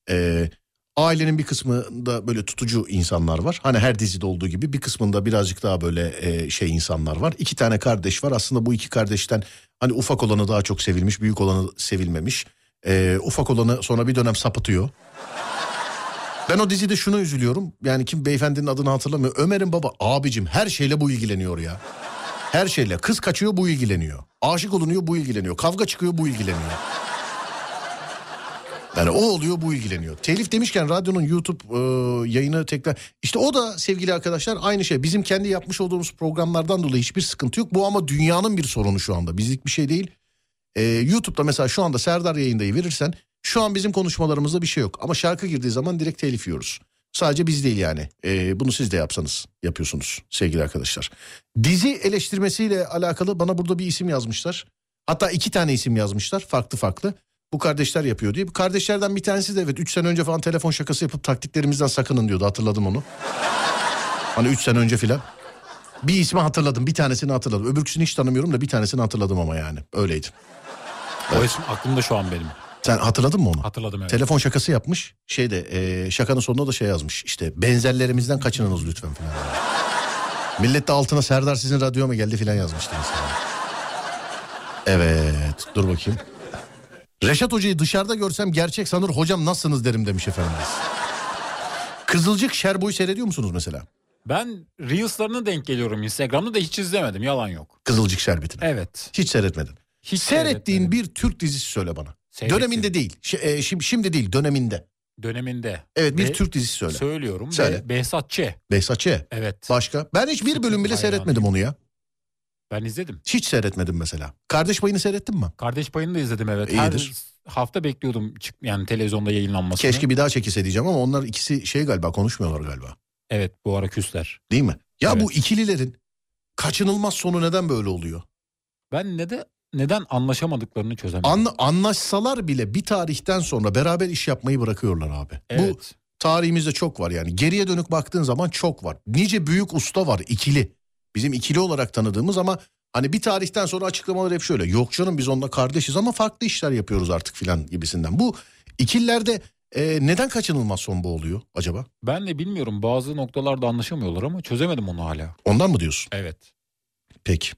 Speaker 3: Ee, ailenin bir kısmında böyle tutucu insanlar var. Hani her dizide olduğu gibi bir kısmında birazcık daha böyle e, şey insanlar var. İki tane kardeş var. Aslında bu iki kardeşten hani ufak olanı daha çok sevilmiş, büyük olanı sevilmemiş. Ee, ufak olanı sonra bir dönem sapıtıyor. Ben o dizide şuna üzülüyorum. Yani kim beyefendinin adını hatırlamıyor. Ömer'in baba abicim her şeyle bu ilgileniyor ya. Her şeyle. Kız kaçıyor bu ilgileniyor. Aşık olunuyor bu ilgileniyor. Kavga çıkıyor bu ilgileniyor. Yani o oluyor bu ilgileniyor. Telif demişken radyonun YouTube e, yayını tekrar... işte o da sevgili arkadaşlar aynı şey. Bizim kendi yapmış olduğumuz programlardan dolayı hiçbir sıkıntı yok. Bu ama dünyanın bir sorunu şu anda. Bizlik bir şey değil. E, YouTube'da mesela şu anda Serdar yayındayı verirsen... Şu an bizim konuşmalarımızda bir şey yok. Ama şarkı girdiği zaman direkt telif yiyoruz. Sadece biz değil yani. E, bunu siz de yapsanız yapıyorsunuz sevgili arkadaşlar. Dizi eleştirmesiyle alakalı bana burada bir isim yazmışlar. Hatta iki tane isim yazmışlar farklı farklı. Bu kardeşler yapıyor diye. Bu kardeşlerden bir tanesi de evet 3 sene önce falan telefon şakası yapıp taktiklerimizden sakının diyordu. Hatırladım onu. Hani 3 sene önce filan. Bir ismi hatırladım. Bir tanesini hatırladım. Öbürküsünü hiç tanımıyorum da bir tanesini hatırladım ama yani. Öyleydi.
Speaker 4: O isim aklımda şu an benim.
Speaker 3: Sen hatırladın mı onu?
Speaker 4: Hatırladım evet.
Speaker 3: Telefon şakası yapmış. Şeyde e, şakanın sonunda da şey yazmış. İşte benzerlerimizden kaçınınız lütfen filan. Millet de altına Serdar sizin radyo mu geldi filan yazmıştı mesela. Evet dur bakayım. Reşat Hoca'yı dışarıda görsem gerçek sanır hocam nasılsınız derim demiş efendimiz. Kızılcık Şerbo'yu seyrediyor musunuz mesela?
Speaker 4: Ben Reels'larına denk geliyorum Instagram'da da hiç izlemedim yalan yok.
Speaker 3: Kızılcık Şerbeti'ni.
Speaker 4: Evet.
Speaker 3: Hiç seyretmedin.
Speaker 4: Hiç
Speaker 3: Seyrettiğin
Speaker 4: seyretmedim.
Speaker 3: bir Türk dizisi söyle bana.
Speaker 4: Seyrettiğim.
Speaker 3: Döneminde değil. Şi- e, şim- şimdi değil döneminde.
Speaker 4: döneminde.
Speaker 3: Evet bir
Speaker 4: Be-
Speaker 3: Türk dizisi söyle.
Speaker 4: Söylüyorum.
Speaker 3: Söyle.
Speaker 4: Be- Behzat Ç.
Speaker 3: Behzat Ç.
Speaker 4: Evet.
Speaker 3: Başka? Ben hiç bir bölüm bile
Speaker 4: Hayranıyım.
Speaker 3: seyretmedim onu ya.
Speaker 4: Ben izledim.
Speaker 3: Hiç seyretmedim mesela. Kardeş Bayı'nı seyrettin mi?
Speaker 4: Kardeş payını da izledim evet.
Speaker 3: İyidir.
Speaker 4: Her hafta bekliyordum çık yani televizyonda yayınlanmasını.
Speaker 3: Keşke bir daha çekilse diyeceğim ama onlar ikisi şey galiba konuşmuyorlar galiba.
Speaker 4: Evet bu ara küsler.
Speaker 3: Değil mi? Ya
Speaker 4: Evet.
Speaker 3: bu ikililerin kaçınılmaz sonu neden böyle oluyor?
Speaker 4: Ben ne de neden anlaşamadıklarını çözemedim.
Speaker 3: Anla, anlaşsalar bile bir tarihten sonra beraber iş yapmayı bırakıyorlar abi. Bu
Speaker 4: evet.
Speaker 3: tarihimizde çok var yani. Geriye dönük baktığın zaman çok var. Nice büyük usta var ikili. Bizim ikili olarak tanıdığımız ama hani bir tarihten sonra açıklamalar hep şöyle. Yok canım biz onunla kardeşiz ama farklı işler yapıyoruz artık filan gibisinden. Bu ikililerde e, neden kaçınılmaz son bu oluyor acaba?
Speaker 4: Ben de bilmiyorum bazı noktalarda anlaşamıyorlar ama çözemedim onu hala.
Speaker 3: Ondan mı diyorsun?
Speaker 4: Evet.
Speaker 3: Peki.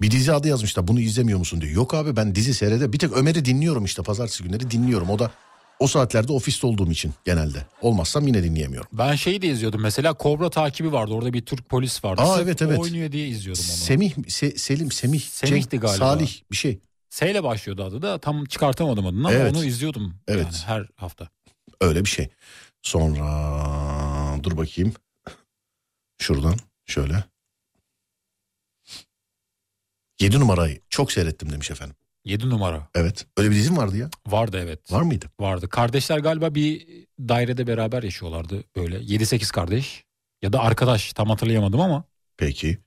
Speaker 3: Bir dizi adı yazmışlar bunu izlemiyor musun diyor. Yok abi ben dizi seyrede bir tek Ömer'i dinliyorum işte pazartesi günleri dinliyorum. O da o saatlerde ofiste olduğum için genelde. Olmazsam yine dinleyemiyorum.
Speaker 4: Ben şeyi de izliyordum mesela Kobra takibi vardı orada bir Türk polis vardı.
Speaker 3: Aa,
Speaker 4: Sırf
Speaker 3: evet,
Speaker 4: o
Speaker 3: evet.
Speaker 4: oynuyor diye izliyordum onu.
Speaker 3: Semih, Se- Selim, Semih,
Speaker 4: Semih'ti
Speaker 3: Cenk,
Speaker 4: galiba.
Speaker 3: Salih bir şey.
Speaker 4: S ile başlıyordu adı da tam çıkartamadım adını ama
Speaker 3: Evet.
Speaker 4: onu izliyordum
Speaker 3: Evet.
Speaker 4: yani her hafta.
Speaker 3: Öyle bir şey. Sonra dur bakayım. Şuradan şöyle. 7 numarayı çok seyrettim demiş efendim.
Speaker 4: 7 numara
Speaker 3: Evet. Öyle bir dizim vardı ya.
Speaker 4: vardı evet.
Speaker 3: Var mıydı?
Speaker 4: Vardı. Kardeşler galiba bir dairede beraber yaşıyorlardı böyle 7-8 kardeş ya da arkadaş tam hatırlayamadım ama
Speaker 3: Peki.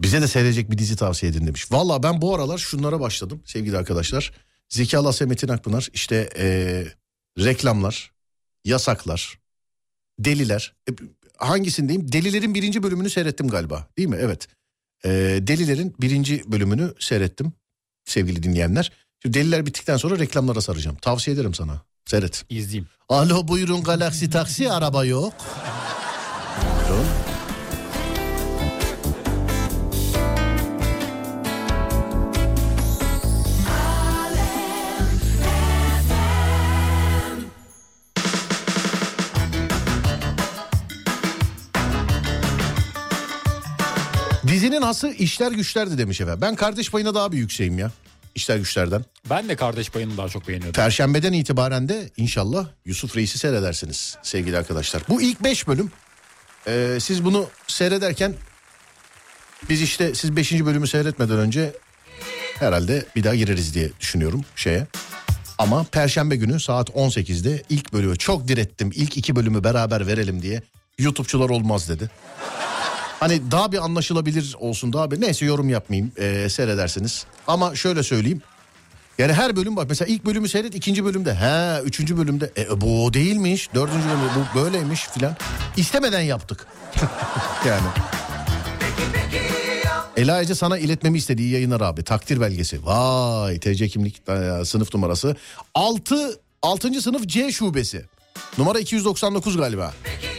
Speaker 3: Bize de seyredecek bir dizi tavsiye edin demiş. Valla ben bu aralar şunlara başladım sevgili arkadaşlar. Zeki Alasya Metin Akpınar işte eee, reklamlar, yasaklar, deliler. E, hangisindeyim? Delilerin birinci bölümünü seyrettim galiba değil mi? Evet. Eee, delilerin birinci bölümünü seyrettim sevgili dinleyenler. Şimdi deliler bittikten sonra reklamlara saracağım. Tavsiye ederim sana. Seyret.
Speaker 4: izleyeyim.
Speaker 3: Alo buyurun galaksi taksi araba yok. Buyurun. Dizinin hası işler güçlerdi demiş efendim. Ben kardeş payına daha bir yükseğim ya. İşler güçlerden.
Speaker 4: Ben de kardeş payını daha çok beğeniyordum.
Speaker 3: Perşembeden itibaren de inşallah Yusuf Reis'i seyredersiniz sevgili arkadaşlar. Bu ilk 5 bölüm. Ee, siz bunu seyrederken biz işte siz 5. bölümü seyretmeden önce herhalde bir daha gireriz diye düşünüyorum şeye. Ama perşembe günü saat 18'de ilk bölümü çok direttim. İlk iki bölümü beraber verelim diye. YouTube'çular olmaz dedi. Hani daha bir anlaşılabilir olsun daha bir neyse yorum yapmayayım ee, seyredersiniz. Ama şöyle söyleyeyim yani her bölüm bak mesela ilk bölümü seyret ikinci bölümde he üçüncü bölümde e, bu o değilmiş dördüncü bölümde bu böyleymiş filan istemeden yaptık yani. Ela Ece sana iletmemi istediği yayınlar abi takdir belgesi vay TC kimlik e, sınıf numarası 6 6. sınıf C şubesi numara 299 galiba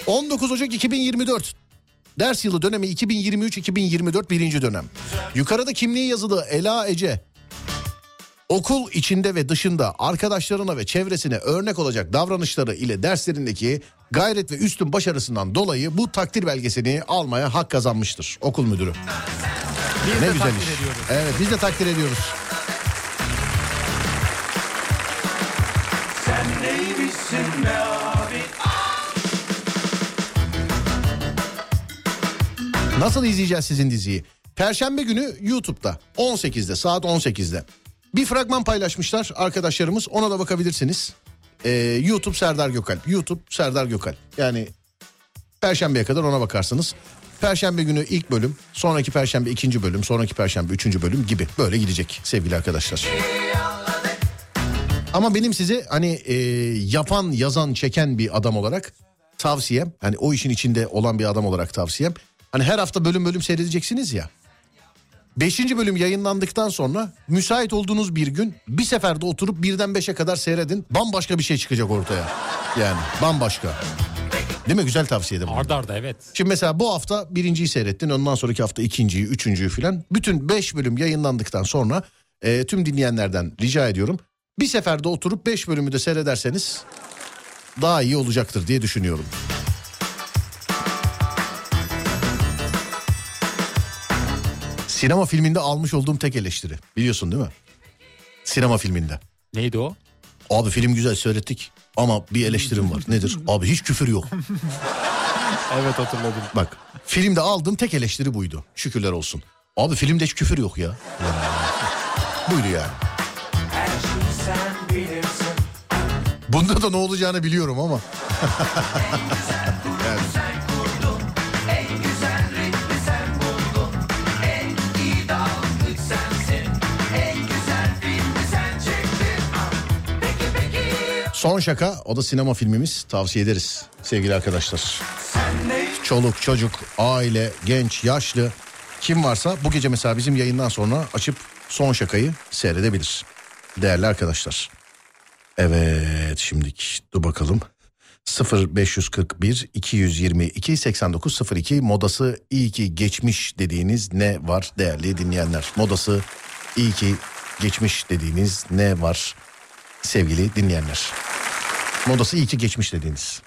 Speaker 3: 19 Ocak 2024 Ders yılı dönemi 2023-2024 birinci dönem. Yukarıda kimliği yazılı Ela Ece Okul içinde ve dışında arkadaşlarına ve çevresine örnek olacak davranışları ile derslerindeki gayret ve üstün başarısından dolayı bu takdir belgesini almaya hak kazanmıştır okul müdürü. ne güzel iş. Evet biz de takdir ediyoruz.
Speaker 5: Sen
Speaker 1: Sen neymişsin be abi
Speaker 3: Nasıl izleyeceğiz sizin diziyi? Perşembe günü YouTube'da 18'de saat 18'de. Bir fragman paylaşmışlar arkadaşlarımız ona da bakabilirsiniz. Ee, YouTube Serdar Gökalp. YouTube Serdar Gökalp. Yani Perşembeye kadar ona bakarsınız. Perşembe günü ilk bölüm, sonraki perşembe ikinci bölüm, sonraki perşembe üçüncü bölüm gibi böyle gidecek sevgili arkadaşlar. Ama benim size hani e, yapan, yazan, çeken bir adam olarak tavsiyem, hani o işin içinde olan bir adam olarak tavsiyem. Hani her hafta bölüm bölüm seyredeceksiniz ya. Beşinci bölüm yayınlandıktan sonra müsait olduğunuz bir gün bir seferde oturup birden beşe kadar seyredin. Bambaşka bir şey çıkacak ortaya. Yani bambaşka. Değil mi? Güzel tavsiye de bu.
Speaker 4: Arda arda evet.
Speaker 3: Şimdi mesela bu hafta birinciyi seyrettin. Ondan sonraki hafta ikinciyi, üçüncüyü filan. Bütün beş bölüm yayınlandıktan sonra e, tüm dinleyenlerden rica ediyorum. Bir seferde oturup beş bölümü de seyrederseniz daha iyi olacaktır diye düşünüyorum. Sinema filminde almış olduğum tek eleştiri. Biliyorsun değil mi? Sinema filminde.
Speaker 4: Neydi o?
Speaker 3: Abi film güzel seyrettik ama bir eleştirim var. Nedir? Abi hiç küfür yok.
Speaker 4: Evet hatırladım.
Speaker 3: Bak filmde aldığım tek eleştiri buydu. Şükürler olsun. Abi filmde hiç küfür yok ya. Yani. buydu yani. Bunda da ne olacağını biliyorum ama. Son şaka o da sinema filmimiz tavsiye ederiz sevgili arkadaşlar. Çoluk, çocuk, aile, genç, yaşlı kim varsa bu gece mesela bizim yayından sonra açıp son şakayı seyredebilir. Değerli arkadaşlar. Evet şimdilik dur bakalım. 0541 222 8902 modası iyi ki geçmiş dediğiniz ne var değerli dinleyenler? Modası iyi ki geçmiş dediğiniz ne var sevgili dinleyenler? Modası iyi ki geçmiş dediğiniz.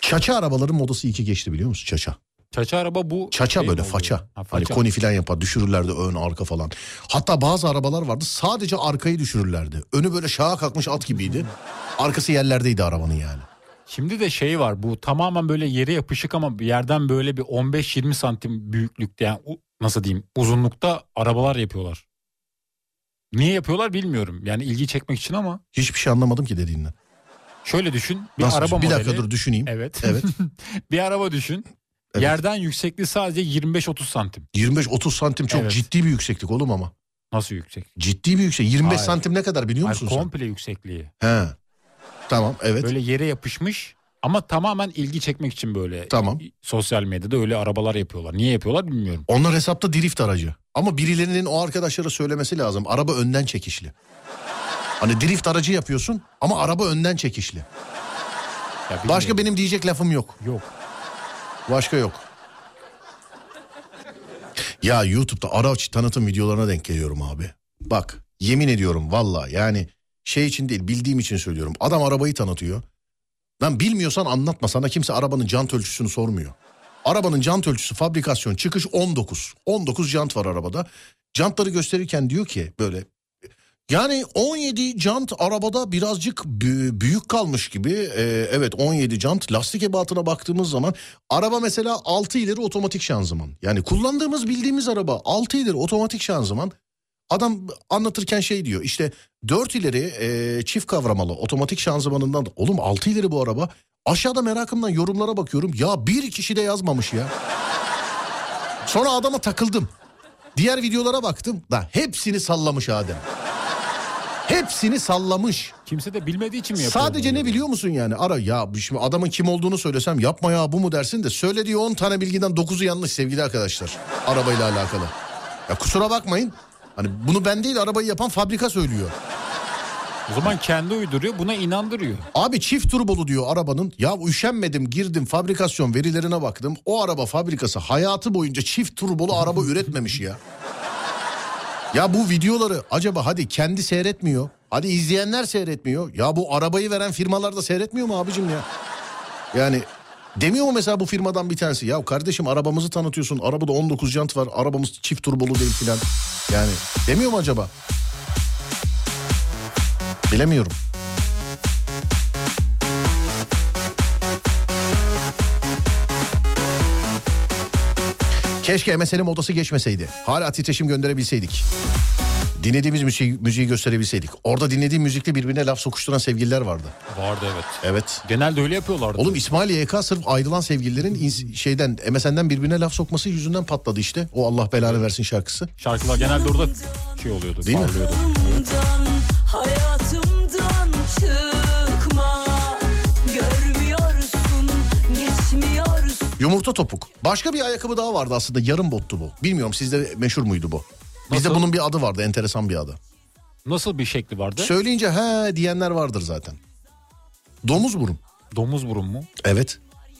Speaker 3: Çaça arabaların modası iyi ki geçti biliyor musun? Çaça.
Speaker 4: Çaça araba bu.
Speaker 3: Çaça
Speaker 4: şey mi
Speaker 3: böyle
Speaker 4: oluyor?
Speaker 3: faça.
Speaker 4: Ha,
Speaker 3: Hani
Speaker 4: faça.
Speaker 3: koni filan yapar düşürürlerdi ön arka falan. Hatta bazı arabalar vardı sadece arkayı düşürürlerdi. Önü böyle şaha kalkmış at gibiydi. Arkası yerlerdeydi arabanın yani.
Speaker 4: Şimdi de şey var bu tamamen böyle yere yapışık ama bir yerden böyle bir 15-20 santim büyüklükte yani u- nasıl diyeyim uzunlukta arabalar yapıyorlar. Niye yapıyorlar bilmiyorum. Yani ilgi çekmek için ama
Speaker 3: Hiçbir şey anlamadım ki dediğinden.
Speaker 4: şöyle düşün. Bir
Speaker 3: Nasıl
Speaker 4: araba
Speaker 3: düşün- bir
Speaker 4: modeli.
Speaker 3: dakika dur düşüneyim.
Speaker 4: Evet.
Speaker 3: Evet.
Speaker 4: bir araba düşün.
Speaker 3: Evet.
Speaker 4: Yerden yüksekliği sadece 25-30 santim.
Speaker 3: 25-30 santim çok
Speaker 4: Evet.
Speaker 3: ciddi bir yükseklik oğlum ama.
Speaker 4: Nasıl yüksek?
Speaker 3: Ciddi bir yüksek. 25
Speaker 4: Hayır.
Speaker 3: santim ne kadar biliyor
Speaker 4: Hayır,
Speaker 3: musun sen?
Speaker 4: komple yüksekliği.
Speaker 3: He. Tamam evet.
Speaker 4: Böyle yere yapışmış ama tamamen ilgi çekmek için böyle.
Speaker 3: Tamam.
Speaker 4: Sosyal medyada öyle arabalar yapıyorlar. Niye yapıyorlar bilmiyorum.
Speaker 3: Onlar hesapta drift aracı. Ama birilerinin o arkadaşlara söylemesi lazım. Araba önden çekişli. Hani drift aracı yapıyorsun ama araba önden çekişli.
Speaker 4: Ya
Speaker 3: Başka
Speaker 4: bilmiyorum.
Speaker 3: benim diyecek lafım yok.
Speaker 4: Yok.
Speaker 3: Başka yok. Ya YouTube'da araç tanıtım videolarına denk geliyorum abi. Bak yemin ediyorum valla yani şey için değil bildiğim için söylüyorum. Adam arabayı tanıtıyor. Lan bilmiyorsan anlatma sana kimse arabanın jant ölçüsünü sormuyor. Arabanın jant ölçüsü fabrikasyon çıkış 19. 19 jant var arabada. Jantları gösterirken diyor ki böyle yani 17 jant arabada birazcık bü- büyük kalmış gibi. Ee, evet 17 jant lastik ebatına baktığımız zaman araba mesela 6 ileri otomatik şanzıman. Yani kullandığımız bildiğimiz araba 6 ileri otomatik şanzıman. Adam anlatırken şey diyor işte 4 ileri e, çift kavramalı otomatik şanzımanından da oğlum 6 ileri bu araba. Aşağıda merakımdan yorumlara bakıyorum ya bir kişi de yazmamış ya. Sonra adama takıldım. Diğer videolara baktım da hepsini sallamış Adem. Hepsini sallamış.
Speaker 4: Kimse de bilmediği için mi yapıyor?
Speaker 3: Sadece
Speaker 4: bunu?
Speaker 3: ne biliyor musun yani? Ara ya şimdi adamın kim olduğunu söylesem yapma ya bu mu dersin de söylediği 10 tane bilgiden 9'u yanlış sevgili arkadaşlar. Arabayla alakalı. Ya kusura bakmayın. Hani bunu ben değil arabayı yapan fabrika söylüyor.
Speaker 4: O zaman kendi uyduruyor buna inandırıyor.
Speaker 3: Abi çift turbolu diyor arabanın. Ya üşenmedim girdim fabrikasyon verilerine baktım. O araba fabrikası hayatı boyunca çift turbolu araba üretmemiş ya. Ya bu videoları acaba hadi kendi seyretmiyor. Hadi izleyenler seyretmiyor. Ya bu arabayı veren firmalar da seyretmiyor mu abicim ya? Yani demiyor mu mesela bu firmadan bir tanesi? Ya kardeşim arabamızı tanıtıyorsun. Arabada 19 jant var. Arabamız çift turbolu değil filan. Yani demiyor mu acaba? Bilemiyorum. Keşke MSN'in modası geçmeseydi. Hala titreşim gönderebilseydik. Dinlediğimiz müziği, müziği gösterebilseydik. Orada dinlediğim müzikle birbirine laf sokuşturan sevgililer vardı.
Speaker 4: Vardı evet.
Speaker 3: Evet.
Speaker 4: Genelde öyle yapıyorlardı.
Speaker 3: Oğlum İsmail YK sırf ayrılan sevgililerin ins- şeyden MSN'den birbirine laf sokması yüzünden patladı işte. O Allah belanı versin şarkısı.
Speaker 4: Şarkılar genelde orada şey oluyordu.
Speaker 3: Değil mi?
Speaker 4: parlıyordu.
Speaker 7: Yolumdan, hayatımdan çıkma. Görmüyorsun, geçmiyorsun.
Speaker 3: Yumurta topuk. Başka bir ayakkabı daha vardı aslında yarım bottu bu. Bilmiyorum sizde meşhur muydu bu? Bizde
Speaker 4: Nasıl?
Speaker 3: bunun bir adı vardı enteresan bir adı.
Speaker 4: Nasıl bir şekli vardı?
Speaker 3: Söyleyince he diyenler vardır zaten. Domuz burun.
Speaker 4: Domuz burun mu?
Speaker 3: Evet.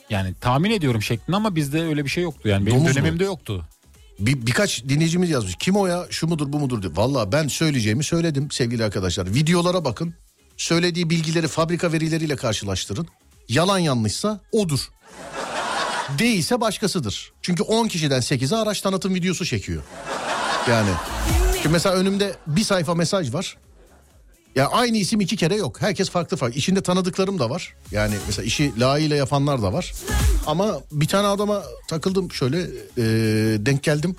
Speaker 4: Yani tahmin ediyorum şeklini ama bizde öyle bir şey yoktu. Yani benim
Speaker 3: Domuz mu?
Speaker 4: dönemimde yoktu.
Speaker 3: Bir, birkaç dinleyicimiz yazmış. Kim o ya şu mudur bu mudur diye. Valla ben söyleyeceğimi söyledim sevgili arkadaşlar. Videolara bakın. Söylediği bilgileri fabrika verileriyle karşılaştırın. Yalan yanlışsa odur. Değilse başkasıdır. Çünkü 10 kişiden 8'e araç tanıtım videosu çekiyor. Yani. Şimdi mesela önümde bir sayfa mesaj var. Ya aynı isim iki kere yok. Herkes farklı farklı. İçinde tanıdıklarım da var. Yani mesela işi layığıyla yapanlar da var. Ama bir tane adama takıldım şöyle e, denk geldim.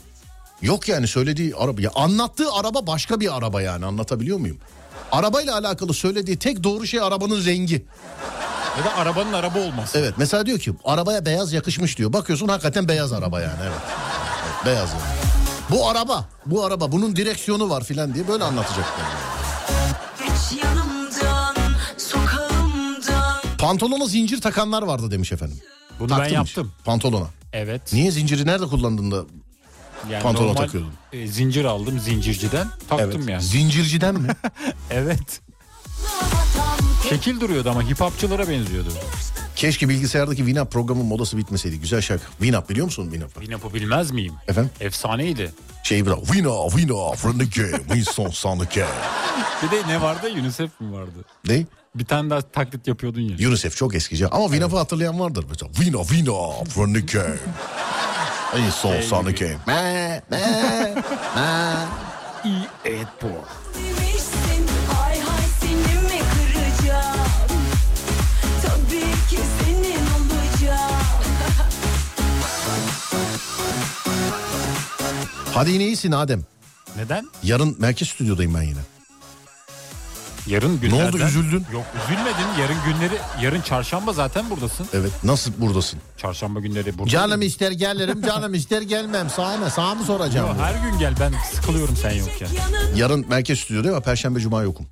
Speaker 3: Yok yani söylediği araba. Ya anlattığı araba başka bir araba yani anlatabiliyor muyum? Arabayla alakalı söylediği tek doğru şey arabanın rengi.
Speaker 4: Ya da arabanın araba olması.
Speaker 3: Evet mesela diyor ki arabaya beyaz yakışmış diyor. Bakıyorsun hakikaten beyaz araba yani evet. Evet, beyaz yani. Bu araba, bu araba bunun direksiyonu var filan diye böyle anlatacaklar.
Speaker 7: Geç yanımdan, sokağımdan.
Speaker 3: Pantolona zincir takanlar vardı demiş efendim.
Speaker 4: Bunu ben
Speaker 3: Taktırmış.
Speaker 4: yaptım.
Speaker 3: Pantolona.
Speaker 4: Evet.
Speaker 3: Niye zinciri nerede kullandın da
Speaker 4: Yani
Speaker 3: Pantolon
Speaker 4: normal,
Speaker 3: takıyordun.
Speaker 4: e, zincir aldım zincirciden. Taktım yani.
Speaker 3: Zincirciden mi?
Speaker 4: Evet. Şekil duruyordu ama hip hopçılara benziyordu.
Speaker 3: Keşke bilgisayardaki Winamp programın modası bitmeseydi. Güzel şarkı. Winamp biliyor musun Winamp'ı?
Speaker 4: Yine bilmez miyim?
Speaker 3: Efendim?
Speaker 4: Efsaneydi.
Speaker 3: Şey bırak. Winamp, Winamp from the game. Winston son the game.
Speaker 4: Bir de ne vardı? UNICEF mi vardı?
Speaker 3: Ne?
Speaker 4: Bir tane daha taklit yapıyordun ya.
Speaker 3: UNICEF çok eskici. Ama Winamp'ı hatırlayan vardır. Mesela Winamp, Winamp from the game. Winston son the game. Me, me.
Speaker 4: Evet bu.
Speaker 7: Demişsin, hay hay seni mi kıracağım? Tabii ki senin olacağım.
Speaker 3: Hadi yine iyisin Adem.
Speaker 4: Neden?
Speaker 3: Yarın merkez stüdyodayım ben yine.
Speaker 4: Yarın günlerden.
Speaker 3: oldu, üzüldün?
Speaker 4: Yok üzülmedim. Yarın günleri, yarın çarşamba zaten buradasın.
Speaker 3: Evet. Nasıl buradasın?
Speaker 4: Çarşamba günleri burada.
Speaker 3: Canım ister gelirim, canım ister gelmem. Sağ mı? Sağ mı soracağım?
Speaker 4: Her gün gel ben sıkılıyorum sen yokken.
Speaker 7: Yanın
Speaker 3: Yarın merkez stüdyodayım ama perşembe cuma yokum.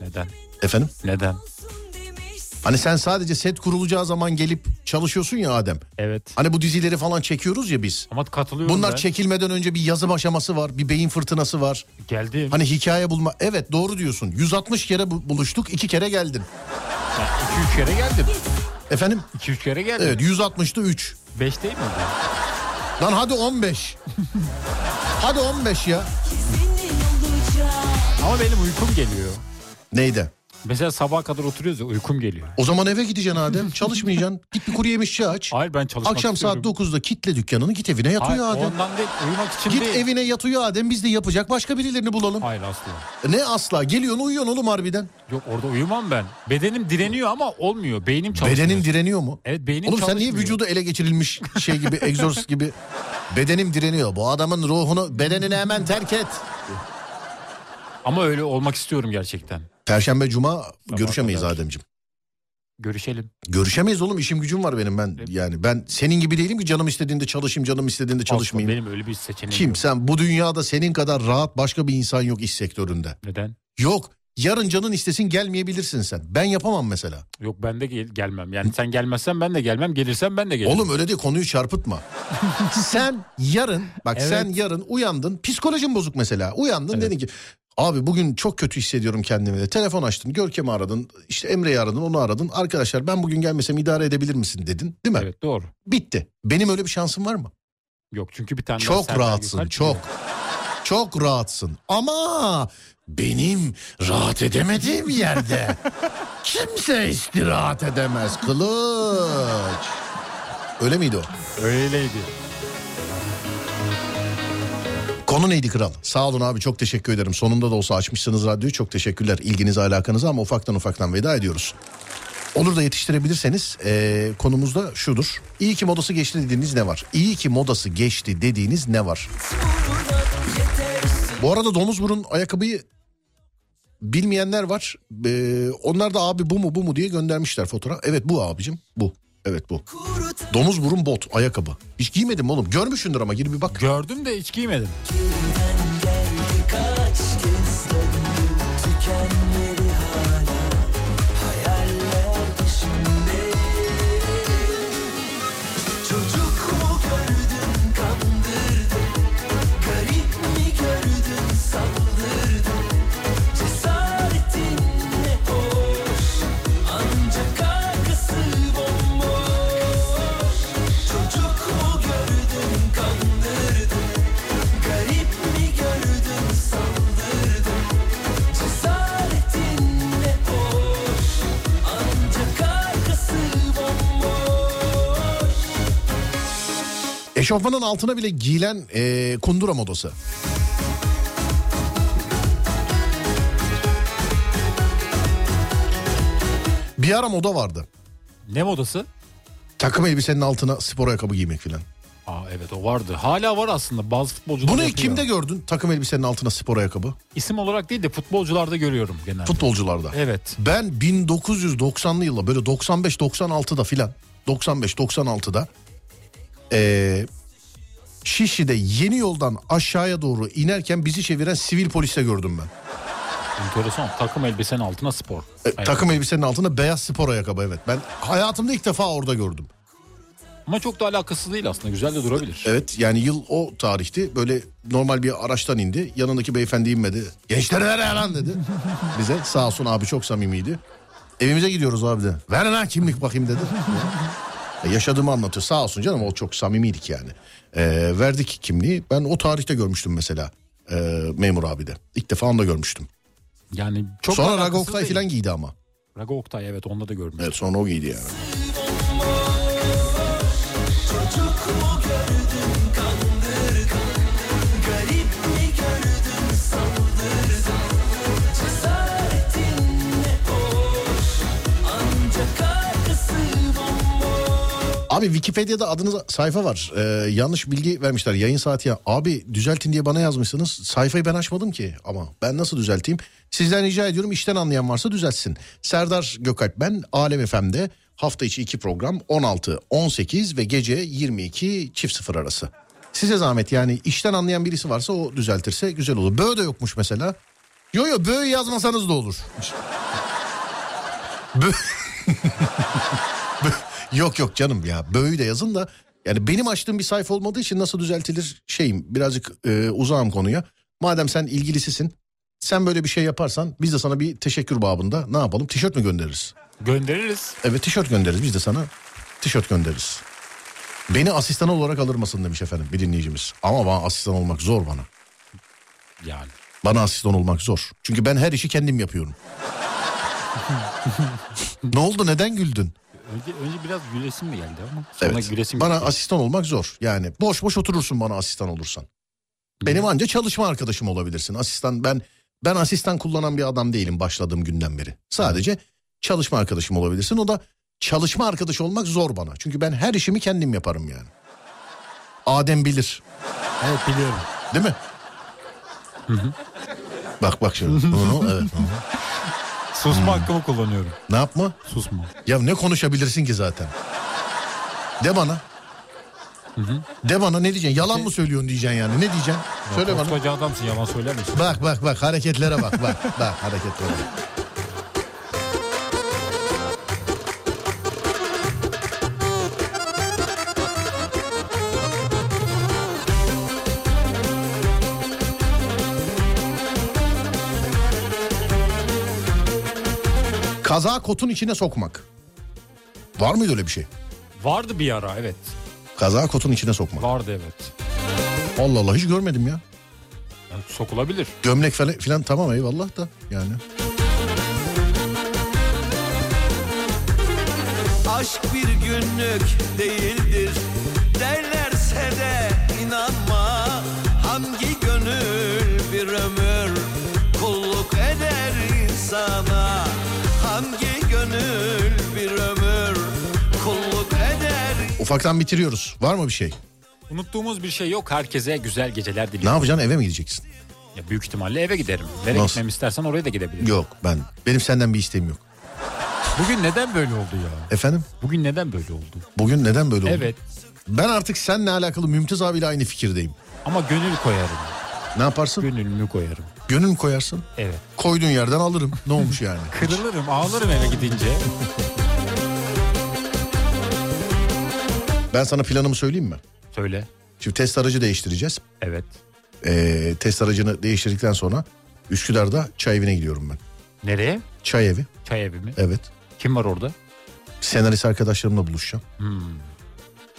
Speaker 4: Neden?
Speaker 3: Efendim?
Speaker 4: Neden?
Speaker 7: demişsin.
Speaker 3: Hani sen sadece set kurulacağı zaman gelip çalışıyorsun ya Adem.
Speaker 4: Evet.
Speaker 3: Hani bu dizileri falan çekiyoruz ya biz.
Speaker 4: Ama katılıyorum
Speaker 3: Bunlar
Speaker 4: ben.
Speaker 3: çekilmeden önce bir yazım aşaması var, bir beyin fırtınası var.
Speaker 4: Geldim.
Speaker 3: Hani hikaye bulma. Evet doğru diyorsun. 160 kere bu- buluştuk, 2 kere geldin.
Speaker 4: 2-3 kere geldim.
Speaker 3: Efendim?
Speaker 4: 2-3 kere geldim.
Speaker 3: Evet 160'ta 3.
Speaker 4: 5 değil mi? bu?
Speaker 3: Lan hadi 15. hadi 15 ya.
Speaker 7: Senin olacağım.
Speaker 4: Ama benim uykum geliyor.
Speaker 3: Neydi?
Speaker 4: Mesela sabaha kadar oturuyoruz ya uykum geliyor.
Speaker 3: O zaman eve gideceksin Adem. Çalışmayacaksın. Git bir kuru yemişçi aç.
Speaker 4: Hayır ben çalışmak
Speaker 3: Akşam
Speaker 4: istiyorum.
Speaker 3: saat 9'da kitle dükkanını git evine yat
Speaker 4: Hayır,
Speaker 3: uyu Adem.
Speaker 4: Ondan değil uyumak için
Speaker 3: Git
Speaker 4: değil.
Speaker 3: evine yat uyu Adem biz de yapacak başka birilerini bulalım.
Speaker 4: Hayır asla.
Speaker 3: Ne asla geliyorsun uyuyorsun oğlum harbiden.
Speaker 4: Yok orada uyumam ben. Bedenim direniyor ama olmuyor. Beynim çalışmıyor.
Speaker 3: Bedenin direniyor mu?
Speaker 4: Evet beynim
Speaker 3: Oğlum sen
Speaker 4: çalışmıyor.
Speaker 3: niye vücudu ele geçirilmiş şey gibi egzorist gibi bedenim direniyor. Bu adamın ruhunu bedenini hemen terk et.
Speaker 4: Ama öyle olmak istiyorum gerçekten.
Speaker 3: Perşembe cuma görüşemeyiz
Speaker 4: kadar.
Speaker 3: Ademciğim.
Speaker 4: Görüşelim.
Speaker 3: Görüşemeyiz oğlum işim gücüm var benim ben yani ben senin gibi değilim ki canım istediğinde çalışayım canım istediğinde çalışmayayım.
Speaker 4: Asla benim öyle bir seçeneğim
Speaker 3: Kim
Speaker 4: yok.
Speaker 3: sen bu dünyada senin kadar rahat başka bir insan yok iş sektöründe.
Speaker 4: Neden?
Speaker 3: Yok yarın canın istesin gelmeyebilirsin sen. Ben yapamam mesela.
Speaker 4: Yok ben de gel- gelmem. Yani sen gelmezsen ben de gelmem. Gelirsen ben de gelirim.
Speaker 3: Oğlum öyle değil konuyu çarpıtma. sen yarın bak
Speaker 4: Evet.
Speaker 3: sen yarın uyandın psikolojin bozuk mesela uyandın dedin ki abi bugün çok kötü hissediyorum kendimi de telefon açtın Görkem'i aradın işte Emre'yi aradın onu aradın arkadaşlar ben bugün gelmesem idare edebilir misin dedin değil mi?
Speaker 4: Evet doğru.
Speaker 3: Bitti benim öyle bir şansım var mı?
Speaker 4: Yok çünkü bir tane daha
Speaker 3: çok
Speaker 4: Serdar
Speaker 3: rahatsın
Speaker 4: Gökalp
Speaker 3: çok
Speaker 4: biliyor.
Speaker 3: çok rahatsın ama benim rahat edemediğim yerde kimse istirahat edemez kılıç. Öyle miydi o?
Speaker 4: Öyleydi.
Speaker 3: Konu neydi kral? Sağ olun abi çok teşekkür ederim. Sonunda da olsa açmışsınız radyoyu. Çok teşekkürler ilginize alakanıza ama ufaktan ufaktan veda ediyoruz. Olur da yetiştirebilirseniz eee konumuz da şudur. İyi ki modası geçti dediğiniz ne var? İyi ki modası geçti dediğiniz ne var? Bu arada Domuzburun ayakkabıyı bilmeyenler var. Eee, onlar da abi bu mu bu mu diye göndermişler fotoğraf. Evet bu abicim bu. Evet bu. Domuzburun bot ayakkabı. Hiç giymedim oğlum. Görmüşsündür ama gir bir bak.
Speaker 4: Gördüm de hiç giymedim.
Speaker 3: Eşofmanın altına bile giyilen eee, kundura modası. Bir ara moda vardı.
Speaker 4: Ne modası?
Speaker 3: Takım elbisenin altına spor ayakkabı giymek filan.
Speaker 4: Aa evet o vardı. Hala var aslında bazı futbolcular
Speaker 3: Bunu
Speaker 4: yapıyor.
Speaker 3: kimde gördün? Takım elbisenin altına spor ayakkabı.
Speaker 4: İsim olarak değil de futbolcularda görüyorum genelde.
Speaker 3: Futbolcularda.
Speaker 4: evet.
Speaker 3: Ben 1990'lı yılda böyle 95-96'da filan 95-96'da eee e, Şişli'de yeni yoldan aşağıya doğru inerken bizi çeviren sivil poliste gördüm ben.
Speaker 4: Enteresan. Takım elbisenin altına spor.
Speaker 3: E,
Speaker 4: Evet.
Speaker 3: Takım elbisenin altında beyaz spor ayakkabı evet. Ben hayatımda ilk defa orada gördüm.
Speaker 4: Ama çok da alakası değil aslında. Güzel de durabilir.
Speaker 3: Evet yani yıl o tarihti. Böyle normal bir araçtan indi. Yanındaki beyefendi inmedi. Gençlere ver lan dedi. Bize sağ olsun abi çok samimiydi. Evimize gidiyoruz abi de. Ver lan kimlik bakayım dedi. Ya Yaşadığımı anlatıyor. Sağ olsun canım o çok samimiydik yani. Ee, verdik kimliği. Ben o tarihte görmüştüm mesela. ee, memur abi de. İlk defa onda görmüştüm.
Speaker 4: Yani çok
Speaker 3: e, sonra
Speaker 4: alakası
Speaker 3: Raga Oktay
Speaker 4: değil.
Speaker 3: falan giydi ama.
Speaker 4: Rago Oktay evet onda da görmüştüm.
Speaker 3: Evet sonra o giydi yani. Abi Wikipedia'da adınız sayfa var. Ee, yanlış bilgi vermişler yayın saati ya. Abi düzeltin diye bana yazmışsınız. Sayfayı ben açmadım ki ama ben nasıl düzelteyim? Sizden rica ediyorum işten anlayan varsa düzeltsin. Serdar Gökalp ben Alem FM'de hafta içi iki program 16, 18 ve gece 22 çift sıfır arası. Size zahmet yani işten anlayan birisi varsa o düzeltirse güzel olur. Bö de yokmuş mesela. Yo yo böğü yazmasanız da olur. Bö- Yok yok canım ya böyle de yazın da yani benim açtığım bir sayfa olmadığı için nasıl düzeltilir şeyim birazcık e, uzağım konuya. Madem sen ilgilisisin sen böyle bir şey yaparsan biz de sana bir teşekkür babında ne yapalım tişört mü göndeririz?
Speaker 4: Göndeririz.
Speaker 3: Evet tişört göndeririz biz de sana tişört göndeririz. Beni asistan olarak alır mısın demiş efendim bir dinleyicimiz. Ama bana asistan olmak zor bana.
Speaker 4: Yani.
Speaker 3: Bana asistan olmak zor. Çünkü ben her işi kendim yapıyorum. ne oldu neden güldün?
Speaker 4: Önce, önce biraz gülesim mi geldi ama sonra
Speaker 3: Evet.
Speaker 4: gülesim
Speaker 3: bana
Speaker 4: gitti.
Speaker 3: asistan olmak zor. Yani boş boş oturursun bana asistan olursan. Benim anca çalışma arkadaşım olabilirsin. Asistan ben ben asistan kullanan bir adam değilim başladığım günden beri. Sadece çalışma arkadaşım olabilirsin. O da çalışma arkadaşı olmak zor bana. Çünkü ben her işimi kendim yaparım yani. Adem bilir.
Speaker 4: Evet biliyorum.
Speaker 3: Değil mi? Bak bak şimdi. Bunu, evet.
Speaker 4: Susma
Speaker 3: Hmm.
Speaker 4: hakkımı kullanıyorum.
Speaker 3: Ne yapma?
Speaker 4: Susma.
Speaker 3: Ya ne konuşabilirsin ki zaten? De bana. De bana ne diyeceksin? Yalan mı söylüyorsun diyeceksin yani. Ne diyeceksin? Söyle bana.
Speaker 4: Koskoca adamsın yalan söyler misin?
Speaker 3: Bak bak bak hareketlere bak bak bak hareketlere. bak. Kaza kotun içine sokmak. Var mıydı öyle bir şey?
Speaker 4: Vardı bir ara evet.
Speaker 3: Kaza kotun içine sokmak.
Speaker 4: Vardı evet.
Speaker 3: Allah Allah hiç görmedim ya.
Speaker 4: Yani sokulabilir.
Speaker 3: Gömlek falan, filan tamam eyvallah da yani.
Speaker 5: Aşk bir günlük değildir derlerse de inanma Hangi gönül
Speaker 1: bir ömür kulluk eder insana Hangi gönül bir ömür kulluk eder
Speaker 3: Ufaktan bitiriyoruz. Var mı bir şey?
Speaker 4: Unuttuğumuz bir şey yok. Herkese güzel geceler
Speaker 3: Ne
Speaker 4: diliyorum.
Speaker 3: yapacaksın eve mi gideceksin?
Speaker 4: Ya büyük ihtimalle eve giderim. Nereye
Speaker 3: Nasıl?
Speaker 4: gitmem istersen oraya da gidebilirim.
Speaker 3: Yok ben. Benim senden bir isteğim yok.
Speaker 4: Bugün neden böyle oldu ya?
Speaker 3: Efendim
Speaker 4: Bugün neden böyle oldu?
Speaker 3: bugün neden böyle oldu?
Speaker 4: Evet
Speaker 3: Ben artık seninle alakalı Mümtaz abiyle aynı fikirdeyim.
Speaker 4: ama gönül koyarım.
Speaker 3: Ne yaparsın?
Speaker 4: Gönlümü koyarım.
Speaker 3: Gönül mü koyarsın?
Speaker 4: Evet.
Speaker 3: Koyduğun yerden alırım. Ne olmuş yani?
Speaker 4: Kırılırım ağlarım eve gidince.
Speaker 3: Ben sana planımı söyleyeyim mi?
Speaker 4: Söyle.
Speaker 3: Şimdi test aracı değiştireceğiz.
Speaker 4: Evet.
Speaker 3: Ee, test aracını değiştirdikten sonra Üsküdar'da çay evine gidiyorum ben.
Speaker 4: Nereye?
Speaker 3: Çay evi.
Speaker 4: Çay evi mi?
Speaker 3: Evet.
Speaker 4: Kim var orada?
Speaker 3: Senarist arkadaşlarımla buluşacağım.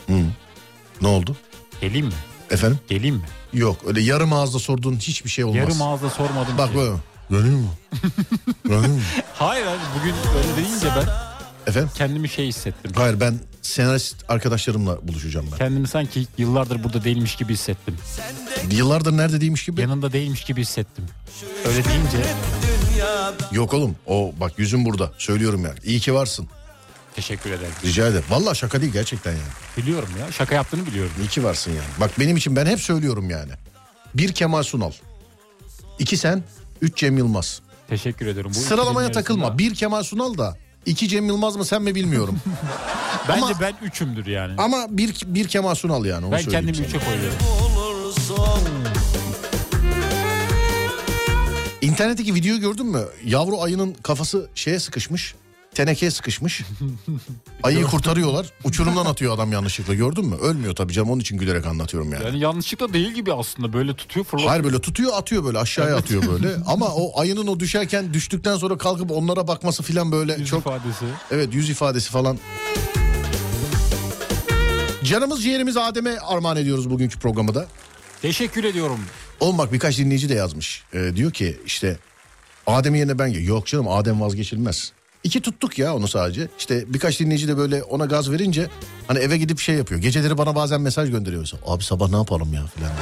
Speaker 3: Hmm. Ne oldu?
Speaker 4: Geleyim mi?
Speaker 3: Efendim?
Speaker 4: Geleyim mi?
Speaker 3: Yok öyle yarım ağızda sorduğun hiçbir şey olmaz.
Speaker 4: Yarım ağızla sormadım
Speaker 3: Bak
Speaker 4: ki.
Speaker 3: böyle. Dönüyor mu? Dönüyor mu?
Speaker 4: Hayır abi, bugün öyle deyince ben
Speaker 3: Efendim?
Speaker 4: kendimi şey hissettim.
Speaker 3: Hayır ben senarist arkadaşlarımla buluşacağım ben.
Speaker 4: Kendimi sanki yıllardır burada değilmiş gibi hissettim.
Speaker 3: Yıllardır nerede değilmiş gibi.
Speaker 4: Yanında değilmiş gibi hissettim. Öyle deyince
Speaker 3: Yok oğlum o bak yüzün burada. Söylüyorum yani. İyi ki varsın.
Speaker 4: teşekkür ederim.
Speaker 3: Rica ederim. Valla şaka değil gerçekten yani.
Speaker 4: Biliyorum ya şaka yaptığını biliyorum.
Speaker 3: İyi ki varsın yani. Bak benim için ben hep söylüyorum yani. Bir Kemal Sunal. iki sen. Üç Cem Yılmaz.
Speaker 4: Teşekkür ederim. Bu
Speaker 3: Sıralamaya
Speaker 4: ikilinin
Speaker 3: takılma.
Speaker 4: arasında-
Speaker 3: Bir Kemal Sunal da. iki Cem Yılmaz mı sen mi bilmiyorum.
Speaker 4: Bence
Speaker 3: Ama-
Speaker 4: ben üçümdür yani.
Speaker 3: Ama bir, bir Kemal Sunal yani. Onu
Speaker 4: ben
Speaker 3: söyleyeyim sana.
Speaker 4: kendimi üçe koyuyorum.
Speaker 3: İnternetteki videoyu gördün mü? Yavru ayının kafası şeye sıkışmış. Tenekeye sıkışmış. Ayıyı kurtarıyorlar. Uçurumdan atıyor adam yanlışlıkla gördün mü? Ölmüyor tabii canım onun için gülerek anlatıyorum yani.
Speaker 4: Yani yanlışlıkla değil gibi aslında böyle tutuyor fırlatıyor.
Speaker 3: Hayır böyle tutuyor atıyor böyle aşağıya atıyor böyle. Ama o ayının o düşerken düştükten sonra kalkıp onlara bakması filan böyle
Speaker 4: Yüz
Speaker 3: çok
Speaker 4: ifadesi.
Speaker 3: evet yüz ifadesi falan. Canımız ciğerimiz Adem'e armağan ediyoruz bugünkü programı da.
Speaker 4: Teşekkür ediyorum.
Speaker 3: Oğlum bak birkaç dinleyici de yazmış. Ee, diyor ki işte Adem yerine ben gel. Yok canım Adem vazgeçilmez. İki tuttuk ya onu sadece. İşte birkaç dinleyici de böyle ona gaz verince hani eve gidip şey yapıyor. Geceleri bana bazen mesaj gönderiyor. mesela, Abi sabah ne yapalım ya filan. diyor.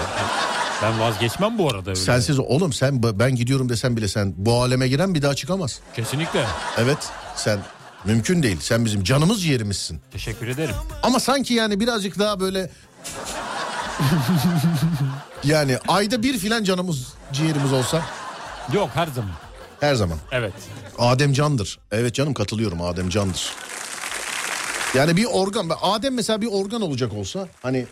Speaker 4: Ben vazgeçmem bu arada. Öyle.
Speaker 3: Sensiz oğlum sen ben gidiyorum desem bile sen bu aleme giren bir daha çıkamaz.
Speaker 4: Kesinlikle.
Speaker 3: Evet sen mümkün değil. Sen bizim canımız ciğerimizsin.
Speaker 4: Teşekkür ederim.
Speaker 3: Ama sanki yani birazcık daha böyle yani ayda bir filan canımız ciğerimiz olsa
Speaker 4: Yok her zaman.
Speaker 3: her zaman.
Speaker 4: Evet.
Speaker 3: Adem candır. Evet canım katılıyorum Adem candır. Yani bir organ. Adem mesela bir organ olacak olsa hani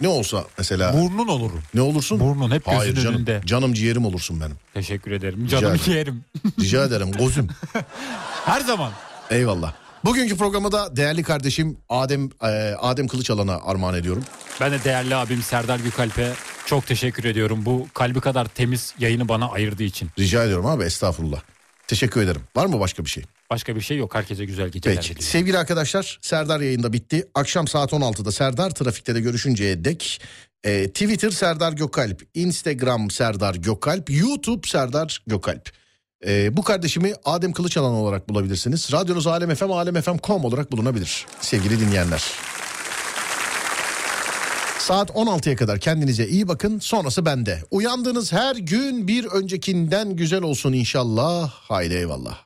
Speaker 3: ne olsa mesela
Speaker 4: Burnun olurum.
Speaker 3: ne olursun?
Speaker 4: Burnun hep gözün
Speaker 3: Hayır canım,
Speaker 4: önünde.
Speaker 3: Canım ciğerim olursun benim.
Speaker 4: Teşekkür ederim. Canım
Speaker 3: ederim.
Speaker 4: ciğerim.
Speaker 3: Rica ederim gözüm.
Speaker 4: Her zaman.
Speaker 3: Eyvallah. Bugünkü programı da değerli kardeşim Adem e, Adem Kılıçalan'a armağan ediyorum.
Speaker 4: Ben de değerli abim Serdar Gökalp'e çok teşekkür ediyorum. Bu kalbi kadar temiz yayını bana ayırdığı için.
Speaker 3: Rica ediyorum abi estağfurullah. Teşekkür ederim. Var mı başka bir şey?
Speaker 4: Başka bir şey yok. Herkese güzel geceler
Speaker 3: Peki.
Speaker 4: diliyorum.
Speaker 3: Sevgili arkadaşlar Serdar yayında bitti. Akşam saat 16'da Serdar trafikte de görüşünceye dek e, Twitter Serdar Gökalp, Instagram Serdar Gökalp, YouTube Serdar Gökalp. E, bu kardeşimi Adem Kılıçalan olarak bulabilirsiniz. Radyonuz Alem FM, alemfm.com olarak bulunabilir sevgili dinleyenler. Saat 16'ya kadar kendinize iyi bakın. Sonrası bende. Uyandığınız her gün bir öncekinden güzel olsun inşallah. Haydi eyvallah.